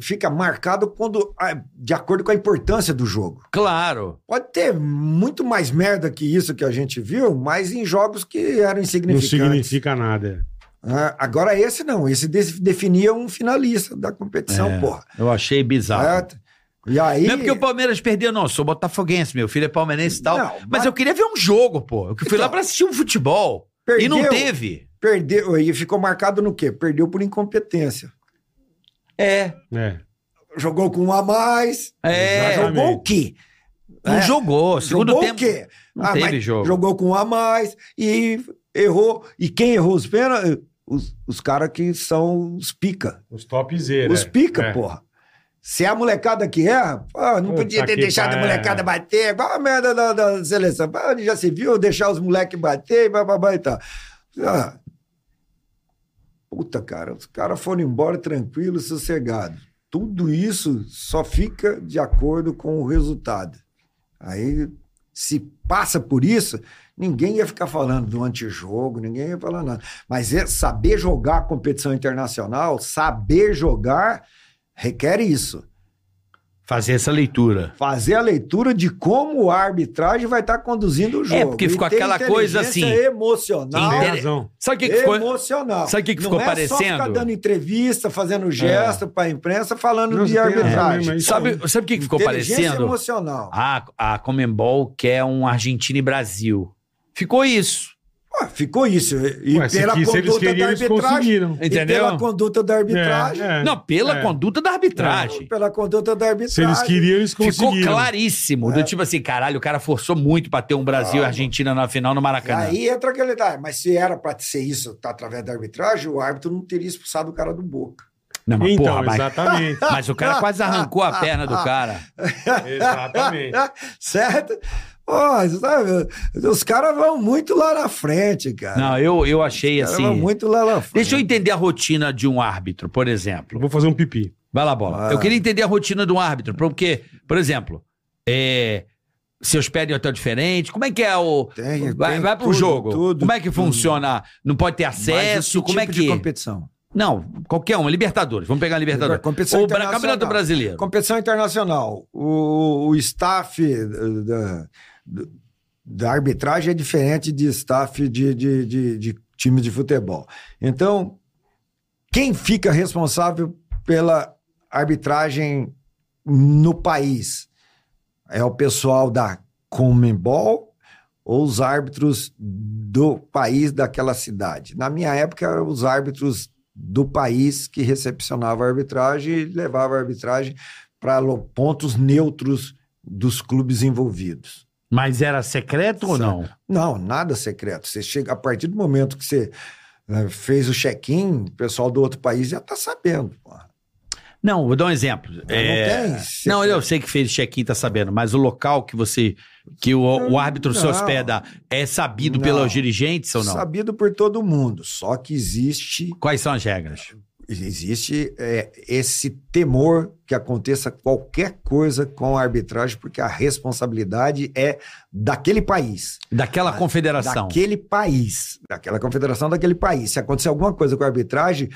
S4: fica marcado quando, ah, de acordo com a importância do jogo.
S3: Claro.
S4: Pode ter muito mais merda que isso que a gente viu, mas em jogos que eram
S2: Não
S4: insignificantes.
S2: significa nada.
S4: Ah, agora esse não, esse de- definia um finalista da competição,
S3: É,
S4: porra.
S3: Eu achei bizarro.
S4: Certo? E aí.
S3: Não é porque o Palmeiras perdeu, não. eu Sou botafoguense, meu filho é palmeirense e tal.
S4: Não,
S3: mas,
S4: mas-
S3: eu queria ver um jogo, pô. Eu fui
S4: Então,
S3: lá pra assistir um futebol. E não teve.
S4: Perdeu, e ficou marcado no quê? Perdeu por incompetência.
S3: É.
S2: É.
S4: jogou com um a mais.
S3: É.
S4: Jogou o
S2: Exatamente.
S4: quê?
S3: Não
S4: É.
S3: jogou. Segundo
S4: jogou
S3: tempo.
S4: o quê? Ah,
S3: Não teve
S4: mas
S3: jogo.
S4: Jogou com um a mais e errou. E quem errou os pênaltis? Os, os caras que são os pica.
S2: Os topzeiros.
S4: Os pica,
S2: é.
S4: porra. Se é a molecada que erra, pô, não
S2: Puta
S4: podia ter
S2: que
S4: deixado a
S2: pariu.
S4: molecada bater. Qual a merda da, da seleção? Pô, já se viu deixar os moleques bater, blá, blá, blá e tal. Ah. Puta, cara, os caras foram embora tranquilos, sossegados. Tudo isso só fica de acordo com o resultado. Aí, se passa por isso, ninguém ia ficar falando do antijogo, ninguém ia falar nada. Mas é saber jogar competição internacional, saber jogar, requer isso.
S5: Fazer essa leitura.
S4: Fazer a leitura de como a arbitragem vai estar conduzindo o jogo.
S3: É, porque ficou
S4: E ter
S3: aquela coisa
S4: inteligência
S3: assim,
S4: emocional.
S2: Tem
S3: Inter-
S2: razão.
S3: Sabe o que, que ficou?
S4: emocional.
S3: Sabe o que que
S4: Não
S3: ficou
S4: é Só ficar
S3: parecendo?
S4: dando entrevista, fazendo gesto pra imprensa, falando
S2: Não,
S4: de
S2: tem razão
S4: arbitragem.
S2: mesmo, é isso
S4: um.
S2: aí.
S3: Sabe, sabe o que, que ficou
S4: Inteligência
S3: parecendo?
S4: emocional.
S3: A, a Comembol quer um Argentina e Brasil. Ficou isso.
S4: Ué, ficou isso. E
S2: Ué, se
S4: pela
S2: quis, eles
S4: conduta da
S2: queriam, eles
S4: arbitragem.
S2: conseguiram.
S4: e
S3: Entendeu?
S4: pela conduta da arbitragem.
S2: É, é.
S3: Não, pela
S2: É.
S3: conduta da arbitragem.
S4: Pela conduta da arbitragem.
S2: Se eles queriam, eles
S3: Ficou
S2: conseguiram.
S3: claríssimo.
S4: É.
S3: Do tipo assim, caralho, o cara forçou muito pra ter um Brasil e Argentina na final no Maracanã.
S4: Aí entra aquele. Ah, mas se era pra ser isso tá, através da arbitragem, o árbitro não teria expulsado o cara do boca.
S3: Não, mas
S2: Então,
S3: porra, mas,
S2: exatamente.
S3: mas o cara quase arrancou a perna do cara.
S2: Exatamente.
S4: certo? Ó, sabe, os caras vão muito lá na frente, cara.
S3: Não, eu, eu achei
S4: Os caras vão
S3: assim.
S4: muito lá na frente.
S3: Deixa eu entender a rotina de um árbitro, por exemplo.
S2: Vou fazer um pipi.
S3: Vai lá, bola.
S4: Ah.
S3: Eu queria entender a rotina de um árbitro, porque, por exemplo, é, seus pedem hotel diferente, como é que é o.
S4: Tem-
S3: vai,
S4: tem
S3: vai pro
S4: tudo,
S3: jogo.
S4: tudo,
S3: como é que
S4: tudo.
S3: funciona? Não pode ter
S4: Mas
S3: acesso?
S4: esse
S3: como é
S4: tipo
S3: que.
S4: de competição?
S3: Não, qualquer uma, Libertadores. Vamos pegar a Libertadores.
S4: Competição
S3: Ou Bra-
S4: é internacional.
S3: Campeonato Brasileiro.
S4: Competição internacional. O, o staff eh, da, da arbitragem é diferente de staff de, de, de, de time de futebol. Então, quem fica responsável pela arbitragem no país? É o pessoal da Comembol ou os árbitros do país daquela cidade? Na minha época, eram os árbitros do país que recepcionava a arbitragem e levava a arbitragem para pontos neutros dos clubes envolvidos.
S5: Mas era secreto ou não?
S4: Não, nada secreto. Você chega a partir do momento que você eh, fez o check-in, o pessoal do outro país já está sabendo. porra.
S3: Não, vou dar um exemplo. É,
S4: Não tem. secreto.
S3: Não, eu sei que fez check-in, tá sabendo, mas o local que você. que o, o árbitro se
S4: Não.
S3: hospeda é sabido
S4: Não.
S3: pelos dirigentes ou não?
S4: Sabido por todo mundo. Só que existe
S3: Quais são as regras?
S4: existe é, esse temor que aconteça qualquer coisa com a arbitragem, porque a responsabilidade é daquele país.
S3: Daquela
S4: Da-
S3: confederação.
S4: Ah, Daquele país. Daquela confederação daquele país. Se acontecer alguma coisa com a arbitragem,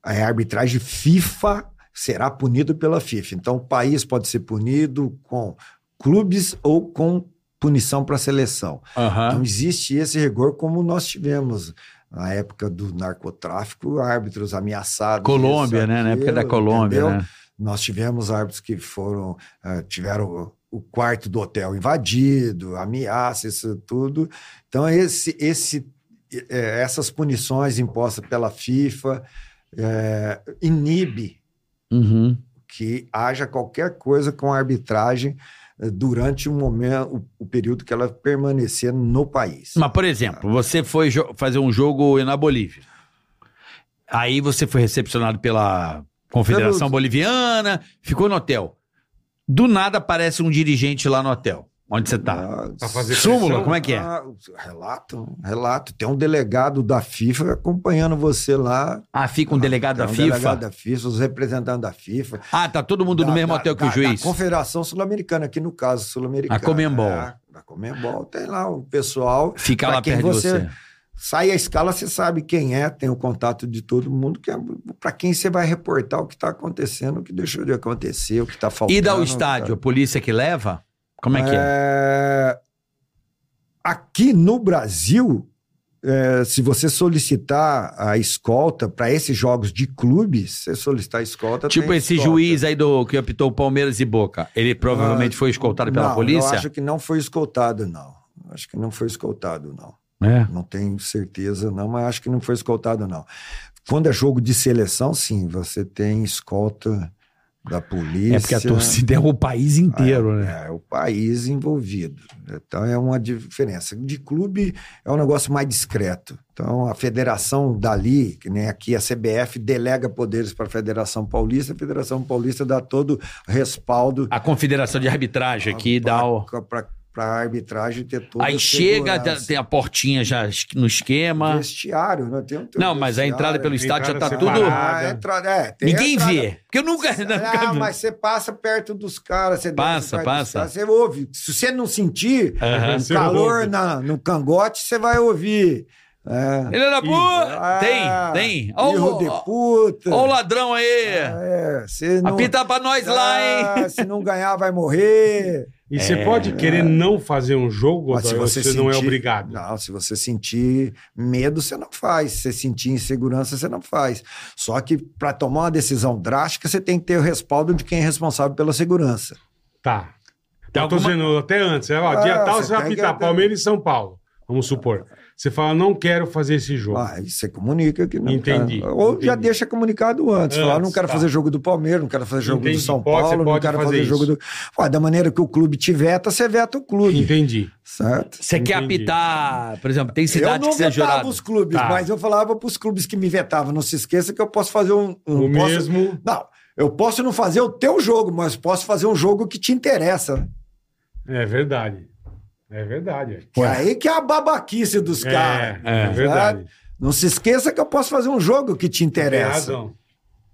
S4: a arbitragem FIFA será punido pela FIFA. Então, o país pode ser punido com clubes ou com punição para a seleção.
S3: Aham.
S4: Não existe esse rigor como nós tivemos na época do narcotráfico, árbitros ameaçados.
S3: Colômbia,
S4: isso,
S3: né? Na época da
S4: aquilo,
S3: Colômbia,
S4: entendeu?
S3: né?
S4: Nós tivemos árbitros que foram, eh, tiveram o- o quarto do hotel invadido, ameaça, isso tudo. Então, esse, esse, eh, essas punições impostas pela FIFA eh, inibe
S3: Uhum.
S4: que haja qualquer coisa com a arbitragem eh, durante o momento, o, o período que ela permanecer no país.
S3: Mas, por exemplo, você foi jo- fazer um jogo na Bolívia. Aí você foi recepcionado pela Confederação
S4: Pelo-
S3: Boliviana, ficou no hotel. Do nada aparece um dirigente lá no hotel. Onde você tá?
S4: Ah,
S2: Pra fazer
S3: Súmula,
S2: pressão.
S3: como é que é?
S4: Ah, relato, relato. Tem um delegado da FIFA acompanhando você lá.
S3: Ah, fica um delegado
S4: Tem
S3: da
S4: um
S3: FIFA.
S4: delegado da FIFA, os representantes da FIFA.
S3: Ah, tá todo mundo
S4: Da-
S3: no mesmo
S4: da-
S3: hotel que o
S4: da-
S3: juiz.
S4: Da Confederação Sul-Americana, aqui no caso, Sul-Americana.
S3: A Comembol.
S4: É, da Comembol. Tem lá o pessoal.
S3: Fica
S4: Pra
S3: lá
S4: quem
S3: perto
S4: você- tá
S3: de você.
S4: Sai a escala, você sabe quem é, tem o contato de todo mundo, que é para quem você vai reportar o que está acontecendo, o que deixou de acontecer, o que está faltando.
S3: E dá
S4: o
S3: o
S4: que
S3: estádio, a polícia que leva? Como é que é?
S4: É, Aqui no Brasil, é, se você solicitar a escolta para esses jogos de clubes, você solicitar a escolta.
S3: Tipo
S4: tem
S3: esse
S4: escolta. Ah,
S3: juiz aí do que optou Palmeiras e Boca. Ele provavelmente foi escoltado pela
S4: Não,
S3: polícia?
S4: Eu acho que não foi escoltado, não. Acho que não foi escoltado, não.
S3: É.
S4: Não tenho certeza, não, mas acho que não foi escoltado, não. Quando é jogo de seleção, sim, você tem escolta da polícia.
S3: É porque a torcida é o país inteiro, né?
S4: É, o país envolvido. Então é uma diferença. De clube é um negócio mais discreto. Então a federação dali, que nem aqui a CBF, delega poderes para a Federação Paulista. A Federação Paulista dá todo respaldo
S3: A confederação de arbitragem
S4: Ah,
S3: aqui dá o...
S4: para a arbitragem ter todo
S3: Aí chega, tem a portinha já no esquema.
S4: Vestiário, né? Tem um- tem um
S3: Não, mas a entrada
S4: vestiário.
S3: pelo estádio já tá
S2: entrada
S3: tudo...
S2: separada.
S4: Ah, entrada, é, tem
S3: Ninguém
S4: entrada.
S3: vê. Porque eu nunca...
S4: Ah, mas você passa perto dos caras, você desce
S3: Passa,
S4: perto dos
S3: passa.
S4: caras, você ouve. Se você não sentir
S3: Aham.
S4: o
S2: Você
S4: calor né?
S2: ouve.
S4: na- no cangote, você vai ouvir. É.
S3: Ele era boa!
S4: Ah,
S3: Tem, tem. Olha
S4: Erro de
S3: o,
S4: puta.
S3: ó o ladrão aí!
S4: É, você não...
S3: Apita pra nós lá, hein?
S4: Ah, Se não ganhar, vai morrer.
S2: E você pode querer não fazer um jogo,
S4: Mas
S2: Godoy, ou você, não é obrigado.
S4: Não, se você sentir medo, você não faz. Se você sentir insegurança, você não faz. Só que para tomar uma decisão drástica, você tem que ter o respaldo de quem é responsável pela segurança.
S2: Tá.
S3: Tem
S2: Eu tô
S3: alguma-
S2: dizendo até antes. é, ó,
S4: Ah,
S2: dia tal
S4: você
S2: você vai
S4: tem que
S2: apitar
S4: ter-
S2: Palmeiras e São Paulo. Vamos supor. Você fala, não quero fazer esse jogo.
S4: Ah, aí você comunica que não
S2: Entendi,
S4: quer. Ou já
S2: entendi.
S4: deixa comunicado antes.
S2: Antes,
S4: Falar, não quero
S2: tá.
S4: fazer jogo do Palmeiras, não quero fazer jogo
S2: Entendi,
S4: do São
S2: pode- você
S4: Paulo, não
S2: pode
S4: quero
S2: fazer
S4: fazer, jogo
S2: isso.
S4: do. Ué, da maneira que o clube te veta, você veta o clube,
S2: Entendi.
S4: certo?
S3: Você quer
S2: Entendi.
S3: apitar, por exemplo, tem
S4: Eu
S3: cidade
S4: não
S3: que você é
S4: vetava
S3: jurado.
S4: os clubes,
S2: Tá.
S4: mas eu falava pros clubes que me vetavam. Não se esqueça que eu posso fazer um. um
S2: o
S4: posso-
S2: mesmo.
S4: Não, eu posso não fazer o teu jogo, mas posso fazer um jogo que te interessa.
S2: É verdade. É verdade.
S4: Que aí que é a babaquice dos
S2: É,
S4: caras.
S2: é,
S4: né?
S2: verdade.
S4: Não se esqueça que eu posso fazer um jogo que te
S2: Tem
S4: interessa.
S2: razão.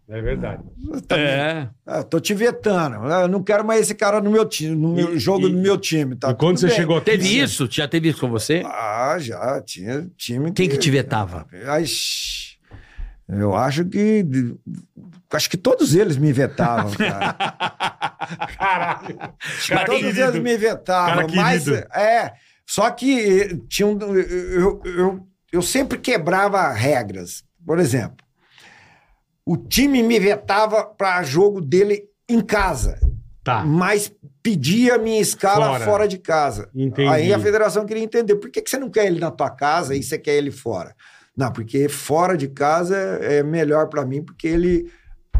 S2: É verdade.
S3: É.
S4: Ah, eu tô te vetando. Ah, Eu não quero mais esse cara no meu time, no meu
S2: E-
S4: jogo
S2: e-
S4: do meu time. Tá
S2: e quando
S4: tudo
S2: você
S4: bem.
S2: chegou aqui.
S3: Teve isso? Já teve isso com você?
S4: Ah, já. Tinha time.
S3: Quem que te vetava?
S4: Ai, shh. eu acho que. Acho que todos eles me vetavam, cara.
S2: Caralho. Cara
S4: todos
S2: querido.
S4: eles me vetavam.
S2: Cara
S4: Mas,
S2: querido.
S4: é. Só que eh, tinha um, eu, eu, eu sempre quebrava regras. Por exemplo, o time me vetava para jogo dele em casa.
S2: Tá.
S4: mas pedia a minha escala
S2: Fora.
S4: fora, de casa.
S2: Entendi.
S4: Aí a federação queria entender por que, que você não quer ele na tua casa e você quer ele fora. Não, porque fora de casa é melhor pra mim, porque ele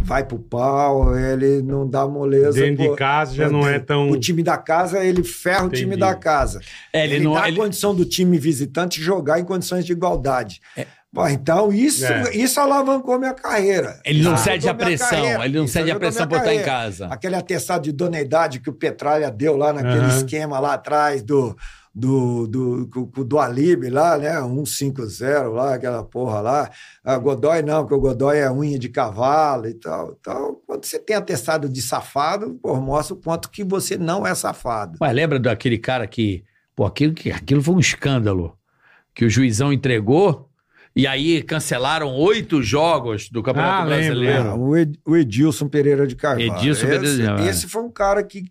S4: vai pro pau, ele não dá moleza.
S2: Dentro de
S4: pô.
S2: casa já não é tão.
S4: O time da casa, ele ferra o time
S2: Entendi.
S4: da casa.
S3: É,
S4: Ele, tá dá a condição do time visitante jogar em condições de igualdade. Bom, então, isso,
S2: É.
S4: isso alavancou minha carreira.
S3: Ele não
S4: Isso
S3: cede a
S4: ajudou minha
S3: pressão.
S4: carreira.
S3: Ele não
S4: Isso
S3: cede a
S4: ajudou
S3: pressão
S4: minha
S3: por estar em
S4: carreira.
S3: casa.
S4: Aquele atestado de idoneidade que o Petralha deu lá naquele
S2: Aham.
S4: esquema lá atrás do do, do, do, do Alib lá, né? 150 lá, aquela porra lá. A Godoy não, porque o Godoy é unha de cavalo e tal. Então, quando você tem atestado de safado, pô, mostra o quanto que você não é safado.
S3: Mas lembra daquele cara que. Pô, aquilo, que- aquilo foi um escândalo. Que o juizão entregou e aí cancelaram oito jogos do Campeonato
S2: Ah, lembro,
S3: Brasileiro.
S4: Ah, o, Ed- o Edilson Pereira de Carvalho.
S3: Edilson Pereira de
S4: Esse-
S3: Carvalho.
S4: Esse foi um cara que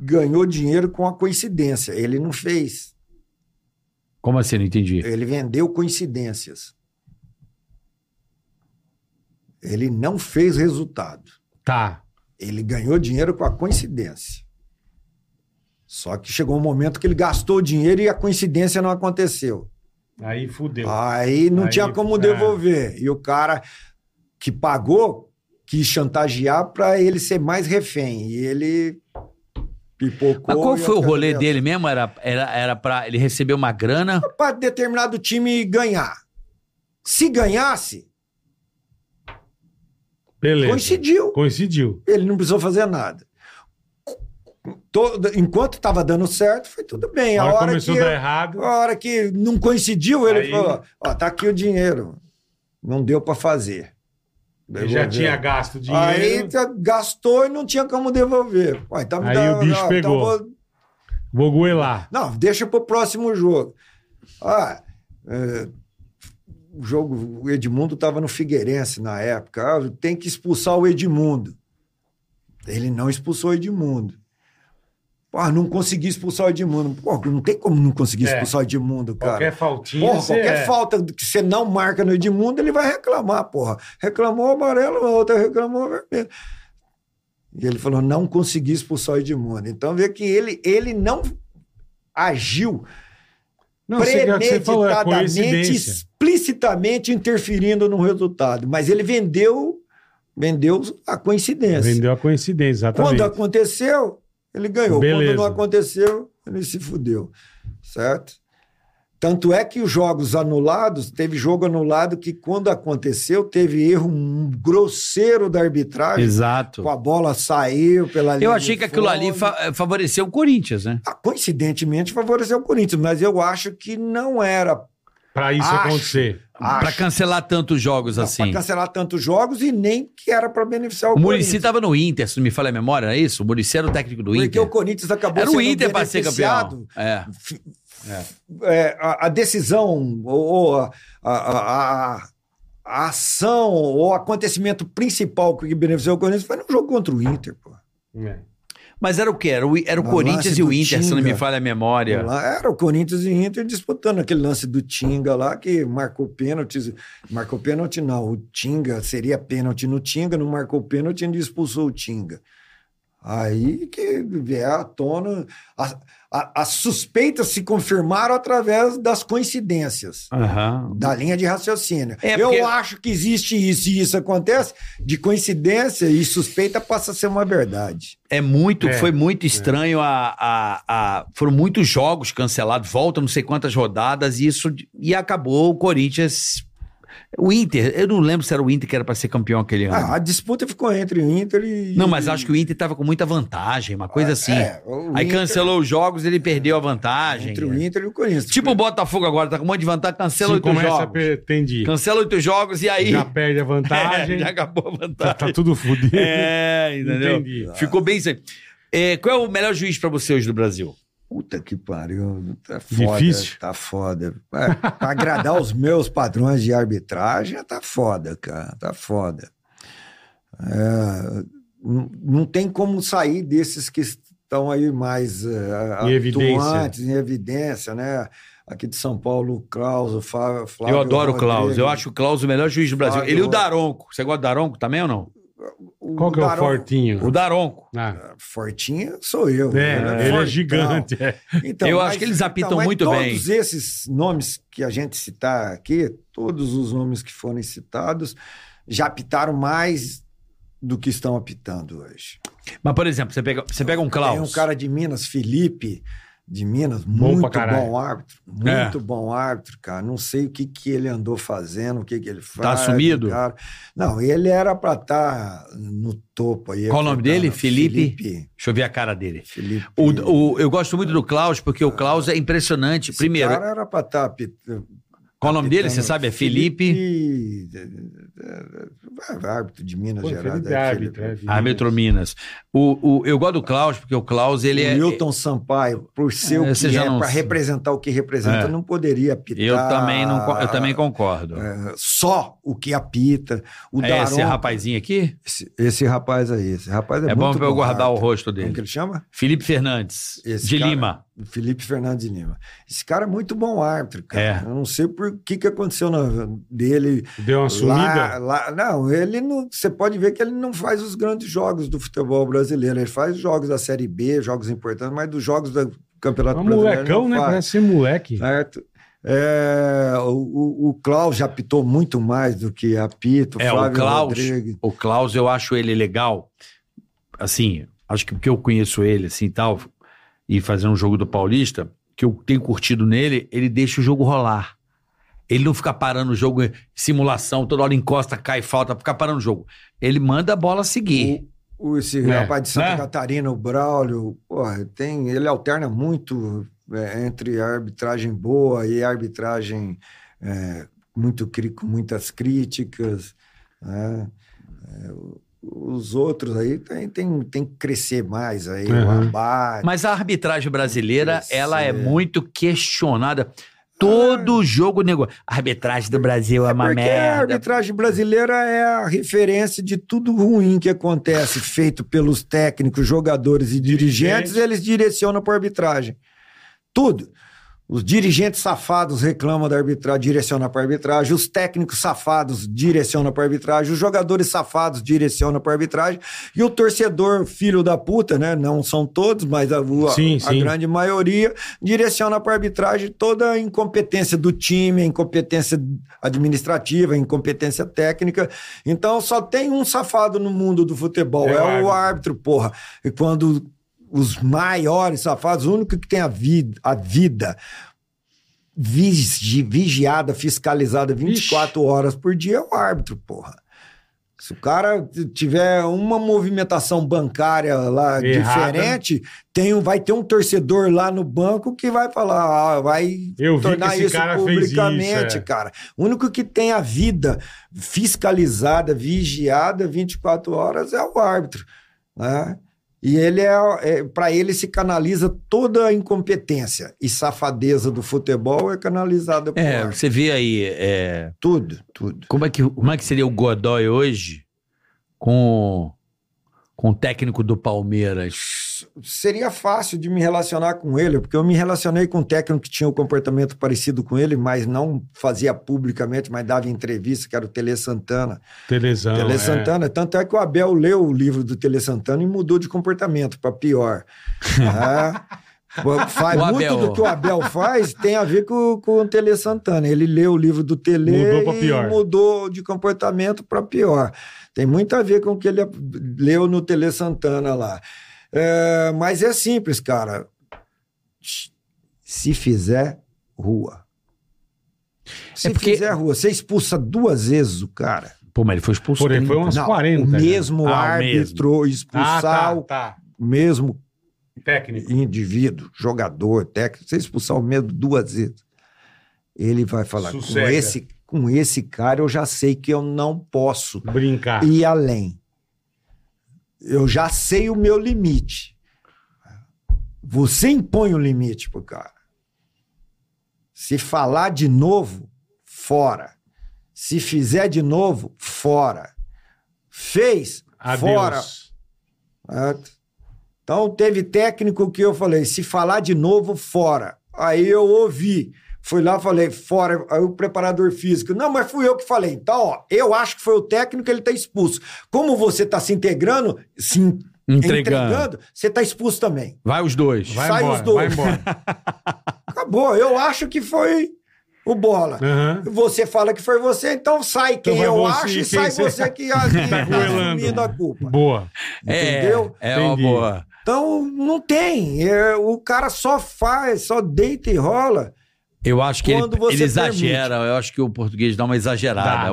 S4: ganhou dinheiro com a coincidência. Ele não fez.
S3: Como assim? Não entendi.
S4: Ele vendeu coincidências. Ele não fez resultado.
S2: Tá.
S4: Ele ganhou dinheiro com a coincidência. Só que chegou um momento que ele gastou o dinheiro e a coincidência não aconteceu.
S2: Aí fudeu.
S4: Ah, Aí não
S2: Aí,
S4: tinha como
S2: é.
S4: devolver. E o cara que pagou quis chantagear para ele ser mais refém. E ele pipocou.
S3: Mas qual
S4: e
S3: foi o
S4: acabou
S3: rolê
S4: dentro.
S3: dele mesmo? Era, era, era pra ele receber uma grana?
S4: para determinado time ganhar. Se ganhasse,
S2: Beleza.
S4: coincidiu.
S2: Coincidiu.
S4: Ele não precisou fazer nada. Todo- enquanto estava dando certo, foi tudo bem.
S2: A
S4: A
S2: hora
S4: hora,
S2: começou
S4: que,
S2: a dar errado.
S4: a hora que não coincidiu, ele
S2: Aí-
S4: falou: Ó, tá aqui o dinheiro. Não deu para fazer.
S2: Ele já
S4: Devolveu.
S2: tinha gasto
S4: Aí
S2: dinheiro.
S4: tá- gastou e não tinha como devolver. Ó, então me
S2: Aí
S4: dá-
S2: o bicho
S4: ó, então
S2: pegou.
S4: vou-
S2: Vou goelar.
S4: não, deixa pro próximo jogo. Ah, é, o jogo, o Edmundo estava no Figueirense na época. Ah, tem que expulsar o Edmundo. Ele não expulsou o Edmundo. Pô, não consegui expulsar o Edmundo. Pô, não tem como não conseguir
S2: É.
S4: expulsar o Edmundo, cara.
S2: Qualquer faltinha.
S4: Porra,
S2: você
S4: qualquer
S2: é.
S4: falta que você não marca no Edmundo, ele vai reclamar, porra. Reclamou amarelo, a outra reclamou vermelho. E ele falou, não consegui expulsar o Edmundo. Então vê que ele, ele não agiu
S2: Não, sei o que você falou, é
S4: premeditadamente,
S2: coincidência.
S4: explicitamente interferindo no resultado. Mas ele vendeu Vendeu a coincidência.
S2: Vendeu a coincidência, exatamente.
S4: Quando aconteceu, ele ganhou.
S2: Beleza.
S4: Quando não aconteceu, ele se fudeu. Certo? Tanto é que os jogos anulados, teve jogo anulado que quando aconteceu, teve erro um grosseiro da arbitragem.
S5: Exato.
S4: Com a bola saiu pela linha
S3: Eu
S4: de
S3: achei que aquilo ali
S4: fundo.
S3: fa- eh, favoreceu o Corinthians, né?
S4: Ah, Coincidentemente favoreceu o Corinthians, mas eu acho que não era
S2: Pra isso
S4: Acho.
S2: acontecer.
S3: Pra
S4: acho,
S3: cancelar tantos jogos
S4: não,
S3: assim.
S4: pra cancelar tantos jogos e nem que era para beneficiar o,
S3: O Murici
S4: Corinthians.
S3: tava no Inter, se não me falha a memória, não é isso? O Murici era o técnico do
S4: Porque
S3: Inter.
S4: o Corinthians acabou
S3: Era o
S4: sendo
S3: Inter pra ser
S4: beneficiado.
S3: campeão. É.
S4: F- é, a, a decisão ou, ou a, a- a- a- a ação ou o acontecimento principal que beneficiou o Corinthians foi no jogo contra o Inter, pô.
S2: É.
S3: Mas era o quê? Era o, era o
S4: No
S3: Corinthians
S4: lance
S3: e o
S4: do
S3: Inter, se não me
S4: Tinga.
S3: falha a memória.
S4: Lá Era o Corinthians e o Inter disputando aquele lance do Tinga lá, que marcou pênalti. Marcou pênalti, não. O Tinga seria pênalti no Tinga, não marcou pênalti e expulsou o Tinga. Aí que vier à tona. a- a- as suspeitas se confirmaram através das coincidências.
S5: Aham.
S4: da linha de raciocínio.
S3: É,
S4: eu
S3: porque-
S4: acho que existe isso e isso acontece, de coincidência e suspeita passa a ser uma verdade.
S3: É muito,
S2: É.
S3: foi muito estranho. A, a- a- foram muitos jogos cancelados, volta não sei quantas rodadas, e isso. E acabou o Corinthians. O Inter, eu não lembro se era o Inter que era pra ser campeão aquele ano.
S4: Ah, a disputa ficou entre o Inter e.
S3: Tá. não, mas acho que o Inter tava com muita vantagem, uma coisa assim.
S4: É, o
S3: Aí
S4: Inter-
S3: cancelou os jogos, ele perdeu a vantagem.
S4: Entre o Inter e o Corinthians.
S3: Tipo o Botafogo agora, tá com um monte de vantagem, cancela
S2: Se
S3: oito
S2: começa a
S3: jogos.
S2: pretender.
S3: Cancela oito jogos e aí.
S2: Já perde a vantagem.
S3: É, já acabou a
S2: tá,
S3: vantagem.
S2: tá tudo fudido.
S3: É, entendeu?
S2: Entendi.
S3: Ficou bem isso aí. É, qual é o melhor juiz pra você hoje do Brasil?
S4: Puta que pariu. Tá foda.
S2: Difícil?
S4: Tá foda. É, pra agradar os meus padrões de arbitragem, tá foda, cara. Tá foda. É, n- não tem como sair desses que estão aí mais é,
S2: Em evidência.
S4: atuantes, em evidência, né? Aqui de São Paulo, o Klaus, o Flá- Flávio.
S3: eu adoro o Klaus.
S4: Rodrigues.
S3: Eu acho o Klaus o melhor juiz do Brasil.
S4: Flávio
S3: ele e o
S4: Rodrigues.
S3: Daronco. Você gosta do Daronco também ou não?
S4: O
S2: Qual que é o
S4: Darol-
S2: fortinho?
S3: O Daronco.
S2: Ah,
S4: Fortinho sou eu. né?
S2: é, ele é
S4: Fortão.
S2: gigante. é.
S4: Então,
S3: Eu acho que eles apitam
S4: mas
S3: muito
S4: todos
S3: bem.
S4: Todos esses nomes que a gente citar aqui, todos os nomes que forem citados, já apitaram mais do que estão apitando hoje.
S3: Mas, por exemplo, você pega, você pega um
S4: Tem um
S3: Klaus.
S4: cara de Minas, Felipe, de Minas,
S2: Bom pra
S4: muito
S2: caralho.
S4: bom árbitro.
S3: É.
S4: Muito bom árbitro, cara. Não sei o que, que ele andou fazendo, o que, que ele faz.
S3: Tá sumido?
S4: cara. Não, ele era pra estar no topo aí.
S3: Qual o nome dele?
S4: cara.
S3: Felipe?
S4: Felipe.
S3: Deixa eu ver a cara dele.
S4: Felipe.
S3: O, o- eu gosto muito do Klaus, porque o Klaus é
S4: Ah,
S3: impressionante.
S4: Esse
S3: Primeiro,
S4: cara era pra tá estar apitando.
S3: qual o nome dele? Você sabe? É Felipe.
S4: Felipe- Ah, é Árbitro de Minas
S2: Pô,
S4: Gerais.
S2: Felipe
S4: é
S2: árbitro.
S4: Felipe.
S2: é,
S3: Arbitro Minas. O, o, eu gosto do Klaus, porque o Klaus, ele é.
S4: O Milton Sampaio, por ser
S3: É,
S4: o
S3: você
S4: que
S3: já
S4: é,
S3: não-
S4: para representar o que representa,
S3: É.
S4: não poderia apitar.
S3: Eu também, não, co- eu também concordo.
S4: eh, Só o que apita. O
S3: É
S4: Daronco-
S3: esse rapazinho aqui?
S4: Esse, esse rapaz aí, esse rapaz é,
S3: É, bom
S4: muito
S3: pra eu guardar o
S4: árbitro.
S3: rosto
S4: Como que
S3: dele.
S4: ele chama?
S3: Felipe Fernandes,
S4: Esse
S3: de
S4: cara-
S3: Lima.
S4: Felipe Fernandes de Lima. Esse cara é muito bom árbitro, cara.
S3: É.
S4: Eu não sei por que, que aconteceu na- dele.
S2: Deu uma
S4: Lá,
S2: sumida. É um
S4: lá- não, ele não. Você pode ver que ele não faz os grandes jogos do futebol brasileiro. Ele faz jogos da Série B, jogos importantes, mas dos jogos do Campeonato
S2: Um
S4: Brasileiro. ele
S2: molecão,
S4: não
S2: né?
S4: faz,
S2: Parece ser moleque.
S4: Certo? É, o, o- o Klaus já apitou muito mais do que apito.
S3: É, o
S4: Flávio
S3: Klaus,
S4: Rodrigues.
S3: o Klaus, eu acho ele legal. Assim, acho que porque eu conheço ele, assim, e tal, e fazer um jogo do Paulista, que eu tenho curtido nele, ele deixa o jogo rolar. Ele não fica parando o jogo, simulação, toda hora encosta, cai, falta, fica parando o jogo. Ele manda a bola seguir.
S4: O, esse
S2: É,
S4: rapaz de Santa
S2: né?
S4: Catarina, o Braulio, porra, tem, ele alterna muito é, entre a arbitragem boa e a arbitragem é, muito cri- com muitas críticas. né? É, o- os outros aí tem, tem, tem que crescer mais aí, o
S2: Uhum.
S4: abate.
S3: Mas a arbitragem brasileira,
S4: Isso,
S3: ela é
S4: é.
S3: muito questionada. Todo jogo, nego. A arbitragem do Brasil é uma
S4: Ah. Porque a
S3: merda.
S4: arbitragem brasileira é a referência de tudo ruim que acontece, feito pelos técnicos, jogadores e dirigentes, eles direcionam para arbitragem. Tudo. Os dirigentes safados reclamam da arbitragem, direcionam para a arbitragem. Os técnicos safados direcionam para a arbitragem. Os jogadores safados direcionam para a arbitragem. E o torcedor, filho da puta, né? Não são todos, mas a, a-
S2: Sim,
S4: a
S2: sim.
S4: grande maioria, direciona para a arbitragem toda a incompetência do time, a incompetência administrativa, a incompetência técnica. Então só tem um safado no mundo do futebol,
S2: É
S4: é,
S2: o árbitro.
S4: o árbitro, porra. E quando os maiores safados, o único que tem a vida, a vida vigi- vigiada, fiscalizada 24 horas por dia é o árbitro, porra. Se o cara t- tiver uma movimentação bancária lá
S2: Errada.
S4: diferente, tem um, vai ter um torcedor lá no banco que vai falar, ah, vai
S2: Eu vi
S4: tornar
S2: que esse
S4: isso
S2: cara fez isso,
S4: publicamente,
S2: é.
S4: cara. O único que tem a vida fiscalizada, vigiada 24 horas é o árbitro, né? E ele é, para ele se canaliza toda a incompetência e safadeza do futebol é canalizada por
S3: É,
S4: árbitro.
S3: você vê aí, é,
S4: tudo, tudo.
S3: como, é que, como é que seria o Godoy hoje com, com o técnico do Palmeiras?
S4: Seria fácil de me relacionar com ele, porque eu me relacionei com um técnico que tinha um comportamento parecido com ele, mas não fazia publicamente, mas dava entrevista, que era o Tele Santana.
S2: Telezão.
S4: Tele
S2: é.
S4: Santana, tanto é que o Abel leu o livro do Tele Santana e mudou de comportamento para pior. É. Pô, Faz
S3: O
S4: muito
S3: Abel.
S4: do que o Abel faz tem a ver com, com o Tele Santana. Ele leu o livro do Tele
S2: Mudou pra
S4: e
S2: pior.
S4: mudou de comportamento para pior. Tem muito a ver com o que ele leu no Tele Santana lá. É, mas é simples, cara. Se fizer rua.
S2: É
S4: Se
S3: porque-
S4: fizer rua, você expulsa duas vezes o cara.
S3: Pô, mas ele foi expulso.
S2: Porém, foi
S3: 30.
S2: umas
S4: Não,
S2: 40.
S4: O
S2: né?
S4: mesmo
S2: Ah, o
S4: árbitro expulsar
S2: Ah, tá,
S4: o
S2: tá.
S4: mesmo
S2: Técnico.
S4: indivíduo, jogador, técnico, você expulsar o mesmo duas vezes. Ele vai falar: com
S2: Sossega.
S4: esse, com esse cara eu já sei que eu não posso
S2: Brincar.
S4: ir além. Eu já sei o meu limite. Você impõe o limite pro cara. Se falar de novo, fora. Se fizer de novo, fora. Fez,
S2: Adeus.
S4: fora. Ah, Então, teve técnico que eu falei, se falar de novo, fora. Aí eu ouvi, fui lá, falei, fora. Aí o preparador físico, não, mas fui eu que falei. Então, ó, eu acho que foi o técnico, ele tá expulso. Como você tá se integrando, se en-
S2: um
S3: Entregando.
S4: você tá expulso também.
S3: Vai os dois.
S2: Vai
S4: Sai
S2: embora,
S4: os dois.
S2: vai embora.
S4: Acabou, eu acho que foi o bola.
S2: Aham.
S4: Você fala que foi você, então sai quem
S2: vai
S4: eu
S2: você,
S4: acho
S2: quem
S4: e sai
S2: você-
S4: você que a- que tá
S2: goelando.
S4: assumindo a culpa.
S2: Boa.
S3: É,
S4: Entendeu?
S3: É uma
S2: Entendi.
S3: boa.
S4: Então, não tem. É, o cara só faz, só deita e rola.
S3: Eu acho que ele,
S4: Quando você
S3: ele exagera. Eu acho que o português dá uma exagerada.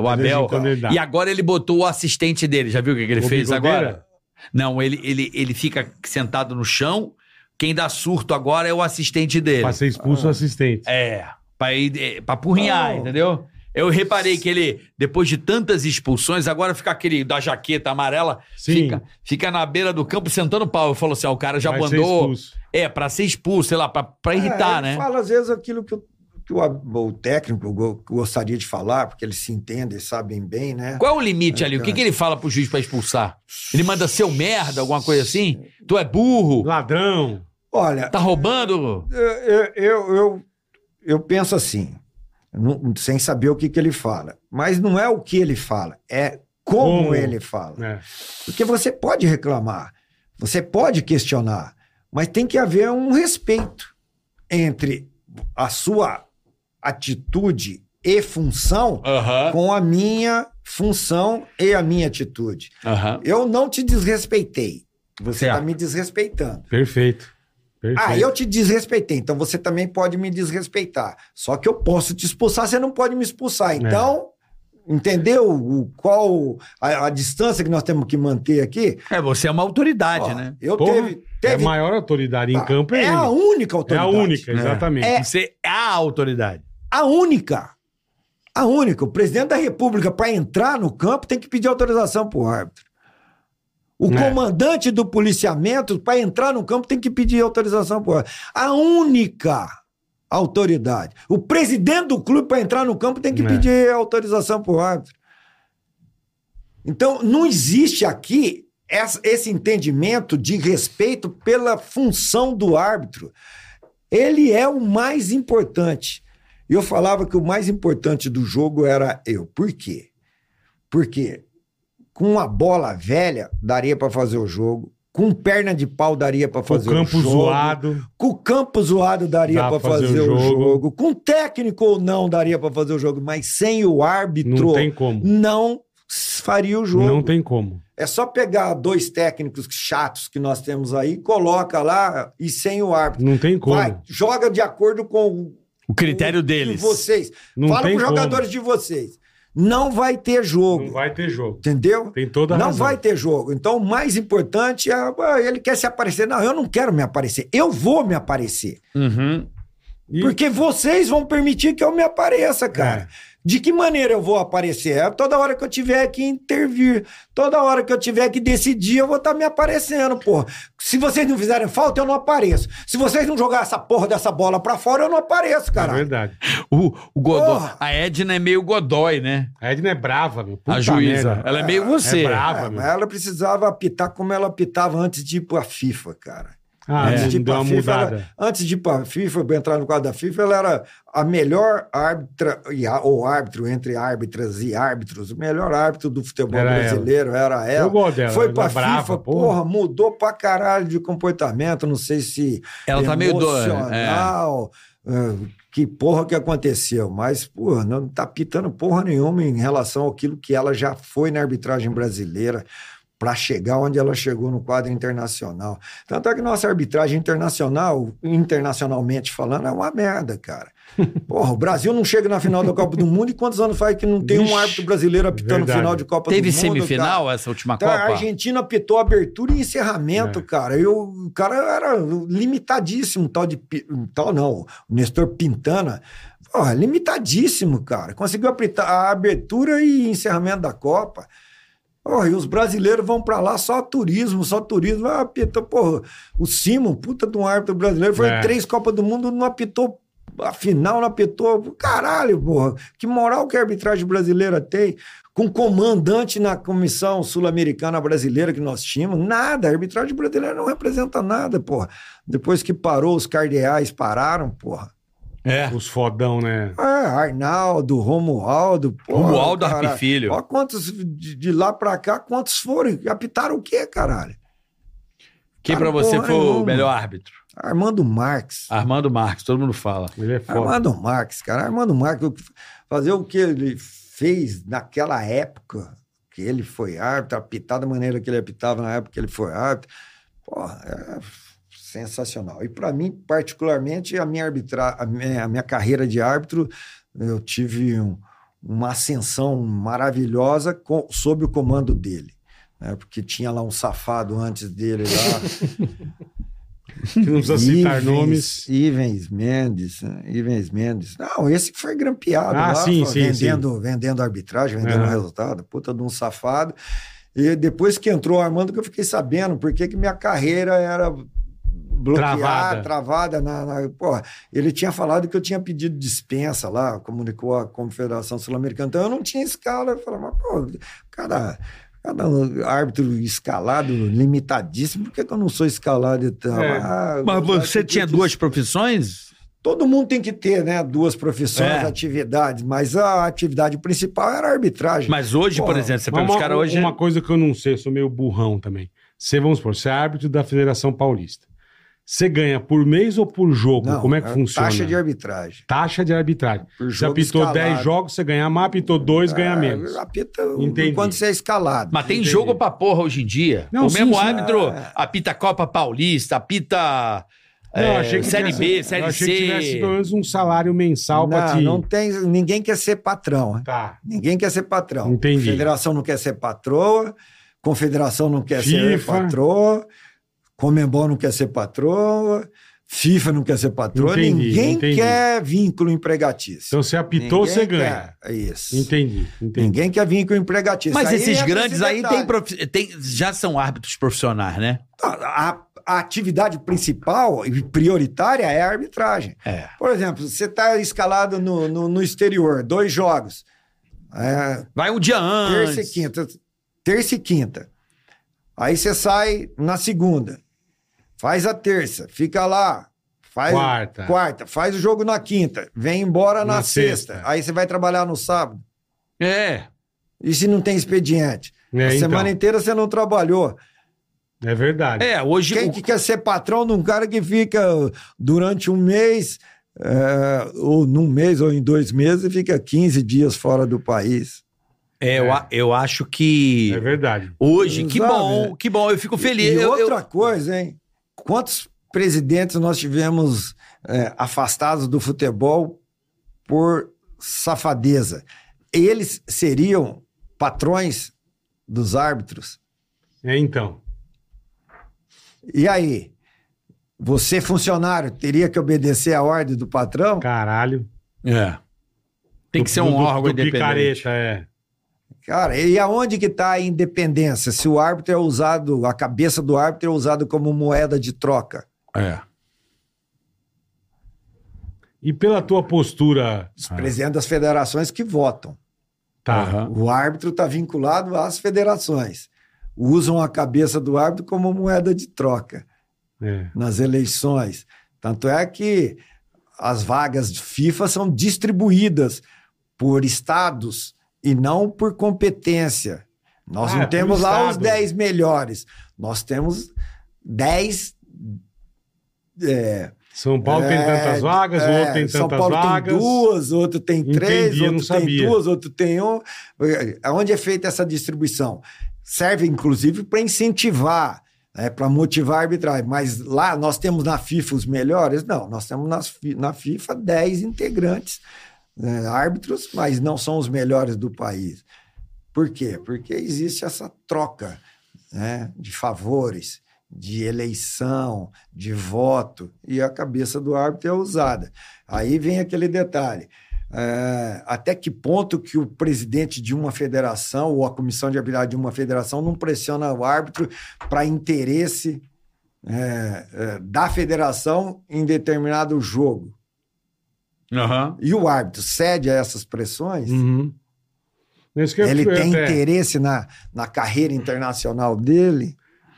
S2: Dá,
S3: o
S2: de vez em
S3: Abel.
S2: quando ele dá.
S3: E agora ele botou o assistente dele. Já viu o que que ele
S2: O
S3: fez
S2: Bigodeira?
S3: agora? Não, ele, ele, ele fica sentado no chão. Quem dá surto agora é o assistente dele.
S2: Pra ser
S4: Ah.
S2: expulso o assistente.
S3: É, pra, ir- é, pra apurrinhar,
S4: Não.
S3: entendeu? Eu reparei que ele, depois de tantas expulsões, agora fica aquele da jaqueta amarela,
S2: Sim.
S3: É, fica, fica na beira do campo sentando pau. Eu falo assim, ó, o cara já
S2: Vai ser
S3: mandou.
S2: expulso.
S3: É, pra ser expulso, sei lá, pra, pra irritar,
S4: É, ele
S3: né?
S4: fala, às vezes, aquilo que o, que o, o técnico go- gostaria de falar, porque eles se entendem, sabem bem, né?
S3: Qual é o limite
S4: É,
S3: ali? O que,
S4: cara.
S3: que ele fala pro juiz pra expulsar? Ele manda seu merda, alguma coisa assim? Tu é burro?
S2: Ladrão.
S4: Olha,
S3: Tá roubando?
S4: eu, eu, eu, eu- eu penso assim, não- sem saber o que, que ele fala. Mas não é o que ele fala, é como,
S2: Como?
S4: ele fala.
S2: É.
S4: Porque você pode reclamar, você pode questionar, mas tem que haver um respeito entre a sua atitude e função
S3: Aham.
S4: com a minha função e a minha atitude.
S3: Aham.
S4: Eu não te desrespeitei. Você está
S3: Certo.
S4: me desrespeitando.
S2: Perfeito. Perfeito.
S4: Ah, eu te desrespeitei, então você também pode me desrespeitar. Só que eu posso te expulsar, você não pode me expulsar. Então, entendeu o- qual a- a distância que nós temos que manter aqui?
S3: É, você é uma autoridade,
S4: Ó,
S3: né?
S4: Eu
S2: Porra,
S4: teve.
S2: É a
S4: teve
S2: maior autoridade em
S4: tá,
S2: campo
S4: é
S2: é, ele.
S4: a única
S2: É a
S4: autoridade.
S2: única, exatamente.
S4: É.
S3: Você é a autoridade.
S4: A única. A única. O presidente da República, para entrar no campo, tem que pedir autorização pro árbitro. O
S2: É.
S4: comandante do policiamento, para entrar no campo, tem que pedir autorização pro árbitro. A única autoridade. O presidente do clube, para entrar no campo, tem que
S2: É.
S4: pedir autorização pro árbitro. Então, não existe aqui essa- esse entendimento de respeito pela função do árbitro. Ele é o mais importante. E eu falava que o mais importante do jogo era eu. Por quê? Porque com uma bola velha daria para fazer o jogo, com perna de pau daria para
S2: Com o
S4: fazer o,
S2: campo
S4: jogo.
S2: zoado.
S4: Com o campo zoado daria
S2: Dá
S4: para
S2: pra fazer
S4: fazer,
S2: o
S4: o
S2: jogo.
S4: jogo. Com técnico ou não daria para fazer o jogo, mas sem o árbitro
S2: Não tem como.
S4: não s- faria o jogo.
S2: Não tem como.
S4: É só pegar dois técnicos chatos que nós temos aí, coloca lá e sem o árbitro.
S2: Não tem como.
S4: Vai, joga de acordo com o
S3: O critério deles.
S4: de vocês.
S2: Não
S4: Fala
S2: tem
S4: com os
S2: como.
S4: jogadores de vocês. Não vai ter jogo,
S2: Não vai ter jogo.
S4: entendeu?
S2: Tem toda a
S4: não
S2: razão.
S4: vai ter jogo. Então, o mais importante é ah, ele quer se aparecer. Não, eu não quero me aparecer. Eu vou me aparecer.
S3: Uhum.
S2: E-
S4: Porque vocês vão permitir que eu me apareça, cara.
S2: É.
S4: De que maneira eu vou aparecer? É toda hora que eu tiver que intervir, toda hora que eu tiver que decidir, eu vou estar me aparecendo, porra. Se vocês não fizerem falta, eu não apareço. Se vocês não jogar essa porra dessa bola pra fora, eu não apareço,
S2: É
S4: cara.
S2: verdade.
S3: O, o Godó-
S4: Porra!
S3: A Edna é meio Godói, né?
S2: A Edna é brava, meu. Puta
S3: a juíza.
S2: merda.
S3: Ela é meio você.
S2: É brava,
S4: É,
S2: meu.
S4: mas ela precisava apitar como ela apitava antes de ir pra FIFA, cara.
S2: Ah,
S4: antes, de
S2: não
S4: ir
S2: deu
S4: pra
S2: uma
S4: FIFA, ela-
S2: mudada.
S4: antes de ir pra FIFA, pra entrar no quadro da FIFA, ela era a melhor árbitra, e a- ou árbitro, entre árbitras e árbitros, o melhor árbitro do futebol
S2: Era ela.
S4: brasileiro era ela.
S2: Eu gosto dela.
S4: Foi
S2: ela
S4: pra
S2: é brava,
S4: FIFA, porra. mudou pra caralho de comportamento. Não sei se.
S3: Ela tá meio doida. É.
S4: emocional, eh, Que porra que aconteceu. Mas, porra, não tá pitando porra nenhuma em relação àquilo que ela já foi na arbitragem brasileira pra chegar onde ela chegou no quadro internacional. Tanto é que nossa arbitragem internacional, internacionalmente falando, é uma merda, cara. Porra, o Brasil não chega na final da Copa do Mundo e quantos anos faz que não tem
S2: Vixe,
S4: um árbitro brasileiro apitando
S2: verdade.
S4: final de Copa
S3: Teve
S4: do Mundo? cara?
S3: semifinal essa última
S4: Então, a
S3: Copa?
S4: Argentina apitou abertura e encerramento,
S2: É.
S4: cara. Eu, o cara era limitadíssimo, um tal de. Pi- Tal não, o Nestor Pintana. Porra, limitadíssimo, cara. Conseguiu apitar a abertura e encerramento da Copa. Porra, e os brasileiros vão pra lá só turismo, só turismo. Ah, apita, porra. O Simon, puta de um árbitro brasileiro, foi
S2: É.
S4: em três Copas do Mundo, não apitou. A final não apitou. Caralho, porra. Que moral que a arbitragem brasileira tem com comandante na comissão sul-americana brasileira que nós tínhamos, nada, a arbitragem brasileira não representa nada, porra. Depois que parou, os cardeais pararam, porra.
S3: É.
S2: Os fodão, né?
S4: É, Arnaldo, Romualdo, porra.
S3: Romualdo
S4: caralho.
S3: Arpifilho.
S4: Ó quantos, de, de lá pra cá, quantos foram? E Apitaram o quê, caralho?
S3: Quem pra
S4: Cara,
S3: você
S4: porra
S3: foi o
S4: nenhuma.
S3: melhor árbitro?
S4: Armando Marques.
S3: Armando Marques, todo mundo fala.
S2: Ele é foda.
S4: Armando Marques, cara. Armando Marques, o que- fazer o que ele fez naquela época que ele foi árbitro, apitar da maneira que ele apitava na época que ele foi árbitro, porra, é sensacional. E para mim, particularmente, a minha, arbitra... a, minha, a minha carreira de árbitro, eu tive um- uma ascensão maravilhosa com- sob o comando dele. né? Porque tinha lá um safado antes dele lá.
S2: Não precisa citar
S4: Ivens-
S2: nomes.
S4: Ivens Mendes, né? Ivens Mendes. Não, esse que foi grampeado
S2: Ah,
S4: lá,
S2: sim,
S4: só
S2: sim,
S4: vendendo, vendendo arbitragem, vendendo
S2: Aham.
S4: resultado, puta de um safado. E depois que entrou o Armando, que eu fiquei sabendo por que que minha carreira era bloqueada,
S2: Travada.
S4: travada. na, na- porra, ele tinha falado que eu tinha pedido dispensa lá, comunicou a Confederação Sul-Americana. Então eu não tinha escala. Eu falei, mas, pô, cada, cada árbitro escalado, limitadíssimo, por que, que eu não sou escalado e tal?
S2: É.
S4: Ah,
S3: Mas você
S4: atitude-
S3: tinha duas profissões?
S4: Todo mundo tem que ter, né? Duas profissões,
S3: É.
S4: atividades, mas a atividade principal era a arbitragem.
S3: Mas hoje, por
S4: Porra,
S3: exemplo, você
S2: Mas
S3: pega os caras hoje. é-
S2: uma coisa que eu não sei, eu sou meio burrão também. Você, vamos supor, você é árbitro da Federação Paulista. Você ganha por mês ou por jogo?
S4: Não,
S2: Como é que
S4: a
S2: funciona?
S4: Taxa de arbitragem.
S2: Taxa de arbitragem.
S4: Por
S2: Você
S4: jogo
S2: apitou
S4: escalado.
S2: 10 jogos, você ganha mais, apitou 2, ganha
S4: Ah,
S2: menos.
S4: Apita
S2: Entendi.
S4: quando você é escalado.
S3: Mas tem
S2: Entendi.
S3: jogo pra porra hoje em dia.
S2: Não,
S3: o
S2: sim,
S3: mesmo
S2: sim.
S3: árbitro
S4: Ah.
S3: apita Copa Paulista, apita é, Série
S2: tivesse-
S3: B,
S2: eu
S3: Série
S2: achei que tivesse
S3: C.
S2: pelo menos um salário mensal pra
S4: não,
S2: ti.
S4: não tem, ninguém quer ser patrão. né?
S2: Tá.
S4: Ninguém quer ser patrão.
S2: Entendi.
S4: Federação não quer ser patroa, confederação não quer ser
S2: FIFA.
S4: patroa, Comembol não quer ser patroa, FIFA não quer ser patroa,
S2: Entendi,
S4: ninguém
S2: entendi.
S4: quer vínculo empregatício.
S2: Então você apitou,
S4: Ninguém
S2: você ganha.
S4: quer. Isso.
S2: Entendi, entendi.
S4: Ninguém quer vínculo empregatício.
S3: Mas
S4: Aí é
S3: esses
S4: entra
S3: grandes
S4: esse
S3: aí tem
S4: detalhe.
S3: profi- tem- já são árbitros profissionais, né?
S4: A, a- a atividade principal e prioritária é a arbitragem.
S3: É.
S4: Por exemplo, você está escalado no, no, no exterior, dois jogos. É,
S3: Vai um dia antes.
S4: Terça e quinta. Terça e quinta. Aí você sai na segunda. Faz a terça. Fica lá. Faz
S2: Quarta.
S4: quarta, faz o jogo na quinta, vem embora na,
S2: Na
S4: sexta.
S2: sexta.
S4: Aí você vai trabalhar no sábado.
S3: É.
S4: E se não tem expediente?
S2: É,
S4: a
S2: então.
S4: semana inteira você não trabalhou.
S2: É verdade.
S3: É, hoje.
S4: Quem
S3: o-
S4: que quer ser patrão de um cara que fica durante um mês, eh, ou num mês, ou em dois meses, e fica 15 dias fora do país?
S3: É, eu, a- eu acho que.
S2: É verdade.
S3: Hoje, que
S4: Sabe?
S3: bom, que bom, eu fico feliz.
S4: E
S3: Eu- eu-
S4: outra coisa, hein? Quantos presidentes nós tivemos eh, afastados do futebol por safadeza? Eles seriam patrões dos árbitros?
S2: É então.
S4: E aí? Você, funcionário, teria que obedecer a ordem do patrão?
S2: Caralho.
S3: É. Tem que
S2: Do-
S3: ser um
S2: do-
S3: órgão
S2: do
S3: independente.
S2: picareta, é.
S4: Cara, e aonde que está a independência? Se o árbitro é usado, a cabeça do árbitro é usado como moeda de troca.
S3: É.
S2: E pela tua postura.
S4: Os presidentes das federações que votam.
S2: Tá.
S3: Aham.
S4: O árbitro está vinculado às federações. Usam a cabeça do árbitro como moeda de troca
S2: É.
S4: nas eleições. Tanto é que as vagas de FIFA são distribuídas por estados e não por competência. Nós
S2: Ah, é
S4: não
S2: por
S4: temos lá os
S2: estado.
S4: 10 melhores. Nós temos 10. é,
S2: São Paulo tem
S4: é,
S2: tantas vagas, o outro
S4: é,
S2: tem tantas
S4: São Paulo
S2: vagas.
S4: tem duas, outro tem
S2: Entendi,
S4: três,
S2: eu não
S4: outro tem
S2: sabia.
S4: duas, outro tem um. Onde é feita essa distribuição? Serve, inclusive, para incentivar, né, para motivar a arbitragem. Mas lá nós temos na FIFA os melhores? Não, nós temos nas fi- na FIFA 10 integrantes, né, árbitros, mas não são os melhores do país. Por quê? Porque existe essa troca né, de favores, de eleição, de voto, e a cabeça do árbitro é usada. Aí vem aquele detalhe. é, até que ponto que o presidente de uma federação ou a comissão de arbitragem de uma federação não pressiona o árbitro para interesse é, é, da federação em determinado jogo?
S3: Aham.
S4: E o árbitro cede a essas pressões?
S2: Uhum. Isso que eu- é,
S4: Ele
S2: eu
S4: tem
S2: até-
S4: interesse na, na carreira internacional dele?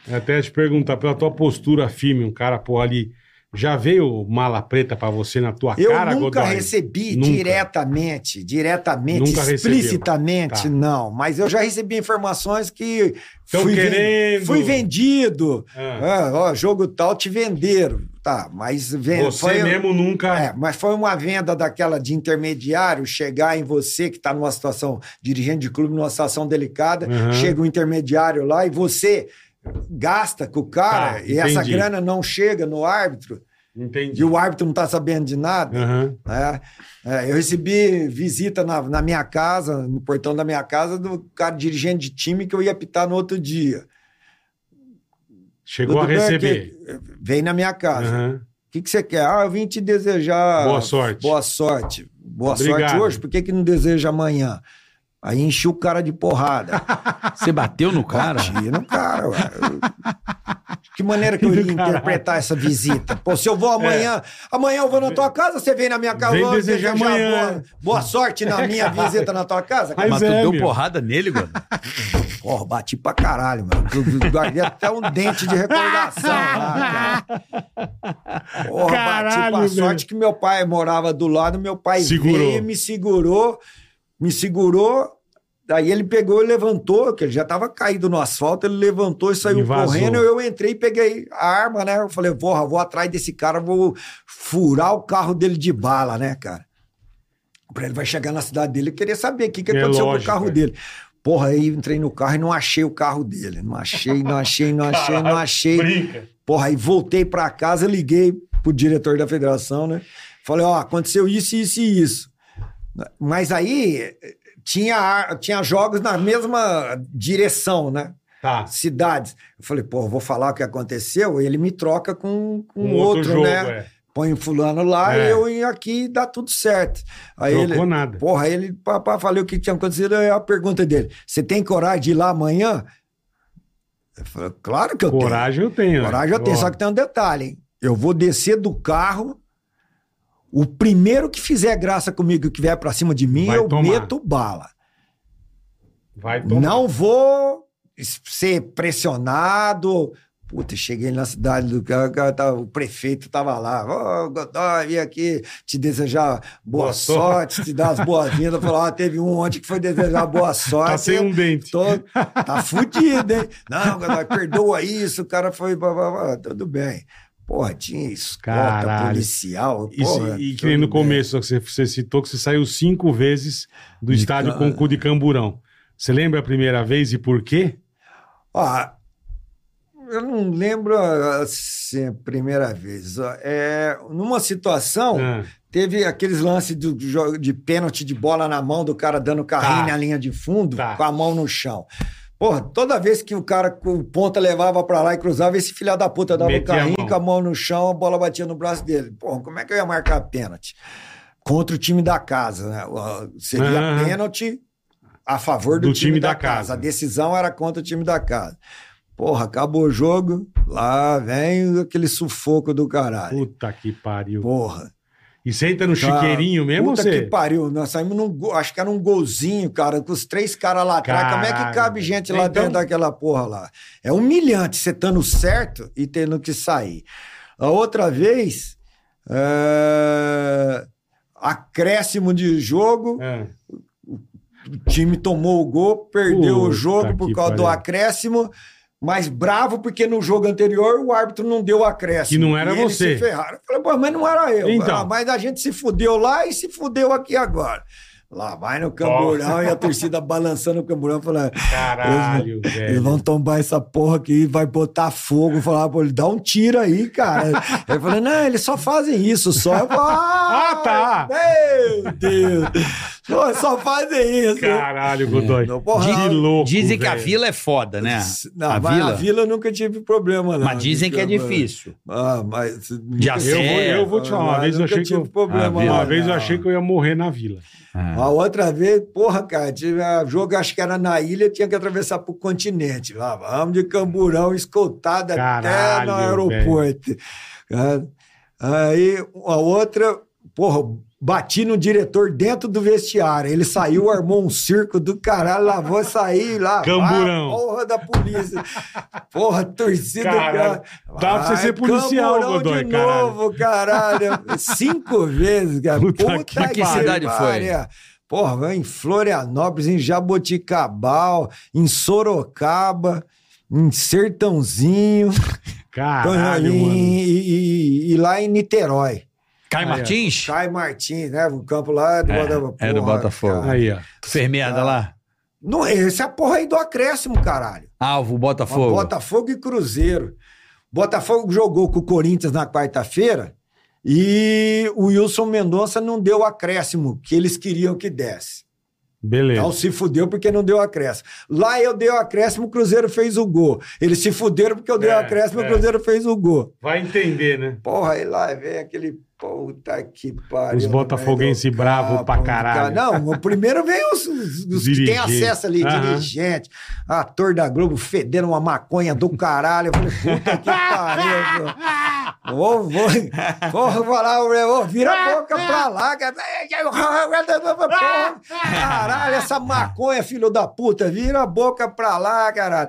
S2: Eu É Até te perguntar, pela tua postura firme, um cara, pô, ali, já veio mala preta pra você na tua
S4: Eu
S2: cara,
S4: nunca
S2: Godoy?
S4: recebi
S2: Nunca.
S4: diretamente, diretamente,
S2: Nunca recebeu.
S4: explicitamente,
S2: Tá.
S4: não. Mas eu já recebi informações que
S2: Tão
S4: ven-
S2: querendo.
S4: fui vendido.
S2: Ah,
S4: Ah, ó, jogo tal, te venderam. Tá, mas ven- um
S2: você mesmo nunca...
S4: É, mas foi uma venda daquela de intermediário chegar em você que está numa situação, dirigente de clube, numa situação delicada,
S2: Uhum.
S4: chega um intermediário lá e você gasta com o cara
S2: Tá,
S4: e essa
S2: entendi.
S4: grana não chega no árbitro
S2: Entendi.
S4: e o árbitro não está sabendo de nada.
S2: Aham.
S4: né? É, eu recebi visita na, na minha casa, no portão da minha casa, do cara dirigente de time que eu ia pitar no outro dia.
S2: Chegou a
S4: Tudo bem,
S2: receber.
S4: que- Vem na minha casa.
S2: Aham.
S4: O que, que você quer? Ah, eu vim te desejar.
S2: Boa sorte.
S4: Ah, Boa sorte. Boa
S2: Obrigado.
S4: sorte hoje, por que, que não deseja amanhã? Aí enchi o cara de porrada.
S3: Você bateu no cara?
S4: Bati no cara, ué. Que maneira que eu iria interpretar essa visita? Pô, se eu vou amanhã, amanhã eu vou na tua casa, você vem na minha casa,
S2: Vem
S4: eu vou
S2: desejar amanhã.
S4: Boa, boa sorte na minha visita na tua casa.
S2: Mas
S3: Mas tu
S2: é,
S3: deu
S2: meu.
S3: porrada nele, mano.
S4: Porra, bati pra caralho, mano. Eu- eu Guardei até um dente de recordação lá, cara. Porra, bati
S2: Caralho,
S4: pra
S2: velho.
S4: sorte que meu pai morava do lado, meu pai
S2: Segurou.
S4: veio, me segurou, me segurou. Daí ele pegou e levantou, que ele já tava caído no asfalto, ele levantou e saiu
S2: E vazou.
S4: correndo. Eu entrei e peguei a arma, né? Eu falei, porra, vou atrás desse cara, vou furar o carro dele de bala, né, cara? Pra ele vai chegar na cidade dele e querer saber o que, que
S2: É
S4: aconteceu
S2: lógico,
S4: com o carro
S2: é.
S4: dele. Porra, aí entrei no carro e não achei o carro dele. Não achei, não achei, não achei, não achei.
S2: Brinca.
S4: Porra, aí voltei pra casa, liguei pro diretor da federação, né? Falei, ó, aconteceu isso, isso e isso. Mas aí eh, tinha, ar- tinha jogos na mesma direção, né?
S2: Tá.
S4: Cidades. Eu falei, pô, vou falar o que aconteceu, e ele me troca com, com
S2: Um
S4: outro,
S2: outro, jogo,
S4: né?
S2: é.
S4: Põe fulano lá,
S2: É.
S4: eu em aqui e dá tudo certo. Aí
S2: Trocou
S4: ele,
S2: nada.
S4: Porra, aí ele, papá, falei o que tinha acontecido, aí é a pergunta dele, você tem coragem de ir lá amanhã? Eu falei, claro que eu
S2: Coragem né? eu tenho.
S4: tenho. Coragem eu tenho,
S2: Ó,
S4: só que tem um detalhe, hein? Eu vou descer do carro, o primeiro que fizer graça comigo, que vier pra cima de mim,
S2: Vai
S4: eu
S2: tomar.
S4: meto bala.
S2: Vai tomar.
S4: Não vou es- ser pressionado, Puta, cheguei na cidade do cara, o cara tava- o prefeito tava lá. Ô, Godoy, vim aqui te desejar boa,
S2: Boa sorte.
S4: sorte, te dar as boas-vindas. Falou, ah, teve um ontem que foi desejar boa sorte.
S2: Tá sem um dente.
S4: Tô- tá fudido, hein? Não, Godoy, perdoa isso, o cara foi. blá, blá, blá. Tudo bem. Porra, tinha escolta
S2: Caralho.
S4: policial.
S2: E, se-
S4: porra, é
S2: e que nem no
S4: tudo bem.
S2: começo que você, você citou que você saiu cinco vezes do
S4: De
S2: estádio
S4: ca-
S2: com o cu de camburão. Você lembra a primeira vez e por quê?
S4: Ó, eu não lembro assim, a primeira vez. Ó, É, numa situação,
S2: Ah,
S4: teve aqueles lances do, do jogo de pênalti de bola na mão do cara dando carrinho
S2: Tá.
S4: na linha de fundo,
S2: Tá.
S4: com a mão no chão. Porra, toda vez que o cara com o ponta levava pra lá e cruzava, esse filho da puta dava o
S2: Metia a
S4: carrinho
S2: mão.
S4: com a mão no chão, a bola batia no braço dele. Porra, como é que eu ia marcar pênalti? Contra o time da casa, né? Ó, Seria
S2: Aham.
S4: pênalti a favor do, time, da, casa. A decisão era contra o time da casa. Porra, acabou o jogo, lá vem aquele sufoco do caralho.
S2: puta que pariu.
S4: Porra.
S2: E você entra no chiqueirinho mesmo ou
S4: Ah, Puta
S2: você?
S4: que pariu. Nós saímos num. go- Acho que era um golzinho, cara, com os três caras lá atrás. Como é
S2: Caralho.
S4: que cabe gente lá
S2: Então-
S4: dentro daquela porra lá? É humilhante você estando certo e tendo que sair. A outra vez. é, Acréscimo de jogo,
S2: Ah,
S4: o time tomou o gol, perdeu
S2: Puta
S4: o jogo por
S2: que
S4: causa do
S2: pariu.
S4: acréscimo, mas bravo porque no jogo anterior o árbitro não deu acréscimo.
S2: Que não era
S4: E eles
S2: você.
S4: se ferraram. Eu falei, pô, mas não era eu.
S2: Então.
S4: Ah, mas a gente se fudeu lá e se fudeu aqui agora. Lá vai no camburão e a torcida balançando o camburão, falando...
S2: caralho,
S4: Eles
S2: velho.
S4: vão tombar essa porra aqui, vai botar fogo. Falar, pô, dá um tiro aí, cara. Ele falou, não, eles só fazem isso, só. Eu falo, ah,
S2: Ah, tá.
S4: Meu Deus! Pô, só fazem isso.
S2: Caralho, Godoy.
S4: Não, porra,
S2: que louco.
S3: Dizem que a
S2: velho.
S3: vila é foda, né?
S4: Não,
S3: a
S4: mas
S3: vila.
S4: a vila eu nunca tive problema, não.
S3: Mas dizem que é difícil.
S4: Ah, mas.
S3: De
S2: Eu vou, eu vou te falar, uma vez eu
S4: nunca
S2: achei que
S4: tive
S2: eu,
S4: problema,
S3: Ah,
S2: uma
S4: não,
S2: vez eu
S4: não.
S2: achei que eu ia morrer na vila. É.
S4: A outra vez, porra, cara, tive a jogo, acho que era na ilha, tinha que atravessar pro continente. Lá vamos de camburão, escoltada até
S2: Caralho,
S4: no aeroporto. Ah, Aí a outra, porra, bati no diretor dentro do vestiário. Ele saiu, armou um circo do caralho, lá vou sair lá.
S2: Camburão.
S4: vai, Porra da polícia. Porra, torcida.
S2: Caralho,
S4: cara.
S2: dá pra você
S4: Vai,
S2: ser policial,
S4: camburão
S2: Godoy,
S4: de
S2: caralho.
S4: novo, caralho. Cinco vezes, cara.
S2: Puta
S4: Puta,
S2: que
S4: que,
S3: pariu. cidade foi?
S4: pariu. Porra, em Florianópolis, em Jaboticabal, em Sorocaba, em Sertãozinho,
S2: Caralho,
S4: em-
S2: mano.
S4: e- e- e lá em Niterói.
S3: Caio
S2: Aí, ó.
S3: Martins?
S4: Chay Martins, né? O campo lá do
S3: É,
S4: Botafogo.
S3: é do Botafogo.
S4: cara.
S2: Aí, ó.
S3: Fez merda lá.
S4: Não, esse é a porra aí do acréscimo, caralho.
S3: Alvo, Botafogo.
S4: Botafogo e Cruzeiro. Botafogo jogou com o Corinthians na quarta-feira e o Wilson Mendonça não deu acréscimo que eles queriam que desse. Então
S2: Beleza.
S4: se fudeu porque não deu acréscimo. Lá eu dei o acréscimo, o Cruzeiro fez o gol. Eles se fuderam porque eu dei
S2: É,
S4: o acréscimo,
S2: é.
S4: o Cruzeiro fez o gol.
S2: Vai entender, né?
S4: Porra, aí lá vem aquele puta que pariu.
S2: Os botafoguense
S4: no meio do
S2: bravo pra
S4: campo,
S2: caralho.
S4: cara. Não, o primeiro vem os, os- os que
S2: Dirigente.
S4: têm acesso ali,
S2: Aham.
S4: dirigente, ator da Globo, fedendo uma maconha do caralho. Eu falei, puta que pariu. pô. Vou, vou, porra, vou lá, ô, vira a boca pra lá. cara. Porra, Caralho, essa maconha, filho da puta, vira a boca pra lá, caralho.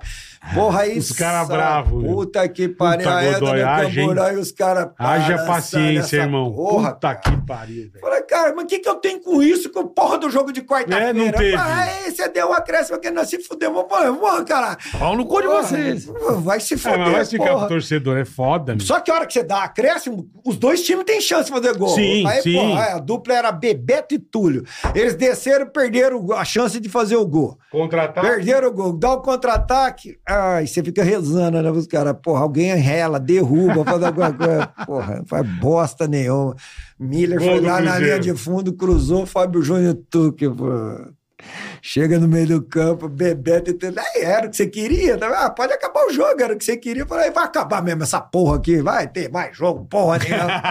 S4: Porra, isso. é
S2: Os cara bravo, viu?
S4: Puta que pariu.
S2: Puta,
S4: Aí entra no
S2: Godoy, haja, hein?
S4: camburão e os caras
S2: Haja
S4: Cara,
S2: paciência,
S4: essa
S2: irmão.
S4: Porra,
S2: Puta
S4: cara.
S2: que pariu, velho.
S4: Falei, cara, mas o que, que eu tenho com isso, com o porra do jogo de quarta-feira?
S2: É, não teve.
S4: Aí você deu uma crescente porque nós se fudemos. Porra, porra, cara.
S3: Pau no cu de
S4: Porra,
S3: vocês.
S4: Vai se
S2: É,
S4: fuder,
S2: mas vai ficar pro
S4: porra.
S2: torcedor, é foda, meu.
S4: Só que a hora que você dá acréscimo, os dois times têm chance de fazer gol.
S2: Sim,
S4: Aí,
S2: sim.
S4: porra, aí a dupla era Bebeto e Túlio. Eles desceram e perderam a chance de fazer o gol.
S2: Contratar.
S4: Perderam o gol, dá o contra-ataque. Ai, você fica rezando, né? Os caras, porra, alguém rela, derruba, faz alguma coisa. Porra, não faz bosta nenhuma. Miller
S2: Gol
S4: foi
S2: do
S4: lá na
S2: Cruzeiro.
S4: linha de fundo, cruzou, Fábio Júnior Tuque, pô. Chega no meio do campo, Bebeto e tudo. Aí era o que você queria. tá? Ah, pode acabar o jogo, era o que você queria. Eu Falei, vai acabar mesmo essa porra aqui, vai ter mais jogo, porra nenhuma.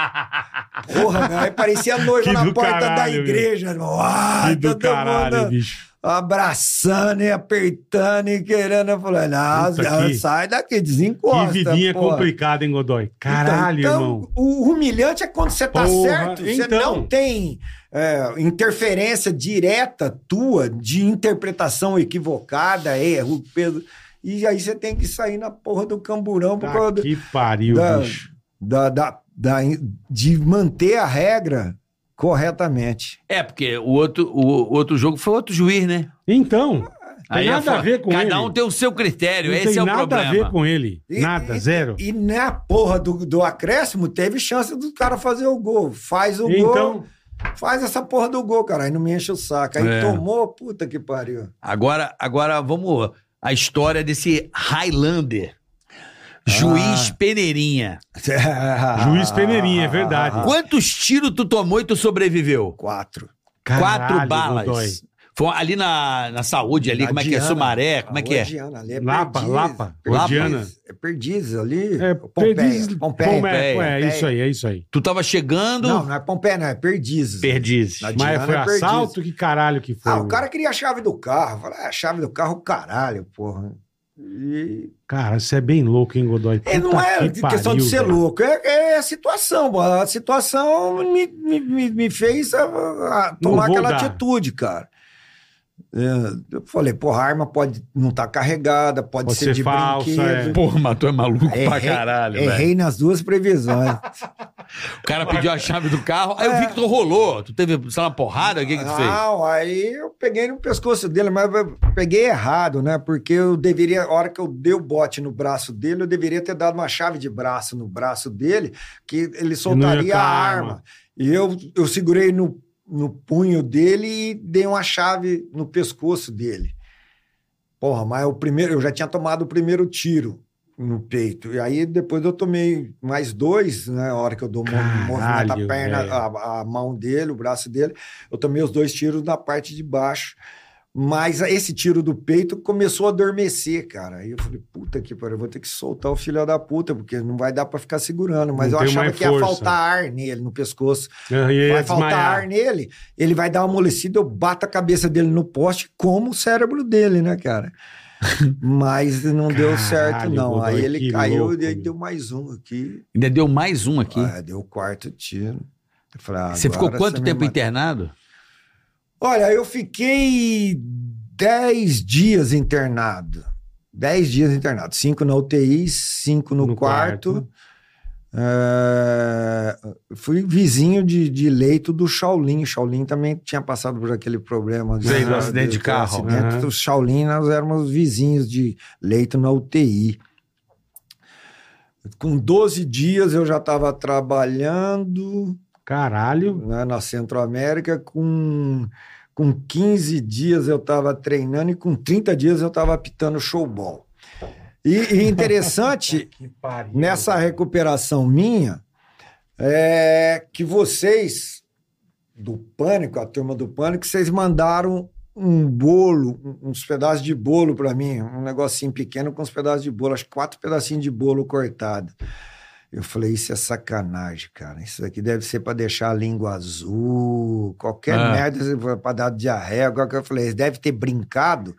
S4: porra, meu. Aí parecia noiva
S2: Que
S4: na
S2: do
S4: porta da
S2: caralho, meu.
S4: igreja. irmão. Ah,
S2: Que do
S4: todo
S2: caralho,
S4: mundo
S2: bicho.
S4: abraçando e apertando e querendo. Eu falei, não,
S2: Puta
S4: não,
S2: que-
S4: sai daqui,
S2: Que
S4: desencosta.
S2: vidinha
S4: porra.
S2: complicada, hein, Godoy? Caralho,
S4: então,
S2: irmão.
S4: O humilhante é quando você tá
S2: Porra,
S4: certo, você
S2: então.
S4: não tem é, interferência direta tua de interpretação equivocada, erro, peso. E aí você tem que sair na porra do camburão
S2: Tá
S4: por causa do-
S2: que pariu,
S4: da-
S2: bicho.
S4: da, da, da, de manter a regra corretamente.
S3: É, porque o outro, o, o outro jogo foi outro juiz, né?
S2: Então, tem
S3: eu
S2: nada
S3: falo,
S2: a ver com
S3: é Cada
S2: ele.
S3: um tem o seu critério,
S2: não
S3: esse
S2: tem
S3: é o
S2: nada
S3: problema.
S2: a ver com ele.
S4: E-
S2: nada, zero.
S4: E na porra do, do acréscimo, teve chance do cara fazer o gol. Faz o gol,
S2: então,
S4: faz essa porra do gol, cara. Aí não me enche o saco. Aí
S3: É.
S4: tomou, puta que pariu.
S3: Agora, agora vamos a história desse Highlander.
S4: Ah.
S3: Juiz Peneirinha.
S2: Juiz Peneirinha, é verdade.
S4: Ah.
S3: Quantos tiros tu tomou e tu sobreviveu?
S4: Quatro.
S2: caralho,
S3: Quatro
S2: Godoy.
S3: balas. Foi ali na, na saúde, ali,
S4: Na
S3: como é que é?
S4: Diana.
S3: Sumaré, como é que é?
S4: Diana, ali é
S2: Lapa,
S4: Perdizes.
S2: Lapa,
S4: Perdizes.
S2: Diana.
S4: É Perdizes ali.
S2: É,
S4: Pompeia.
S2: Perdizes-
S4: Pompeia.
S2: Pompeia,
S3: Pompeia.
S2: É isso aí, é isso aí.
S3: Tu tava chegando.
S4: Não, não é Pompeia, não. É Perdizes.
S2: Perdizes.
S4: Na
S2: Mas
S4: Diana
S2: foi
S4: é Perdizes.
S2: assalto? Que caralho que foi?
S4: Ah, o
S2: meu?
S4: cara queria a chave do carro. Falei, ah, a chave do carro, caralho, porra. E
S2: Cara, você é bem louco, hein, Godoy?
S4: É, não
S2: Puta
S4: é
S2: que
S4: questão de
S2: pariu,
S4: ser
S2: velho.
S4: louco, é, é a situação. bo- A situação me, me- me, me fez a- a tomar
S2: vou
S4: aquela
S2: dar.
S4: atitude, cara. É, Eu falei, porra, a arma pode não estar carregada, pode,
S2: Pode
S4: ser,
S2: ser
S4: de
S2: falsa, é.
S4: brinquedo.
S3: Porra, mas tu é maluco pra
S4: Errei-
S3: caralho, velho.
S4: Errei nas duas previsões.
S3: O cara pediu a chave do carro, aí
S4: É.
S3: eu vi que tu rolou. Tu teve, sei lá, uma porrada, o que que
S4: Ah.
S3: tu fez?
S4: Não, aí eu peguei no pescoço dele, mas eu peguei errado, né? Porque eu deveria, a hora que eu dei o bote no braço dele, eu deveria ter dado uma chave de braço no braço dele, que ele soltaria
S2: com
S4: a
S2: a
S4: arma.
S2: arma.
S4: E eu, eu segurei no, no punho dele e dei uma chave no pescoço dele. Porra, mas o primeiro, eu já tinha tomado o primeiro tiro no peito. E aí depois eu tomei mais dois, né? A hora que eu dou mo-
S2: Caralho,
S4: movimento a perna,
S2: velho.
S4: a, a mão dele, o braço dele, eu tomei os dois tiros na parte de baixo. Mas esse tiro do peito começou a adormecer, cara. Aí eu falei, puta que pariu, eu vou ter que soltar o filho da puta, porque não vai dar pra ficar segurando. Mas eu
S2: Não tem
S4: achava
S2: mais
S4: que ia
S2: força.
S4: faltar ar nele, no pescoço.
S2: Eu ia
S4: vai faltar
S2: desmaiar.
S4: ar nele, ele vai dar uma amolecida, eu bato a cabeça dele no poste, como o cérebro dele, né, cara? Mas não deu
S2: Caralho,
S4: certo, não.
S2: Godoy,
S4: aí ele
S2: que
S4: caiu
S2: louco,
S4: e aí
S2: meu.
S4: deu mais um aqui.
S3: Ainda deu mais um aqui.
S4: Ah, deu o quarto tiro. Eu falei, ah,
S3: você ficou
S4: agora
S3: quanto
S4: você me
S3: tempo
S4: matou.
S3: internado?
S4: Olha, eu fiquei 10 dias internado. 10 dias internado. 5 na UTI, 5 no,
S2: No
S4: quarto.
S2: quarto.
S4: É, fui vizinho de, de leito do Shaolin. Shaolin também tinha passado por aquele problema.
S5: Sei, do
S4: né,
S5: acidente de
S4: do
S5: carro.
S4: acidente
S2: Aham.
S4: do Shaolin, nós éramos vizinhos de leito na UTI. Com 12 dias eu já estava trabalhando
S2: Caralho.
S4: né, na Centro-América. Com, com 15 dias eu estava treinando e com 30 dias eu estava apitando showball. E, e interessante,
S2: Que pariu.
S4: nessa recuperação minha, é que vocês do Pânico, a turma do Pânico, vocês mandaram um bolo, um- uns pedaços de bolo para mim, um negocinho pequeno com uns pedaços de bolo, acho que quatro pedacinhos de bolo cortado. Eu falei, isso é sacanagem, cara. Isso aqui deve ser para deixar a língua azul, qualquer
S3: Ah.
S4: merda para dar diarreia. Agora que eu falei, eles devem ter brincado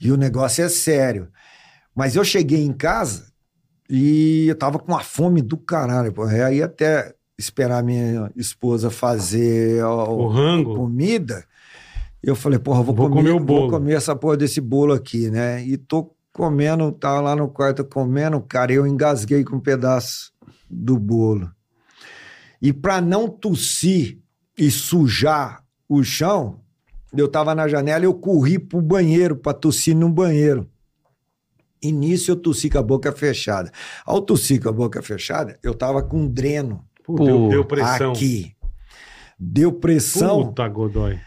S4: e o negócio é sério. Mas eu cheguei em casa e eu tava com uma fome do caralho. Pô. Aí até esperar minha esposa fazer
S2: O
S4: o-
S2: rango.
S4: comida, eu falei, porra, eu vou,
S2: Vou
S4: comer,
S2: comer o bolo.
S4: vou comer essa porra desse bolo aqui, né? E tô comendo, tava lá no quarto comendo, cara, e eu engasguei com um pedaço do bolo. E pra não tossir e sujar o chão, eu tava na janela e eu corri pro banheiro pra tossir no banheiro. E nisso eu tossi com a boca fechada. Ao tossir com a boca fechada, eu tava com um dreno
S2: Pô, deu,
S3: Pô,
S2: deu pressão.
S4: aqui. Deu pressão
S2: Puta, Godoy.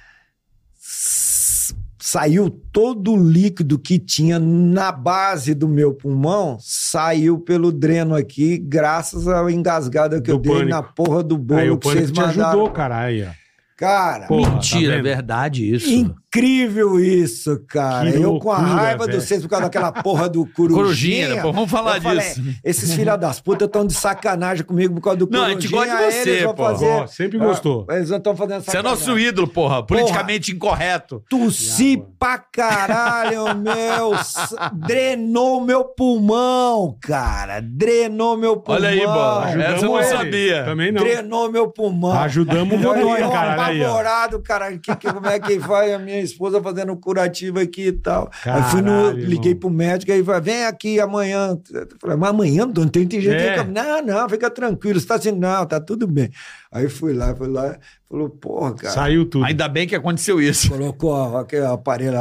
S4: s- saiu todo o líquido que tinha na base do meu pulmão, saiu pelo dreno aqui, graças à engasgada que
S2: Do
S4: eu dei
S2: pânico.
S4: na porra do bolo
S2: Aí o
S4: que vocês
S2: pânico te
S4: mandaram.
S2: ajudou, caralho. aí, ó.
S4: Cara,
S2: Porra, tá
S3: Mentira, é
S2: vendo?
S3: verdade isso.
S4: incrível isso, cara.
S2: Que
S4: eu com a
S2: loucura,
S4: raiva
S2: velho.
S4: de vocês por causa daquela porra do
S3: Corujinha,
S4: corujinha.
S3: né, pô, vamos falar
S4: eu falei,
S3: disso.
S4: esses filha das putas estão de sacanagem comigo por causa do
S3: Não, a
S4: corujinha.
S3: gente gosta de
S4: eles
S3: você,
S4: vão
S3: pô.
S4: fazer-
S2: Ó, sempre gostou.
S4: Ah, Eles estão fazendo
S3: Você é
S4: sacanagem.
S3: nosso ídolo, porra. Politicamente incorreto.
S4: Tossi
S2: Água.
S4: pra caralho, meu. S- Drenou meu pulmão, cara. Drenou meu pulmão.
S3: Olha aí, bola.
S2: Ajudamos
S3: Ah, Essa eu não
S2: ele.
S3: sabia.
S2: Também não.
S4: Drenou meu pulmão.
S2: Ajudamos o
S4: Eu tô
S2: Godoy, caralho. aí, ó.
S4: apavorado, caralho. Que, que- como é que vai a minha esposa fazendo um curativo aqui e tal. aí fui no,
S2: Caralho,
S4: liguei
S2: irmão.
S4: pro médico e falei, vem aqui amanhã. Eu falei, mas amanhã, não tem, tem jeito.
S2: É.
S4: que eu-" Não, não, fica tranquilo. Você tá assim, não, tá tudo bem. Aí fui lá, fui lá, falou, porra, cara.
S2: Saiu tudo.
S3: Ainda bem que aconteceu isso.
S4: Colocou a- aquele aparelho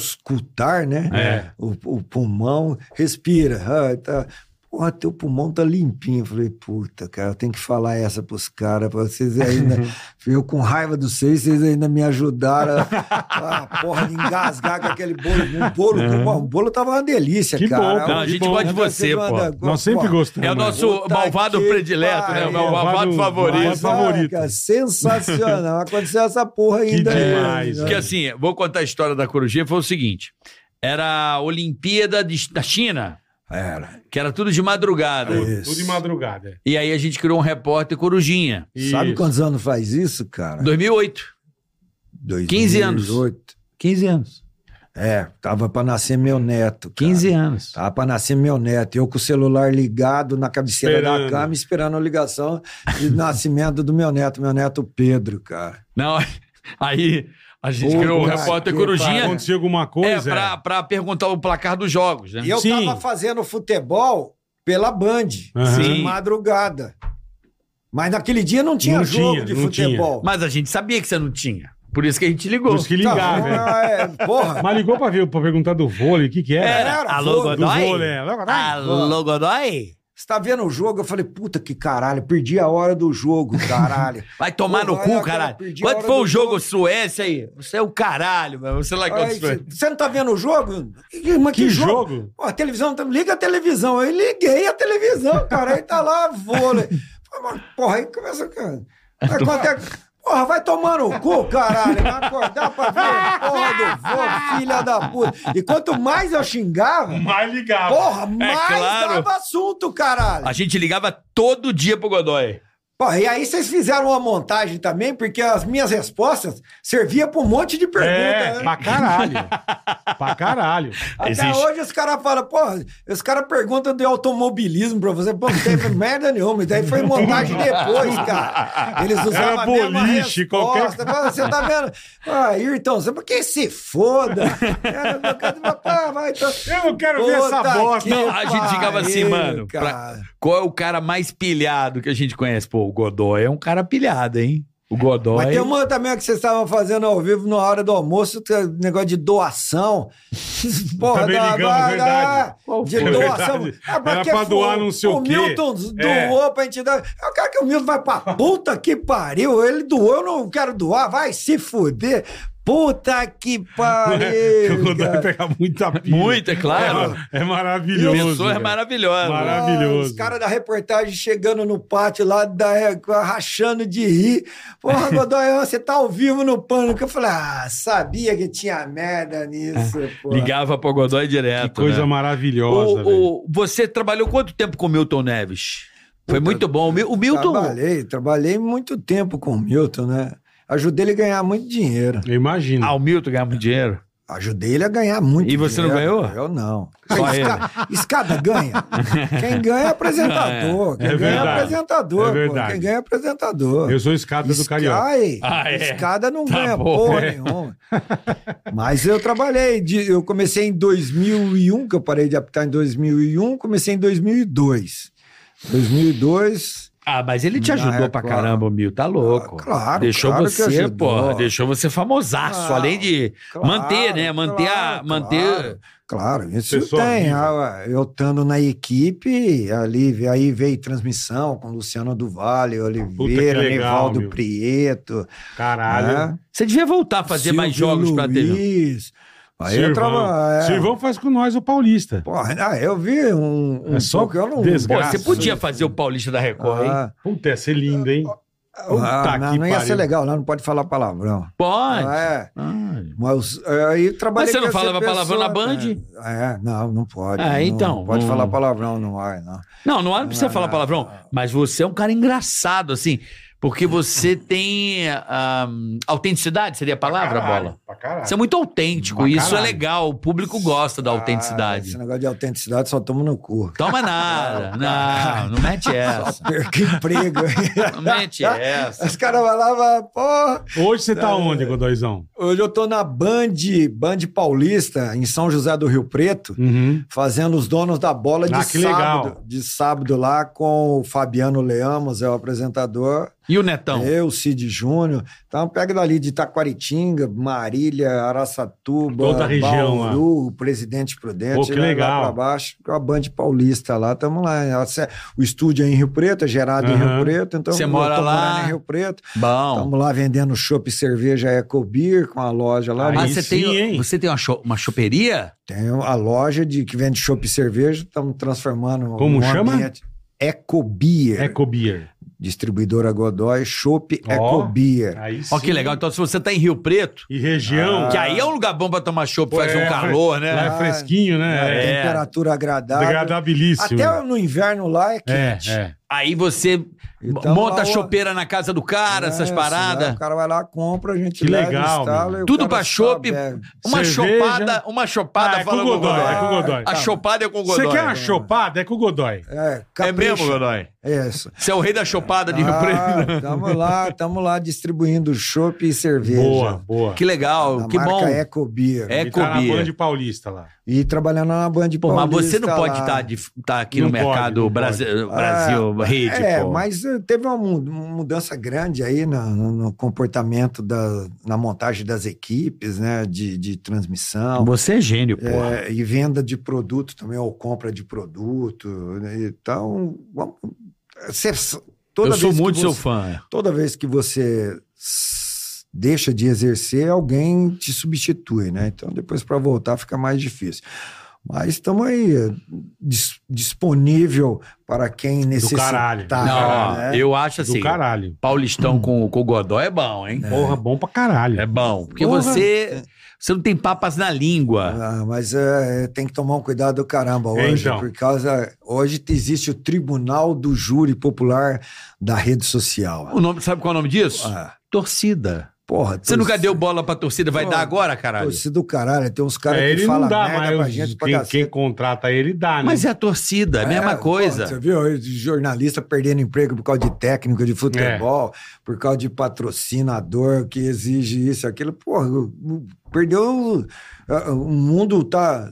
S4: auscultar, né?
S2: É.
S4: O, o pulmão, respira. Ah, tá. Porra, teu pulmão tá limpinho. Eu falei, puta, cara, eu tenho que falar essa pros caras, pra vocês ainda. eu com raiva dos seis, vocês ainda me ajudaram a, a porra de engasgar com aquele bolo. O bolo, o bolo tava uma delícia,
S2: Que
S4: cara.
S2: bom,
S3: Não, a
S2: que
S3: gente
S2: bom.
S3: gosta de
S4: Vocês
S3: você, pô.
S4: mandam-
S2: Nós sempre
S4: Pô,
S2: gostamos.
S3: É o
S2: né?
S3: nosso
S4: Puta
S3: malvado
S4: que
S3: predileto, né?
S4: pariu.
S3: O malvado
S2: Malvado-
S3: favorito.
S4: Mas, ah,
S2: é favorito.
S4: cara, sensacional. Aconteceu essa porra ainda.
S2: demais,
S4: né?
S3: Porque assim, vou contar a história da corujinha, foi o seguinte. Era a Olimpíada de- da China,
S4: Era.
S3: que era tudo de madrugada.
S4: Isso.
S2: Tudo de madrugada. é.
S3: E aí a gente criou um repórter corujinha.
S4: Sabe
S2: Isso.
S4: quantos anos faz isso, cara?
S3: 2008. 15 anos.
S4: 2008.
S3: 15 anos.
S4: É, tava pra nascer meu neto. cara.
S3: 15 anos.
S4: Tava pra nascer meu neto. Eu com o celular ligado na cabeceira
S2: Esperando.
S4: da cama, esperando a ligação de nascimento do meu neto, meu neto Pedro, cara.
S3: Não, aí a gente
S4: Puta
S3: criou o
S4: que
S3: repórter
S4: pariu.
S3: corujinha
S2: Aconteceu alguma
S3: é,
S2: coisa?
S3: pra, pra perguntar o placar dos jogos, né?
S4: E eu
S2: Sim. Ah,
S4: tava fazendo futebol pela Band,
S2: Aham.
S4: de madrugada. Mas naquele dia não tinha
S2: Não
S4: jogo
S2: tinha,
S4: de
S2: não tinha.
S4: futebol.
S3: Mas a gente sabia que você não tinha. Por isso que a gente ligou.
S2: Os que ligaram,
S4: Tá,
S2: né?
S4: é, porra.
S2: Mas ligou pra, ver, pra perguntar do vôlei, o que que era?
S4: Era,
S3: Alô,
S4: foda.
S2: Do
S3: Godoy?
S2: vôlei, é. Logo, vai.
S3: Alô, Godoy?
S4: Você tá vendo o jogo? Eu falei, puta que caralho, perdi a hora do jogo, caralho.
S3: Vai tomar
S4: Pô,
S3: no
S4: vai
S3: cu,
S4: lá, cara,
S3: caralho.
S4: perdi a
S3: Quanto
S4: hora
S3: foi
S4: do
S3: o jogo
S4: jogo.
S3: Suécia aí? Você é o caralho, mano. Você lá é quantos foi.
S4: Você não tá vendo o jogo? Que- Mas
S2: Que jogo?
S4: Pô, a televisão, tá- liga a televisão. Eu liguei a televisão, cara. Aí tá lá, vôlei. Falei, mano, Porra, aí começa. Cara. Mas quanto é- Porra, vai tomar no cu, caralho. Vai acordar pra ver a porra do vô, filha da puta. E quanto mais eu xingava,
S2: Mas ligava.
S4: porra, mais
S3: claro.
S4: dava assunto, caralho.
S3: A gente ligava todo dia pro Godoy.
S4: Porra, e aí vocês fizeram uma montagem também, porque as minhas respostas serviam pra um monte de pergunta.
S2: É,
S4: né?
S2: pra caralho. pra caralho.
S4: Até
S3: Existe.
S4: hoje os caras falam, porra, os caras perguntam de automobilismo pra você, pô, não teve merda nenhuma, isso daí foi montagem depois, cara. Eles usavam
S2: Era
S4: a mesma
S2: boliche,
S4: resposta.
S2: qualquer-
S4: Pô, Você tá vendo? Ah, Ayrton, você, mas que se foda. Era, meu cara, mas, pá, vai, então.
S2: Eu não quero ver
S4: Puta
S2: essa
S4: que
S2: bosta.
S3: Não, a gente ficava assim,
S4: pariu,
S3: mano, pra-
S4: cara.
S3: Qual é o cara mais pilhado que a gente conhece? Pô, o Godoy é um cara pilhado, hein? O Godoy.
S4: Mas tem uma também que vocês estavam fazendo ao vivo na hora do almoço, que é um negócio de doação. Porra,
S2: Também ligamos, verdade.
S4: de
S2: foi?
S4: doação.
S2: Verdade.
S4: Ah, pra
S2: Era
S4: que
S2: pra
S4: foi?
S2: doar não sei o quê.
S4: Milton
S2: É.
S4: doou pra entidade. Eu quero que o Milton vai pra puta que pariu. Ele doou, eu não quero doar, vai se fuder. Puta que
S2: Que o
S4: pariu.
S2: Godoy
S4: cara.
S2: pega muita pilha.
S3: Muito, é claro.
S2: É, é maravilhoso.
S3: Pessoa é
S2: cara.
S3: maravilhosa.
S2: Maravilhosa.
S4: Os caras da reportagem chegando no pátio lá, da, rachando de rir. Porra, Godoy, você tá ao vivo no pânico. Eu falei, ah, sabia que tinha merda nisso, pô.
S3: Ligava pro Godoy direto.
S2: Que coisa
S3: né?
S2: maravilhosa, velho.
S3: o, o- Você trabalhou quanto tempo com o Milton Neves? Foi muito bom. O Mi- O Milton.
S4: Trabalhei, trabalhei muito tempo com o Milton, né? Ajudei ele a ganhar muito dinheiro.
S2: Eu
S4: Hum.
S2: imagino.
S3: Ah, o Milton ganhava muito dinheiro.
S4: Ajudei ele a ganhar muito
S3: E você não
S4: dinheiro.
S3: ganhou?
S4: Eu não.
S3: Só
S4: Ah, esca- Escada ganha. Quem ganha é apresentador. Quem
S2: É
S4: ganha
S2: verdade.
S4: é apresentador.
S2: É
S4: pô.
S2: verdade.
S4: Quem ganha é apresentador.
S2: Eu sou escada do Carioca.
S4: Ai,
S3: Ah, é.
S4: Escada não
S3: Tá
S4: ganha
S3: bom,
S4: porra
S3: é.
S4: nenhuma. Mas eu trabalhei, de- eu comecei em 2001, que eu parei de apitar em 2001, comecei em 2002. 2002,
S3: Ah, mas ele te
S4: Ah,
S3: ajudou
S4: é,
S3: pra
S4: claro.
S3: caramba, o Milton. Tá louco.
S4: Ah, claro,
S3: Deixou
S4: claro que
S3: você,
S4: ajudou.
S3: porra. Deixou você famosaço.
S4: Ah,
S3: além de
S4: claro,
S3: manter, né? Manter a.
S4: claro,
S3: Manter.
S4: claro. Claro, isso
S2: Pessoa
S4: tem.
S2: viva.
S4: Ah, Eu estando na equipe, ali, aí veio transmissão com Luciano Duvalli, Oliveira,
S2: legal,
S4: Nivaldo
S2: meu.
S4: Prieto.
S2: Caralho.
S4: né?
S3: Você devia voltar a fazer mais
S4: Silvio
S3: jogos pra né? TV.
S4: Luiz. Aí é. eu
S2: Sirvão.
S4: trabalhei.
S2: Sirvão faz com nós o paulista.
S4: Porra, ah, eu vi um, um
S2: É só
S4: pouco, eu não...
S2: desgraça.
S3: Pô, você
S2: Graças
S3: podia fazer o Paulista da Record, hein?
S4: Ah,
S2: Puta, ia ser lindo, hein? Puta
S4: ah, não,
S2: que
S4: não ia
S2: pariu.
S4: ser legal, não, não pode falar palavrão.
S3: Pode.
S4: Ah, é.
S3: Ah,
S4: Mas, é, aí trabalhei
S3: Mas você não
S4: com essa
S3: falava palavrão na
S4: pessoa,
S3: Band?
S4: né? É, não, não pode.
S3: Ah,
S4: não,
S3: então,
S4: Não pode
S3: não-
S4: falar palavrão no ar, não.
S3: Não, não, não precisa
S4: Ah,
S3: falar palavrão, mas você é um cara engraçado, assim. Porque você tem ah, autenticidade, seria a palavra,
S2: Caralho,
S3: Bola?
S2: Pra caralho.
S3: Você é muito autêntico,
S2: Pra
S3: e isso é
S2: caralho.
S3: legal, o público gosta da
S4: Ah, esse
S3: autenticidade.
S4: negócio de autenticidade só toma no cu.
S3: Toma nada, não, não mete essa.
S4: Perca emprego.
S3: Não mete essa.
S4: Os caras vão lá e falam, porra.
S2: Hoje você
S4: É.
S2: tá onde, Godoizão?
S4: Hoje eu tô na Band, Band Paulista, em São José do Rio Preto,
S2: Uhum.
S4: fazendo os donos da bola de
S2: Ah, que
S4: sábado.
S2: legal.
S4: De sábado lá com o Fabiano Leamos, é o apresentador.
S3: E o
S2: Então.
S3: Netão?
S2: É.
S4: Eu, Cid Júnior. Então pega dali de Itaquaritinga, Marília, Araçatuba,
S2: Toda a região lá.
S4: Bauru, Presidente Prudente.
S2: Pô, que
S4: né, lá
S2: legal.
S4: pra baixo, é com a Band Paulista lá, estamos lá. O estúdio é em Rio Preto, é gerado em
S2: Aham.
S4: Rio Preto. Então
S3: Você
S4: eu
S3: mora
S4: tô
S3: lá?
S4: morando em Rio Preto.
S3: Bom.
S4: Estamos lá vendendo chopp e cerveja Ecobir com a loja lá.
S2: Então, Aí
S3: Ah, você
S2: sim,
S3: tem,
S2: hein?
S3: você tem uma, cho- uma choperia?
S4: Tem a loja de que vende chopp e cerveja, estamos transformando
S2: Como
S4: um
S2: chama?
S4: ambiente. Ecobier,
S2: É Ecobier.
S4: distribuidora Godoy, Chopp
S2: Ó.
S4: Ecobier.
S2: Aí
S3: Ó,
S2: sim.
S3: que legal. Então, se você tá em Rio Preto,
S2: E região.
S4: Ah,
S3: que aí é um lugar bom pra tomar chopp,
S2: Pô,
S3: faz um
S2: é,
S3: calor,
S2: Lá
S3: né?
S2: é fresquinho, né? É,
S3: É.
S4: Temperatura agradável.
S2: agradabilíssimo.
S4: Até no inverno lá é
S2: É,
S4: quente.
S2: é.
S3: Aí você
S2: tá
S4: Então,
S3: monta
S4: lá,
S3: a chopeira na casa do cara,
S4: é,
S3: essas
S4: se
S3: paradas.
S2: né?
S4: lá, O cara vai lá, compra, a gente
S2: Que
S4: leva,
S2: legal,
S4: instala.
S2: meu.
S4: e o
S3: Tudo
S4: cara
S3: pra
S4: só
S3: chopp.
S4: bebe.
S3: Uma
S2: é. Cerveja.
S3: chopada, uma chopada
S2: Ah, é com
S3: fala com o
S2: Godoy,
S3: Godoy.
S2: é com o Godoy.
S3: A chopada é com o Godoy.
S2: Você quer uma chopada? É com o Godoy.
S4: É,
S3: É
S4: capricha.
S3: mesmo, Godoy?
S4: É isso.
S3: Você é o rei da chopada de Rio Preto.
S4: Ah, tamo lá, tamo lá distribuindo chopp e cerveja.
S2: Boa, boa.
S3: Que legal,
S4: A
S3: que
S4: marca
S3: bom.
S4: Ecobier.
S3: É
S2: E tá na
S3: Cobia.
S2: Band Paulista lá.
S4: E trabalhando na Band
S3: Pô, mas você
S4: Paulista
S3: não pode tá
S4: lá.
S3: estar aqui
S2: Não
S3: no
S2: pode,
S3: mercado
S2: não
S3: Brasi- Brasil,
S4: Ah,
S3: rede,
S4: É,
S3: pô.
S4: mas eh, teve uma mu- uma mudança grande aí na- no, no comportamento, da, na montagem das equipes, né? De, de transmissão.
S3: Você é gênio, pô.
S4: eh, e venda de produto também, ou compra de produto. né, Então, vamos- cê- toda
S3: Eu sou
S4: vez que
S3: muito seu
S4: você-
S3: fã.
S4: Toda vez que você s- deixa de exercer, alguém te substitui, né? Então depois para voltar fica mais difícil. Mas estamos aí eh, dis- disponível para quem necessitar.
S2: caralho.
S3: Não, ó,
S4: né?
S3: eu acho assim,
S2: Do caralho.
S3: Paulistão com, com o Godó é bom, hein?
S2: Porra, bom pra caralho.
S3: É bom. Porque
S4: Porra.
S3: você, você não tem papas na língua.
S4: Ah, mas eh, tem que tomar um cuidado do caramba
S2: É,
S4: hoje,
S2: então.
S4: por causa hoje existe o Tribunal do Júri Popular da rede social.
S3: O nome, sabe qual é o nome disso?
S4: Ah,
S3: Torcida.
S4: porra,
S3: Você nunca
S4: torci-
S3: deu bola pra torcida, vai
S4: Pô,
S3: dar agora, caralho?
S4: torcida do caralho, tem uns caras
S2: É,
S4: que
S2: ele
S4: falam
S2: não dá
S4: merda pra
S2: mais.
S4: gente pra
S2: quem,
S4: cacete.
S2: quem contrata ele dá, né?
S3: Mas é a torcida, é a mesma
S4: É, pô,
S3: coisa.
S4: Você viu? Esse Jornalista perdendo emprego por causa de técnico de
S3: É.
S4: futebol, por causa de patrocinador que exige isso, aquilo. Porra, o- o- perdeu. o- O mundo tá.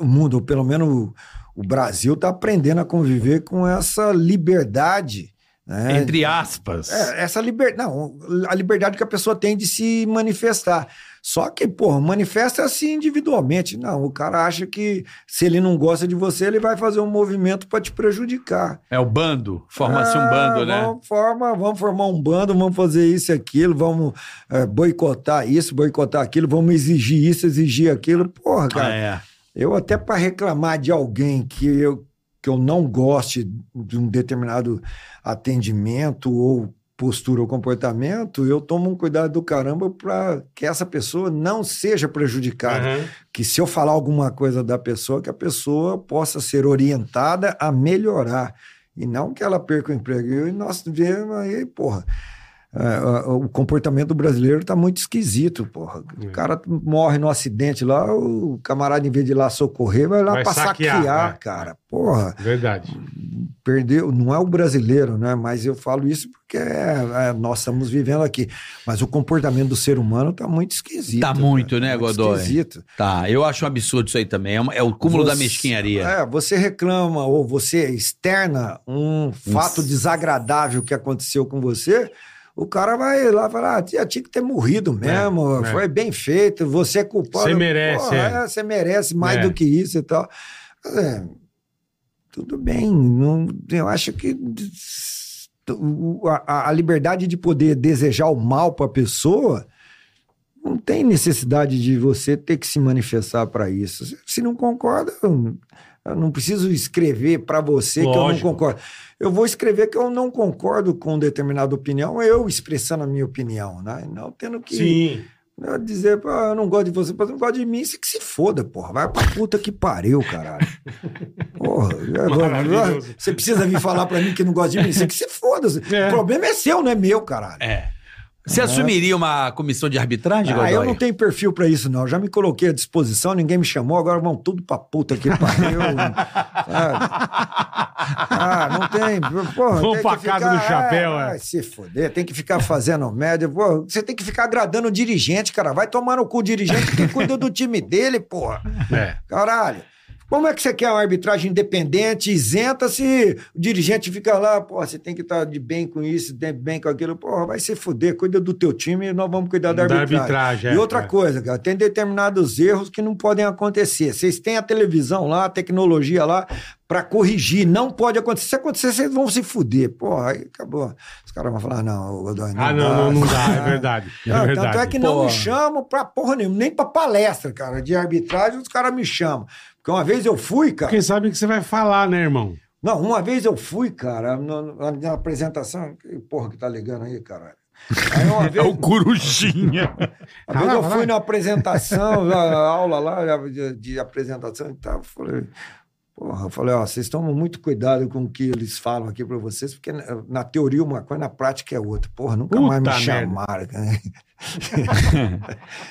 S4: O mundo, ou pelo menos o, o Brasil, tá aprendendo a conviver com essa liberdade. Né?
S3: Entre aspas.
S4: É, essa liberdade. Não, a liberdade que a pessoa tem de se manifestar. Só que, porra, manifesta-se individualmente. Não, o cara acha que se ele não gosta de você, ele vai fazer um movimento para te prejudicar.
S3: É, o bando. Forma-se um
S4: Ah,
S3: bando, né?
S4: Vamos, forma, vamos formar um bando, vamos fazer isso e aquilo, vamos eh, boicotar isso, boicotar aquilo, vamos exigir isso, exigir aquilo. Porra, cara.
S3: É.
S4: Eu até para reclamar de alguém que eu, que eu não goste de um determinado atendimento ou postura ou comportamento, eu tomo um cuidado do caramba para que essa pessoa não seja prejudicada.
S2: Aham.
S4: Que se eu falar alguma coisa da pessoa, que a pessoa possa ser orientada a melhorar. E não que ela perca o emprego. E nós vemos aí, porra. é, o- o comportamento do brasileiro tá muito esquisito, porra.
S2: É.
S4: O cara morre no acidente lá, o camarada, em vez de ir lá socorrer, vai lá
S2: Vai
S4: pra
S2: saquear,
S4: saquear,
S2: né?
S4: cara. Porra,
S2: Verdade.
S4: perdeu. Não é o brasileiro, né? Mas eu falo isso porque é, é, nós estamos vivendo aqui. Mas o comportamento do ser humano tá muito esquisito.
S3: Tá muito, né,
S4: Muito
S3: Godoy?
S4: Esquisito.
S3: Tá, eu acho um absurdo isso aí também. É, uma- é o cúmulo da
S4: Você-
S3: mesquinharia.
S4: É, você reclama ou você externa um fato desagradável que aconteceu com você, o cara vai lá falar, ah, tia, tinha que ter morrido mesmo,
S2: é.
S4: foi bem feito, você é culpado.
S2: Você merece,
S4: Porra,
S2: é.
S4: é, Você merece mais
S2: É.
S4: do que isso e tal. É, tudo bem, não, eu acho que o- a, a liberdade de poder desejar o mal para a pessoa não tem necessidade de você ter que se manifestar para isso. Se- Se não concorda, eu eu não preciso escrever para você que eu
S2: Lógico.
S4: não concordo. Eu vou escrever que eu não concordo com determinada opinião, eu expressando a minha opinião, né? não tendo que
S2: Sim.
S4: Eu dizer, pô, eu não gosto de você, mas não gosta de mim, você que se foda, porra. Vai pra puta que pariu, caralho. Porra, eu-
S2: Maravilhoso.
S4: você precisa vir falar pra mim que não gosta de mim, você que se foda.
S2: É.
S4: O problema é seu, não é meu, caralho.
S3: É. Você assumiria uma comissão de arbitragem,
S4: Ah,
S3: Godoy?
S4: eu não tenho perfil pra isso, não. Já me coloquei à disposição, ninguém me chamou, agora vão tudo pra puta que pariu. Ah, ah, não tem. Porra,
S2: Vão
S4: tem
S2: pra
S4: que
S2: casa do chapéu, é.
S4: vai se foder, tem que ficar fazendo média. Porra, você tem que ficar agradando o dirigente, cara. Vai tomar no cu o dirigente que cuida do time dele, porra.
S2: É.
S4: Caralho. Como é que você quer uma arbitragem independente, isenta, se o dirigente fica lá, porra, você tem que estar de bem com isso, de bem com aquilo. Porra, vai se fuder, cuida do teu time e nós vamos cuidar da
S2: Da
S4: arbitragem.
S2: arbitragem, é,
S4: e outra
S2: cara.
S4: coisa, cara, tem determinados erros que não podem acontecer. Vocês têm a televisão lá, a tecnologia lá pra corrigir. Não pode acontecer. Se acontecer, vocês vão se fuder. Porra, aí acabou. Os caras vão falar, não, ô, Godoy,
S2: Ah, não, não, não dá, é verdade. É
S4: não,
S2: verdade.
S4: tanto é que não
S3: Porra.
S4: me chamam pra porra nenhuma, nem pra palestra, cara. De arbitragem, os caras me chamam. Porque uma vez eu fui, cara.
S2: Porque sabe o que você vai falar, né, irmão?
S4: Não, uma vez eu fui, cara, na, na- na apresentação. Que Porra, que tá ligando aí, caralho. Aí uma vez,
S3: Corujinha.
S4: uma vez
S2: Ah,
S4: eu
S2: É vai.
S4: fui na apresentação, na aula lá de, de apresentação e tal. eu Falei, porra, eu falei, ó, vocês tomam muito cuidado com o que eles falam aqui pra vocês, porque na, na teoria uma coisa, na prática é outra. Porra, nunca mais me
S2: Puta merda.
S4: chamaram. cara.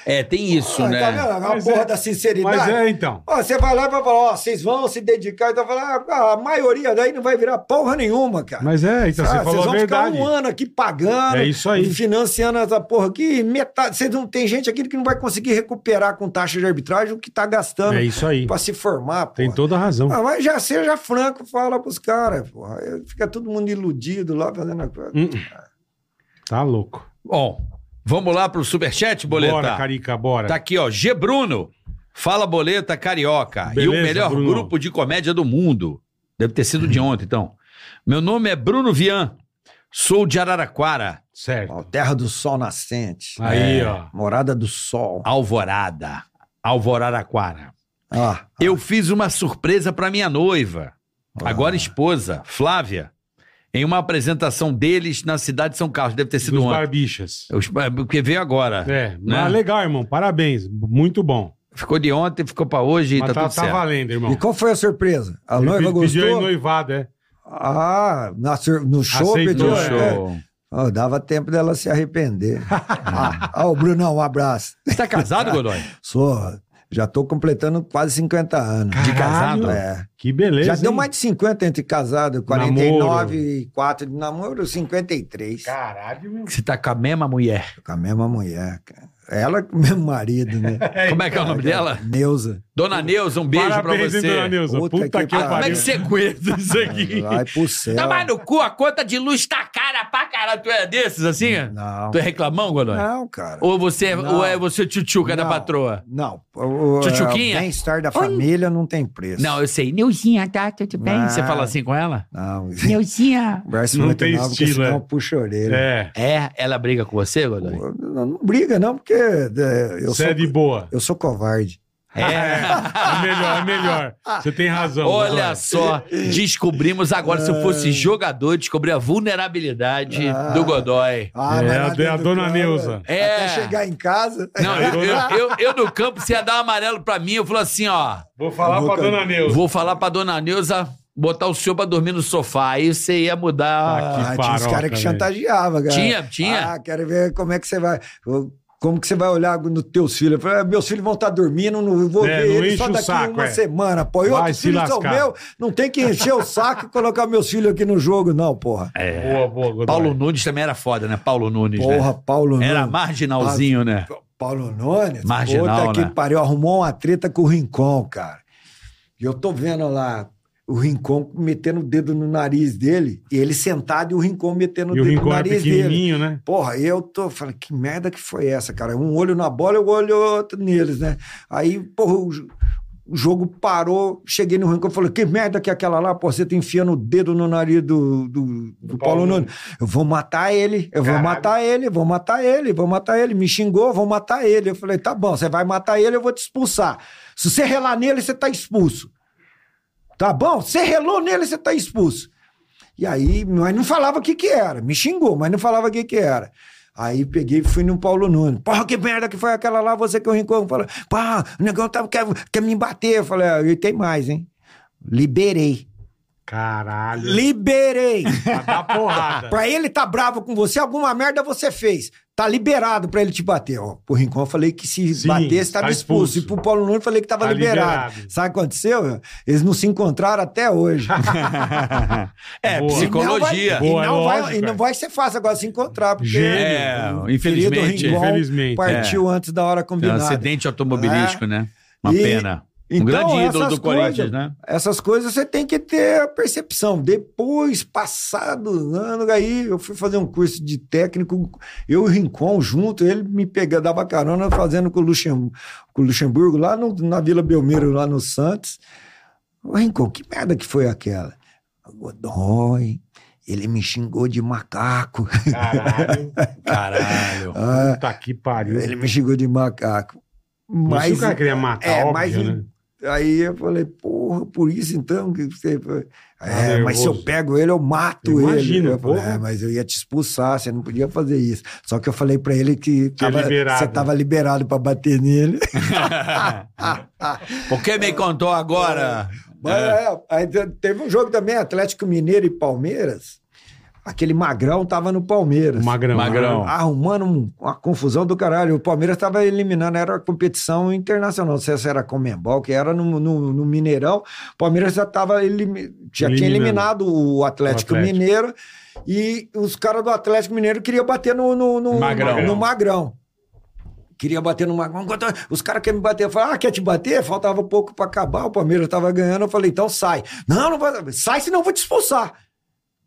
S3: É, tem isso,
S4: Ah,
S3: né?
S4: Tá vendo? A
S2: Mas
S4: porra
S2: é-
S4: da sinceridade.
S2: Mas é, então.
S4: Ó, você vai lá e vai falar, ó, vocês vão se dedicar, então falar, ah, a maioria daí não vai virar porra nenhuma, cara.
S2: Mas é, então,
S4: Ah,
S2: você falou a
S4: vão
S2: verdade.
S4: ficar um ano aqui pagando,
S2: É isso aí.
S4: e financiando essa porra aqui, metade, vocês não tem gente aqui que não vai conseguir recuperar com taxa de arbitragem o que tá gastando
S2: É isso aí.
S4: pra se formar, porra.
S2: Tem toda a razão.
S4: Ah, mas já seja franco, fala pros caras, porra. Aí Fica todo mundo iludido lá fazendo a coisa.
S2: Hum. Tá louco.
S3: Bom, vamos lá pro superchat, Boleta?
S2: Bora, Carica, bora.
S3: Tá aqui, ó. G. Bruno. Fala, Boleta Carioca. e
S2: Beleza,
S3: o melhor
S2: Bruno.
S3: grupo de comédia do mundo. Deve ter sido de
S4: Uhum.
S3: ontem, então. Meu nome é Bruno Vian. Sou de Araraquara,
S2: Certo.
S4: Ó, terra do sol nascente,
S3: É.
S2: Aí, ó.
S4: morada do sol.
S3: Alvorada. Alvoraraquara.
S4: Ah,
S3: Eu fiz uma surpresa pra minha noiva, agora esposa, Flávia, em uma apresentação deles na cidade de São Carlos. Deve ter sido
S2: Dos
S3: ontem.
S2: barbichas.
S3: Os bar- Porque veio agora.
S2: É,
S3: Né?
S2: mas legal, irmão. Parabéns. Muito bom.
S3: Ficou de ontem, ficou pra hoje e tá,
S2: Mas tá,
S3: tudo
S2: tá
S3: certo.
S2: valendo, irmão.
S4: E qual foi a surpresa? A
S2: Ele
S4: noiva
S2: pe- pediu
S4: gostou?
S2: em noivado, é.
S4: Ah, na sur- no show pediu.
S2: Aceitou,
S3: No
S2: é.
S4: É.
S3: show.
S4: Ah, dava tempo dela se arrepender. ah, ah, o Brunão, um abraço.
S3: Você tá casado, Godoy?
S4: Sou, já tô completando quase 50 anos.
S2: Caralho,
S3: casado?
S4: É.
S2: Que
S4: Já
S2: beleza.
S4: deu
S2: hein?
S4: mais de 50 entre casado, 49 e 4 de namoro, 53.
S2: Caralho, meu.
S3: Você tá com a mesma mulher.
S4: Com a mesma mulher, cara. Ela com o mesmo marido, né?
S3: Como é que é o nome dela?
S4: Neuza.
S3: Dona Neuza, um beijo
S2: então, Parabéns,
S3: pra
S2: hein,
S3: você.
S2: dona Neuza. Puta,
S4: Puta
S2: que,
S4: que
S3: Ah, como é
S2: pariu. É,
S3: que você aguenta isso aqui?
S4: Vai pro céu.
S3: Toma no cu, a conta de luz tá cara pra caralho. Tu é desses assim?
S4: Não.
S3: Tu é reclamão, Godoy?
S4: Não, cara.
S3: Ou você é,
S4: Não.
S3: ou é você o tchutchuca da
S4: Não.
S3: patroa?
S4: Não. O, o-
S3: Tchutchuquinha?
S4: é, o bem-estar da família não tem preço.
S3: Não, eu sei. Neuzinha, tá? Tudo bem?
S4: Ah.
S3: Você fala assim com ela?
S4: Não,
S3: Neuzinha.
S4: verso
S2: Não
S4: muito
S2: tem
S4: novo,
S2: estilo,
S4: porque senão
S2: é.
S4: eu puxo a orelha.
S2: É,
S3: É, ela briga com você, Godoy?
S4: Pô, Não, não briga, não, porque é, eu,
S2: você
S4: sou,
S2: é de boa.
S4: eu sou covarde.
S2: É melhor, é melhor. Você tem razão.
S3: Olha
S2: Godoy.
S3: só, descobrimos agora, se eu fosse jogador, descobri a vulnerabilidade
S4: Ah.
S3: do Godoy.
S4: Ah,
S2: É,
S4: mas
S2: a-
S4: lá
S2: é a
S4: dentro do
S2: dona
S4: campo,
S2: Neuza.
S3: É.
S4: Até chegar em casa. é,
S3: Não, eu, eu, eu- eu no campo, você ia dar um amarelo pra mim, eu falo assim, ó,
S2: Vou falar
S4: Eu vou
S2: pra dona Neuza.
S3: vou falar pra dona Neuza botar o senhor pra dormir no sofá, aí você ia mudar...
S2: Ah,
S4: Ah, tinha os
S2: farofa,
S4: caras que
S2: velho.
S4: chantageavam, cara.
S3: Tinha, tinha.
S4: Ah, quero ver como é que você vai. Como que você vai olhar nos teus filhos? Eu falei, ah, meus filhos vão estar dormindo, não vou
S2: É,
S4: ver
S2: não
S4: eles
S2: enche
S4: só
S2: o
S4: daqui
S2: saco,
S4: uma
S2: é.
S4: semana. Pô, e
S2: Vai
S4: outros
S2: se
S4: filhos são
S2: lascar.
S4: meus, não tem que encher o saco e colocar meus filhos aqui no jogo, não, porra.
S2: É. Boa, boa, Godoy.
S3: É. Paulo Nunes também era foda, né? Paulo
S2: É,
S3: Nunes, né?
S4: Porra, Paulo
S3: Era
S4: Nunes.
S3: marginalzinho, né?
S4: Paulo Nunes,
S3: Marginal,
S4: puta que
S3: né?
S4: pariu, arrumou uma treta com o Rincon, cara. E eu tô vendo lá o Rincon metendo o dedo no nariz dele, e ele sentado e o Rincon metendo o
S2: E o
S4: dedo no
S2: Rincon é
S4: nariz dele.
S2: pequenininho, né?
S4: Porra, eu tô falando, que merda que foi essa, cara? Um olho na bola, eu olho outro neles, né? Aí, porra, o, jo- o jogo parou, cheguei no Rincon e falei, que merda que é aquela lá, porra, você tá enfiando o dedo no nariz do, do, do Paulo,
S2: Paulo
S4: Nunes. Eu vou matar ele, eu vou
S2: Caralho.
S4: matar ele, vou matar ele, vou matar ele. Me xingou, vou matar ele. Eu falei, tá bom, você vai matar ele, eu vou te expulsar. Se você relar nele, você tá expulso. Tá bom? Você relou nele, você tá expulso. E aí, mas não falava o que que era. Me xingou, mas não falava o que que era. Aí peguei e fui no Paulo Nunes. Porra, que merda que foi aquela lá, você que eu rincou. Falei, pá, o negão tava, quer, quer me bater. Eu falei, ah, e tem mais, hein? Liberei.
S2: Caralho.
S4: Liberei.
S2: Pra dar porrada.
S4: Pra ele tá bravo com você, alguma merda você fez. Tá liberado pra ele te bater. Ó, pro Rincon eu falei que se
S2: Sim,
S4: batesse, tava
S2: tá
S4: expulso.
S2: expulso.
S4: E pro Paulo Nunes eu falei que tava
S2: Tá
S4: liberado.
S2: liberado.
S4: Sabe o que aconteceu? Eles não se encontraram até hoje.
S3: É,
S2: Boa.
S3: psicologia.
S4: E não, vai, e, não
S2: Boa, é
S4: vai,
S2: lógico,
S4: e
S2: é.
S4: não vai ser fácil agora se encontrar, porque
S2: Gênio.
S3: É,
S4: o
S3: infelizmente.
S4: querido Rincon
S2: Infelizmente, é.
S4: partiu antes da hora
S3: É um
S4: combinada.
S3: acidente automobilístico, né? Uma
S4: E-
S3: pena. Um
S4: Então,
S3: grande ídolo
S4: essas
S3: do Corinthians,
S4: coisas-
S3: né?
S4: Essas coisas você tem que ter a percepção. Depois, passado um ano, aí eu fui fazer um curso de técnico, eu e o Rincon junto, ele me pegava, dava carona fazendo com o, Luxem- com o Luxemburgo lá no- na Vila Belmiro, lá no Santos. Ô, Rincon, que merda que foi aquela? Godoy, ele me xingou de macaco.
S2: Caralho.
S3: Caralho.
S4: Ah,
S2: Puta que pariu.
S4: ele me xingou de macaco.
S2: né? Mas
S4: Mas
S2: o cara queria matar,
S4: é,
S2: óbvio,
S4: mas-
S2: né?
S4: Aí eu falei, porra, por isso então que você. É,
S2: Tá nervoso.
S4: mas se eu pego ele, eu mato
S2: Eu
S4: ele.
S2: imagino, um
S4: eu falei,
S2: porra.
S4: é, mas eu ia te expulsar, você não podia fazer isso. Só que eu falei pra ele que, tava-
S2: liberado.
S4: você tava liberado pra bater nele.
S3: Porque me contou agora?
S4: Mas, é, aí te- teve um jogo também, Atlético Mineiro e Palmeiras. Aquele magrão tava no Palmeiras.
S2: Magrão. Ah,
S3: Magrão.
S4: Arrumando um- uma confusão do caralho. O Palmeiras estava eliminando, era competição internacional. Não sei se era Comembol, que era no, no- no Mineirão. O Palmeiras já, tava elimi- já tinha
S2: Eliminando.
S4: eliminado o Atlético,
S2: O Atlético.
S4: Mineiro. E os caras do Atlético Mineiro queriam bater no, no, no-
S3: Magrão.
S4: no Magrão. Queria bater no Magrão. Enquanto Os caras querem me bater. Eu falei, ah, quer te bater? Faltava pouco pra acabar. O Palmeiras tava ganhando. Eu falei, então sai. Não, não vai. Sai, senão eu vou te expulsar.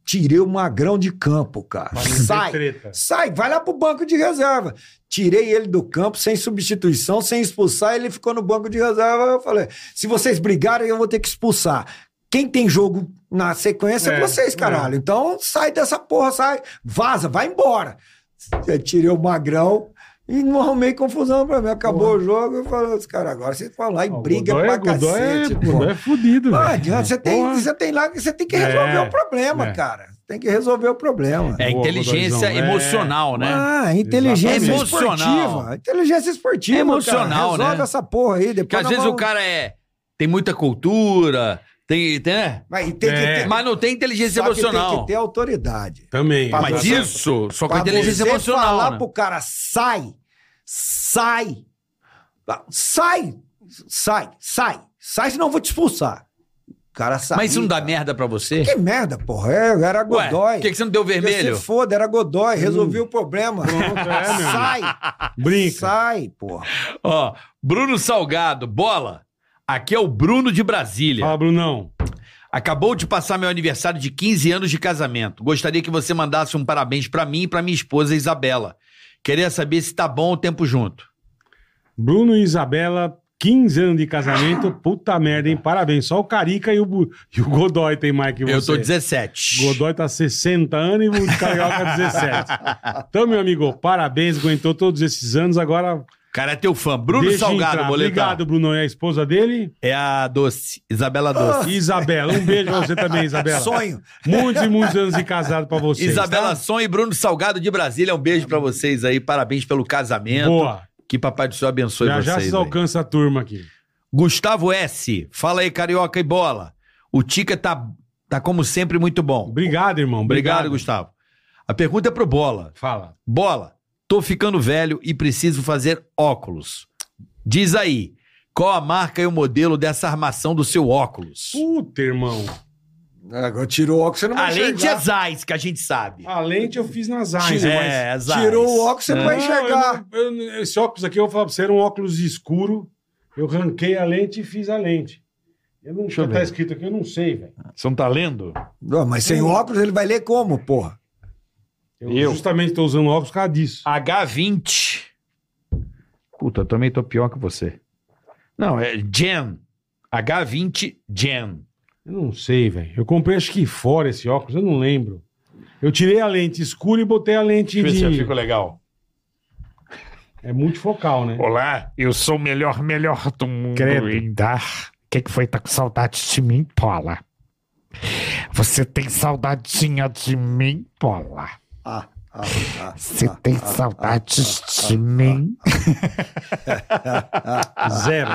S4: Tirei o Magrão de campo, cara.
S2: Pra não ter
S4: Sai.
S2: treta.
S4: Sai, vai lá pro banco de reserva. Tirei ele do campo sem substituição, sem expulsar, ele ficou no banco de reserva. Eu falei: se vocês brigarem, eu vou ter que expulsar. Quem tem jogo na sequência é,
S2: É,
S4: vocês, caralho. Então sai dessa porra, sai, vaza, vai embora. Eu tirei o magrão. E não arrumei confusão pra mim. Acabou o jogo, eu falei, os caras, agora vocês vão lá e
S2: Ó, o
S4: briga
S2: Godoy-
S4: pra
S2: Godoy
S4: cacete,
S2: é,
S4: pô.
S2: Godoy é fudido,
S4: Não
S2: velho.
S4: adianta, você tem,
S2: Porra.
S4: você tem lá, você tem que resolver
S2: É,
S4: o problema,
S2: é.
S4: cara. Tem que resolver o problema.
S3: É
S2: Boa,
S3: inteligência
S2: Godoyzão. É.
S3: emocional, né?
S4: Ah, inteligência
S3: Exatamente.
S4: esportiva.
S3: Emocional.
S4: Inteligência esportiva.
S3: É emocional,
S4: cara. Resolve
S3: né?
S4: essa porra aí. Depois
S3: Porque às
S4: nós
S3: vezes o
S4: vamos-
S3: cara é. Tem muita cultura, tem. tem né?
S4: Mas tem que
S2: É.
S4: ter.
S3: Mas não tem inteligência
S4: só que Tem
S3: emocional.
S4: que ter autoridade.
S2: Também.
S4: Mas
S3: Mas
S2: exato.
S3: isso, só com
S4: Pra
S3: inteligência
S4: você falar
S3: emocional. né?
S4: pro cara, sai, sai, sai, sai, sai, sai, senão eu vou te expulsar. O cara sai.
S3: Mas isso não dá merda pra você?
S4: Que merda, porra. É, era
S3: Ué,
S4: Godoy.
S3: por que, que você Hum. não deu vermelho?
S4: Se foda, era Godoy. Resolvi o problema.
S2: Pronto, é, meu
S4: sai,
S2: Brinca.
S4: sai, porra.
S3: Ó, Bruno Salgado, bola. Aqui é o Bruno de Brasília.
S2: Fala, Brunão.
S3: Acabou de passar meu aniversário de 15 anos de casamento. Gostaria que você mandasse um parabéns pra mim e pra minha esposa Isabela. Queria saber se tá bom o tempo junto.
S2: Bruno e Isabela, 15 anos de
S3: Ah.
S2: casamento. Puta merda, hein? Parabéns. Só o Carica e o, Bu- e o Godoy tem mais que você.
S3: Eu tô 17.
S2: Godoy tá 60 anos e o Carioca 17. Então, meu amigo, parabéns. Aguentou todos esses anos. Agora.
S3: Cara, é teu fã. Bruno
S2: deixa
S3: Salgado,
S2: entrar.
S3: boletão.
S2: Obrigado, Ah, Bruno. É a esposa dele?
S3: É a Doce. Isabela Doce.
S2: Isabela. Um beijo pra você também, Isabela.
S4: Sonho.
S2: Muitos e muitos anos de casado pra vocês.
S3: Isabela
S2: tá?
S3: Son e Bruno Salgado de Brasília. Um beijo pra vocês aí. Parabéns pelo casamento.
S2: Boa.
S3: Que Papai do Céu abençoe
S2: Já já
S3: vocês.
S2: vocês
S3: aí.
S2: alcançam a turma aqui.
S3: Gustavo S. Fala aí, Carioca e Bola. O Tica tá, tá como sempre, muito bom.
S2: Obrigado, irmão.
S3: Obrigado,
S2: Obrigado,
S3: Gustavo. A pergunta é pro Bola.
S2: Fala.
S3: Bola, tô ficando velho e preciso fazer óculos. Diz aí, qual a marca e o modelo dessa armação do seu óculos?
S2: Puta, irmão.
S4: Agora tirou o óculos, você não vai
S3: Além de
S4: enxergar.
S3: Azais, que a gente sabe.
S2: A lente eu fiz nas Zines, mas...
S3: é, Zeiss.
S4: Tirou o óculos, você não vai
S2: Não,
S4: enxergar.
S2: eu não- eu- esse óculos aqui, eu vou falar pra você, era um óculos escuro. Eu ranquei a lente e fiz a lente. Eu não
S3: Deixa eu
S2: sei tá
S3: ver.
S2: escrito aqui, eu não sei, velho.
S3: Você não tá lendo?
S4: Não, mas sem óculos ele vai ler como, porra?
S2: Eu,
S3: Eu?
S2: justamente tô usando óculos por causa disso.
S3: H20. Puta, eu também tô pior que você. Não, é Gen. H20 Gen.
S2: Eu não sei, velho. Eu comprei acho que fora esse óculos, eu não lembro. Eu tirei a lente escura e botei a lente de...
S3: legal.
S2: É multifocal, né?
S6: Olá, eu sou o melhor, melhor do mundo
S2: Credo.
S6: em dar. O que, que foi? Tá com saudade de mim, Paula? Você tem saudadinha de mim, Paula?
S4: Ah,
S6: Você tem saudades de mim?
S4: ah,
S2: Zero.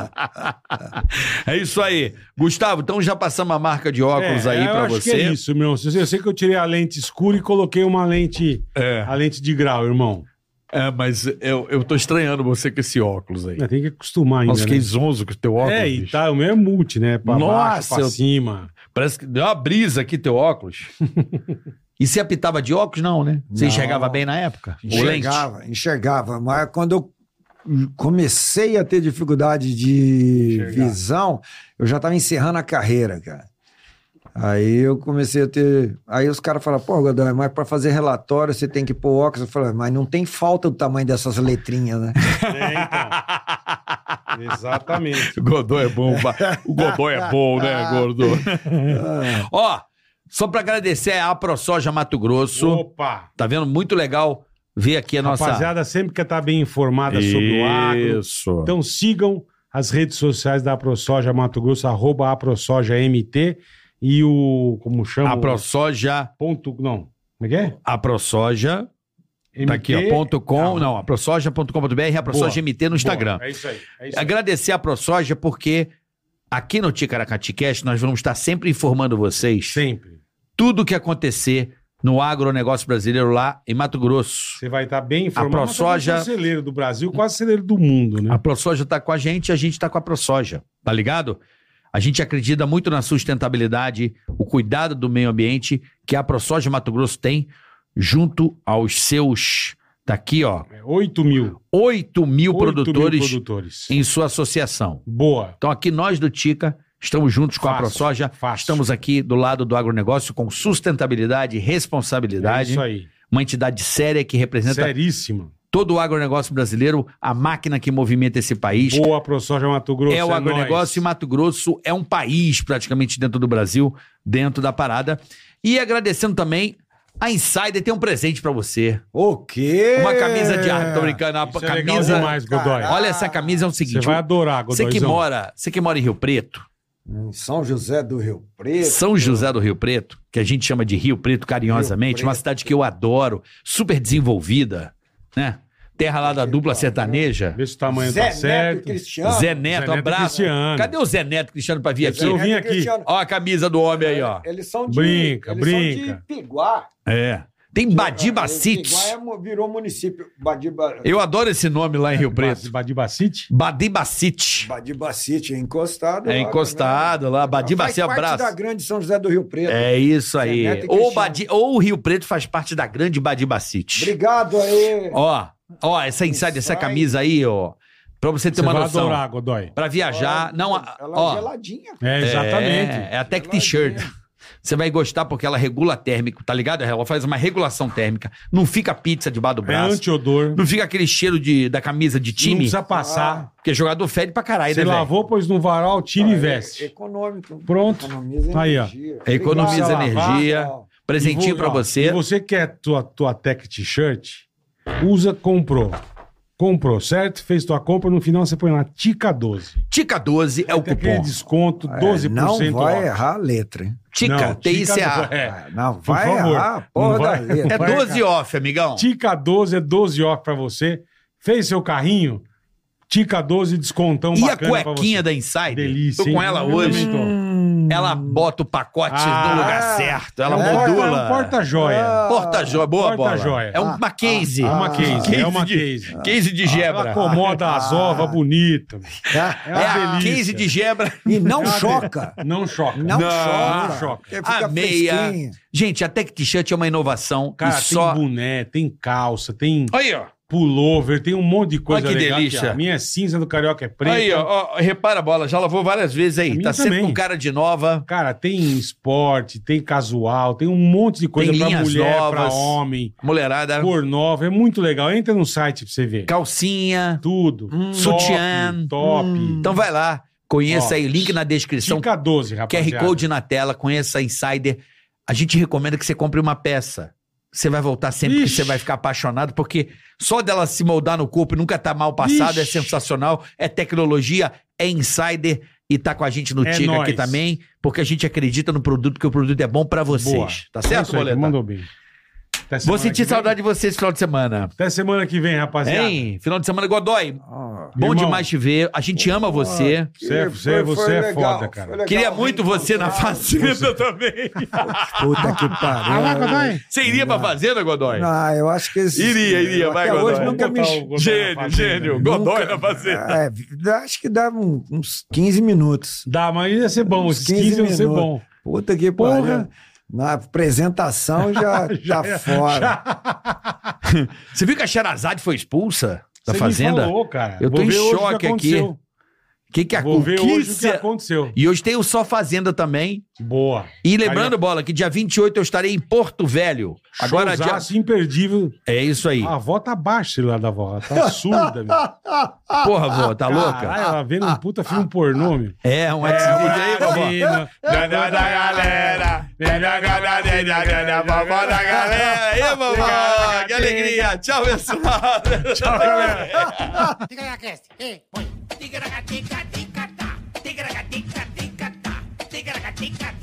S3: É isso aí. Gustavo, então já passamos a marca de óculos
S2: É,
S3: aí
S2: eu
S3: pra
S2: acho
S3: você.
S2: que é isso, meu. Eu sei que eu tirei a lente escura e coloquei uma lente,
S3: É.
S2: a lente de grau, irmão.
S3: É, mas eu, eu tô estranhando você com esse óculos aí.
S2: É, Tem que acostumar ainda.
S3: Nossa, fiquei
S2: né?
S3: zonzo com o teu óculos.
S2: É, e
S3: bicho.
S2: tá, o meu é multi, né? Pra baixo,
S3: Nossa,
S2: pra
S3: eu-
S2: cima.
S3: Parece que deu uma brisa aqui teu óculos. e você apitava de óculos? Não, né? Você
S4: Não.
S3: enxergava bem na época? O lente?
S4: Enxergava, enxergava. Mas quando eu comecei a ter dificuldade de
S2: Enxergar.
S4: visão, eu já estava encerrando a carreira, cara. Aí eu comecei a ter. Aí os caras falaram, pô, Godoy, mas para fazer relatório você tem que pôr óculos. Eu falei, mas não tem falta do tamanho dessas letrinhas, né?
S2: É, então. É, Exatamente.
S3: O Godoy é bom. ba- O Godoy é bom, né, gordo? Ó, só pra agradecer a ProSoja Mato Grosso.
S2: Opa!
S3: Tá vendo? Muito legal ver aqui a nossa...
S2: Rapaziada, sempre quer estar bem informada sobre o agro.
S3: Isso.
S2: Então sigam as redes sociais da AproSoja Mato Grosso, arroba AproSojaMT e o. Como chama?
S3: A ProSoja...
S2: Ponto, não. Como é que é?
S3: A ProSoja... Tá aqui, ó. Ponto com,
S2: Ah.
S3: não, a prosoja.com.br e a ProSoja MT no Instagram.
S2: Boa, É isso aí. É isso aí.
S3: Agradecer a ProSoja porque aqui no Ticaracati Cast nós vamos estar sempre informando vocês
S2: Sempre.
S3: tudo o que acontecer no agronegócio brasileiro lá em Mato Grosso.
S2: Você vai estar bem informado.
S3: A ProSoja-
S2: Mas também é o celeiro do Brasil, quase celeiro do mundo, né?
S3: A ProSoja tá com a gente, a gente tá com a ProSoja, tá ligado? A gente acredita muito na sustentabilidade, o cuidado do meio ambiente que a ProSoja Mato Grosso tem junto aos seus, tá aqui, ó,
S2: É, 8 mil.
S3: 8 mil
S2: 8
S3: produtores
S2: mil produtores.
S3: em sua associação.
S2: Boa.
S3: Então aqui nós do Tica estamos juntos com a
S2: Fácil,
S3: ProSoja,
S2: fácil.
S3: estamos aqui do lado do agronegócio com sustentabilidade,
S2: É
S3: responsabilidade,
S2: isso aí.
S3: uma entidade séria que representa
S2: Seríssimo.
S3: todo o agronegócio brasileiro, a máquina que movimenta esse país.
S2: Boa, ProSoja Mato Grosso.
S3: É o agronegócio e
S2: nóis.
S3: Mato Grosso é um país praticamente dentro do Brasil, dentro da parada. E agradecendo também a Insider tem um presente pra você.
S4: O quê?
S3: Uma camisa de arte, tô brincando, uma
S2: É. Isso é legal
S3: camisa.
S2: demais, Godoy.
S3: Olha essa camisa é o
S2: Você
S3: seguinte,
S2: vai adorar,
S3: você
S2: Godoyzão.
S3: que mora, você que mora em Rio Preto,
S4: Em São José do Rio Preto.
S3: São José do Rio Preto, que a gente chama de Rio Preto carinhosamente,
S4: Rio Preto.
S3: uma cidade que eu adoro, super desenvolvida, né? Terra lá da dupla sertaneja.
S2: Vê se o tamanho
S4: Zé
S2: tá
S4: Neto e
S2: certo.
S4: Cristiano.
S3: Zé
S2: Zé
S3: Neto, é
S2: Neto e
S3: abraço.
S2: Cristiano.
S3: Cadê o Zé Neto Cristiano pra vir aqui?
S2: Eu vim
S4: Neto e
S2: aqui.
S4: Cristiano. É,
S3: Ó a camisa do homem aí, ó.
S4: Eles são de.
S2: Brinca,
S4: eles
S2: brinca.
S4: São de Piguá.
S3: É. Tem
S4: Piguá é
S3: Badibacite.
S4: mo- virou município. Badiba...
S3: Eu adoro esse nome lá em Rio Preto.
S2: Badibacite?
S3: Badibacite.
S4: Badibacite, é encostado.
S3: É
S4: lá
S3: encostado lá,
S4: também.
S3: Badibacite,
S4: Faz parte da
S3: abraço.
S4: grande São José do Rio Preto.
S3: É isso aí.
S4: Zé Neto e
S3: Ou,
S4: Cristiano.
S3: Badi... Ou o Rio Preto faz parte da grande Badibacite.
S4: Obrigado aí.
S3: Ó, ó, essa inside, essa
S4: Inside.
S3: camisa aí, ó. Pra você ter
S2: Você
S3: uma
S2: vai
S3: noção.
S2: adorar, Godoy.
S3: Pra viajar. Não, a-
S4: Ela é
S3: ó.
S4: geladinha.
S2: É, exatamente.
S3: É, é até que t-shirt. Você vai gostar porque ela regula térmico, tá ligado? Ela faz uma regulação térmica. Não fica pizza debaixo do
S2: É,
S3: braço.
S2: anti-odor.
S3: Não fica aquele cheiro de, da camisa de
S2: Não
S3: time.
S2: precisa passar.
S3: Porque jogador fede pra caralho,
S2: Você
S3: né, velho?
S2: lavou, pôs no varal, tira e
S4: É
S2: veste.
S4: econômico.
S2: Pronto.
S4: Economiza
S2: Aí, ó.
S4: energia.
S3: Economiza
S4: Obrigado.
S3: energia.
S4: Pessoal.
S3: Presentinho
S2: E
S3: pra
S2: ó,
S3: você.
S2: E você quer tua, tua Tech T-shirt? Usa, comprou. Comprou, certo? Fez tua compra, no final você põe lá Tica 12.
S3: Tica 12 é o
S2: Tem aquele
S3: cupom.
S2: desconto,
S4: É,
S2: 12%
S4: não vai
S2: off.
S4: errar a letra, hein?
S3: Tica,
S2: Não,
S3: T-I-C-A.
S2: É.
S4: Ah, Não
S2: Por
S4: vai
S2: favor.
S4: errar a porra
S2: Não vai.
S4: da letra.
S3: É
S2: Vai,
S3: 12 off, amigão.
S2: Tica 12 é 12 off pra você. Fez seu carrinho? Tica 12 descontão
S3: E a
S2: é um bacana pra
S3: cuequinha
S2: você.
S3: da Inside?
S2: Delícia,
S3: Tô com
S2: hein?
S3: ela
S2: Eu
S3: hoje.
S2: também tô.
S3: Ela bota o pacote
S2: Hum. Ah,
S3: no lugar certo. Ela
S2: é um porta-
S3: modula. Ah,
S2: É um porta-joia.
S3: Porta-joia, boa bola.
S2: Porta-joia.
S3: É uma ah, case.
S2: É uma case, é uma
S3: de- Ah.
S2: case.
S3: Case de
S2: Ela
S3: gebra.
S2: acomoda as ovas bonito.
S4: Tá?
S2: É
S3: É
S2: uma
S3: a
S2: delícia.
S3: case de gebra.
S4: E não choca.
S2: Não choca.
S4: Não, choca.
S2: não choca.
S4: Porque
S3: A
S4: fica
S3: meia.
S4: fresquinha.
S3: Gente, a Tech T-shirt é uma inovação.
S2: Cara,
S3: e só...
S2: tem boné, tem calça, tem
S3: Aí, ó.
S2: pullover, tem um monte de coisa
S3: Olha que
S2: legal.
S3: delícia.
S2: aqui, ó. A minha é cinza do carioca é preta.
S3: Aí, ó, ó, Repara a bola. Já lavou várias vezes
S2: A
S3: aí.
S2: minha
S3: Tá sempre
S2: também.
S3: com cara de nova.
S2: Cara, tem esporte, tem casual, tem um monte de coisa
S3: Tem
S2: pra
S3: linhas
S2: mulher, pra
S3: novas.
S2: homem,
S3: Mulherada.
S2: cor nova, é muito legal. Entra no site pra você ver.
S3: Calcinha.
S2: Tudo. top,
S3: Hum. Sutiã.
S2: Hum. Top.
S3: Então vai lá. Conheça
S2: Ó,
S3: aí. Link na descrição.
S2: Dica 12, rapaziada.
S3: QR Code na tela, conheça a Insider. A gente recomenda que você compre uma peça. Você vai voltar sempre que
S2: Ixi.
S3: você vai ficar apaixonado, porque só dela se moldar no corpo e nunca tá mal passado, é
S2: Ixi.
S3: sensacional, é tecnologia, é insider e tá com a gente no
S2: É
S3: Tica aqui
S2: nóis.
S3: também, porque a gente acredita no produto, que o produto é bom pra vocês.
S2: Boa.
S3: Tá
S2: É
S3: certo,
S2: isso aí,
S3: Boleta?
S2: Mandou bem. Até
S3: Vou
S2: semana que
S3: sentir
S2: vem.
S3: saudade de você esse final de semana.
S2: Até semana que vem, rapaziada.
S3: Hein? Final de semana, Godoy.
S4: Ah,
S3: Bom
S2: Irmão.
S3: demais te ver. A gente ama você.
S4: que
S2: é- Você é- você é-
S4: foi- foi
S2: você é
S4: legal,
S2: foda, cara.
S4: foi legal
S3: Queria muito você na
S4: reencontrar.
S3: fazenda também.
S4: Puta que pariu.
S3: Você iria pra fazenda, Godoy?
S4: Ah, eu acho que esse.
S3: Iria, iria,
S4: até
S3: vai,
S4: hoje
S3: Godoy.
S4: nunca me.
S3: Gênio, gênio.
S2: um
S3: Godoy
S4: Nunca-
S3: na fazenda.
S4: É, dá- acho que dava um- uns 15 minutos.
S2: Dá, mas ia ser bom.
S4: Uns
S2: Esses 15 iam ser
S4: minutos.
S2: bom.
S4: Puta que
S2: Porra.
S4: pariu. Na apresentação já, já fora.
S3: Você viu que a Xerazade foi expulsa
S2: Você
S3: da
S2: me
S3: fazenda?
S2: falou, cara.
S3: Eu tô
S2: Vou
S3: em
S2: ver hoje o que
S3: choque aqui.
S2: aconteceu.
S3: Que que a,
S2: Vou ver
S3: que
S2: hoje o que
S3: se-
S2: aconteceu.
S3: E hoje tem o Só Fazenda também.
S2: Boa.
S3: E lembrando, Bola, que dia 28 eu estarei em Porto Velho. Agora, dia...
S2: Showzaço imperdível.
S3: É isso aí.
S2: A avó tá baixa lá da avó. Ela tá surda, meu.
S3: Porra, vó, tá louca?
S2: Ah,
S3: Ah,
S2: Caralho, ela vendo um puta filme pornô, meu.
S3: É, um ex vídeo aí, vovó. É
S2: é,
S3: galera. Aí, vovó. Que alegria. Tchau, pessoal. Tchau, galera.
S1: Ticaracast, hey, boy. Ticaracatica, ticatá. Ticaracatica, ticatá. Ticaracatica,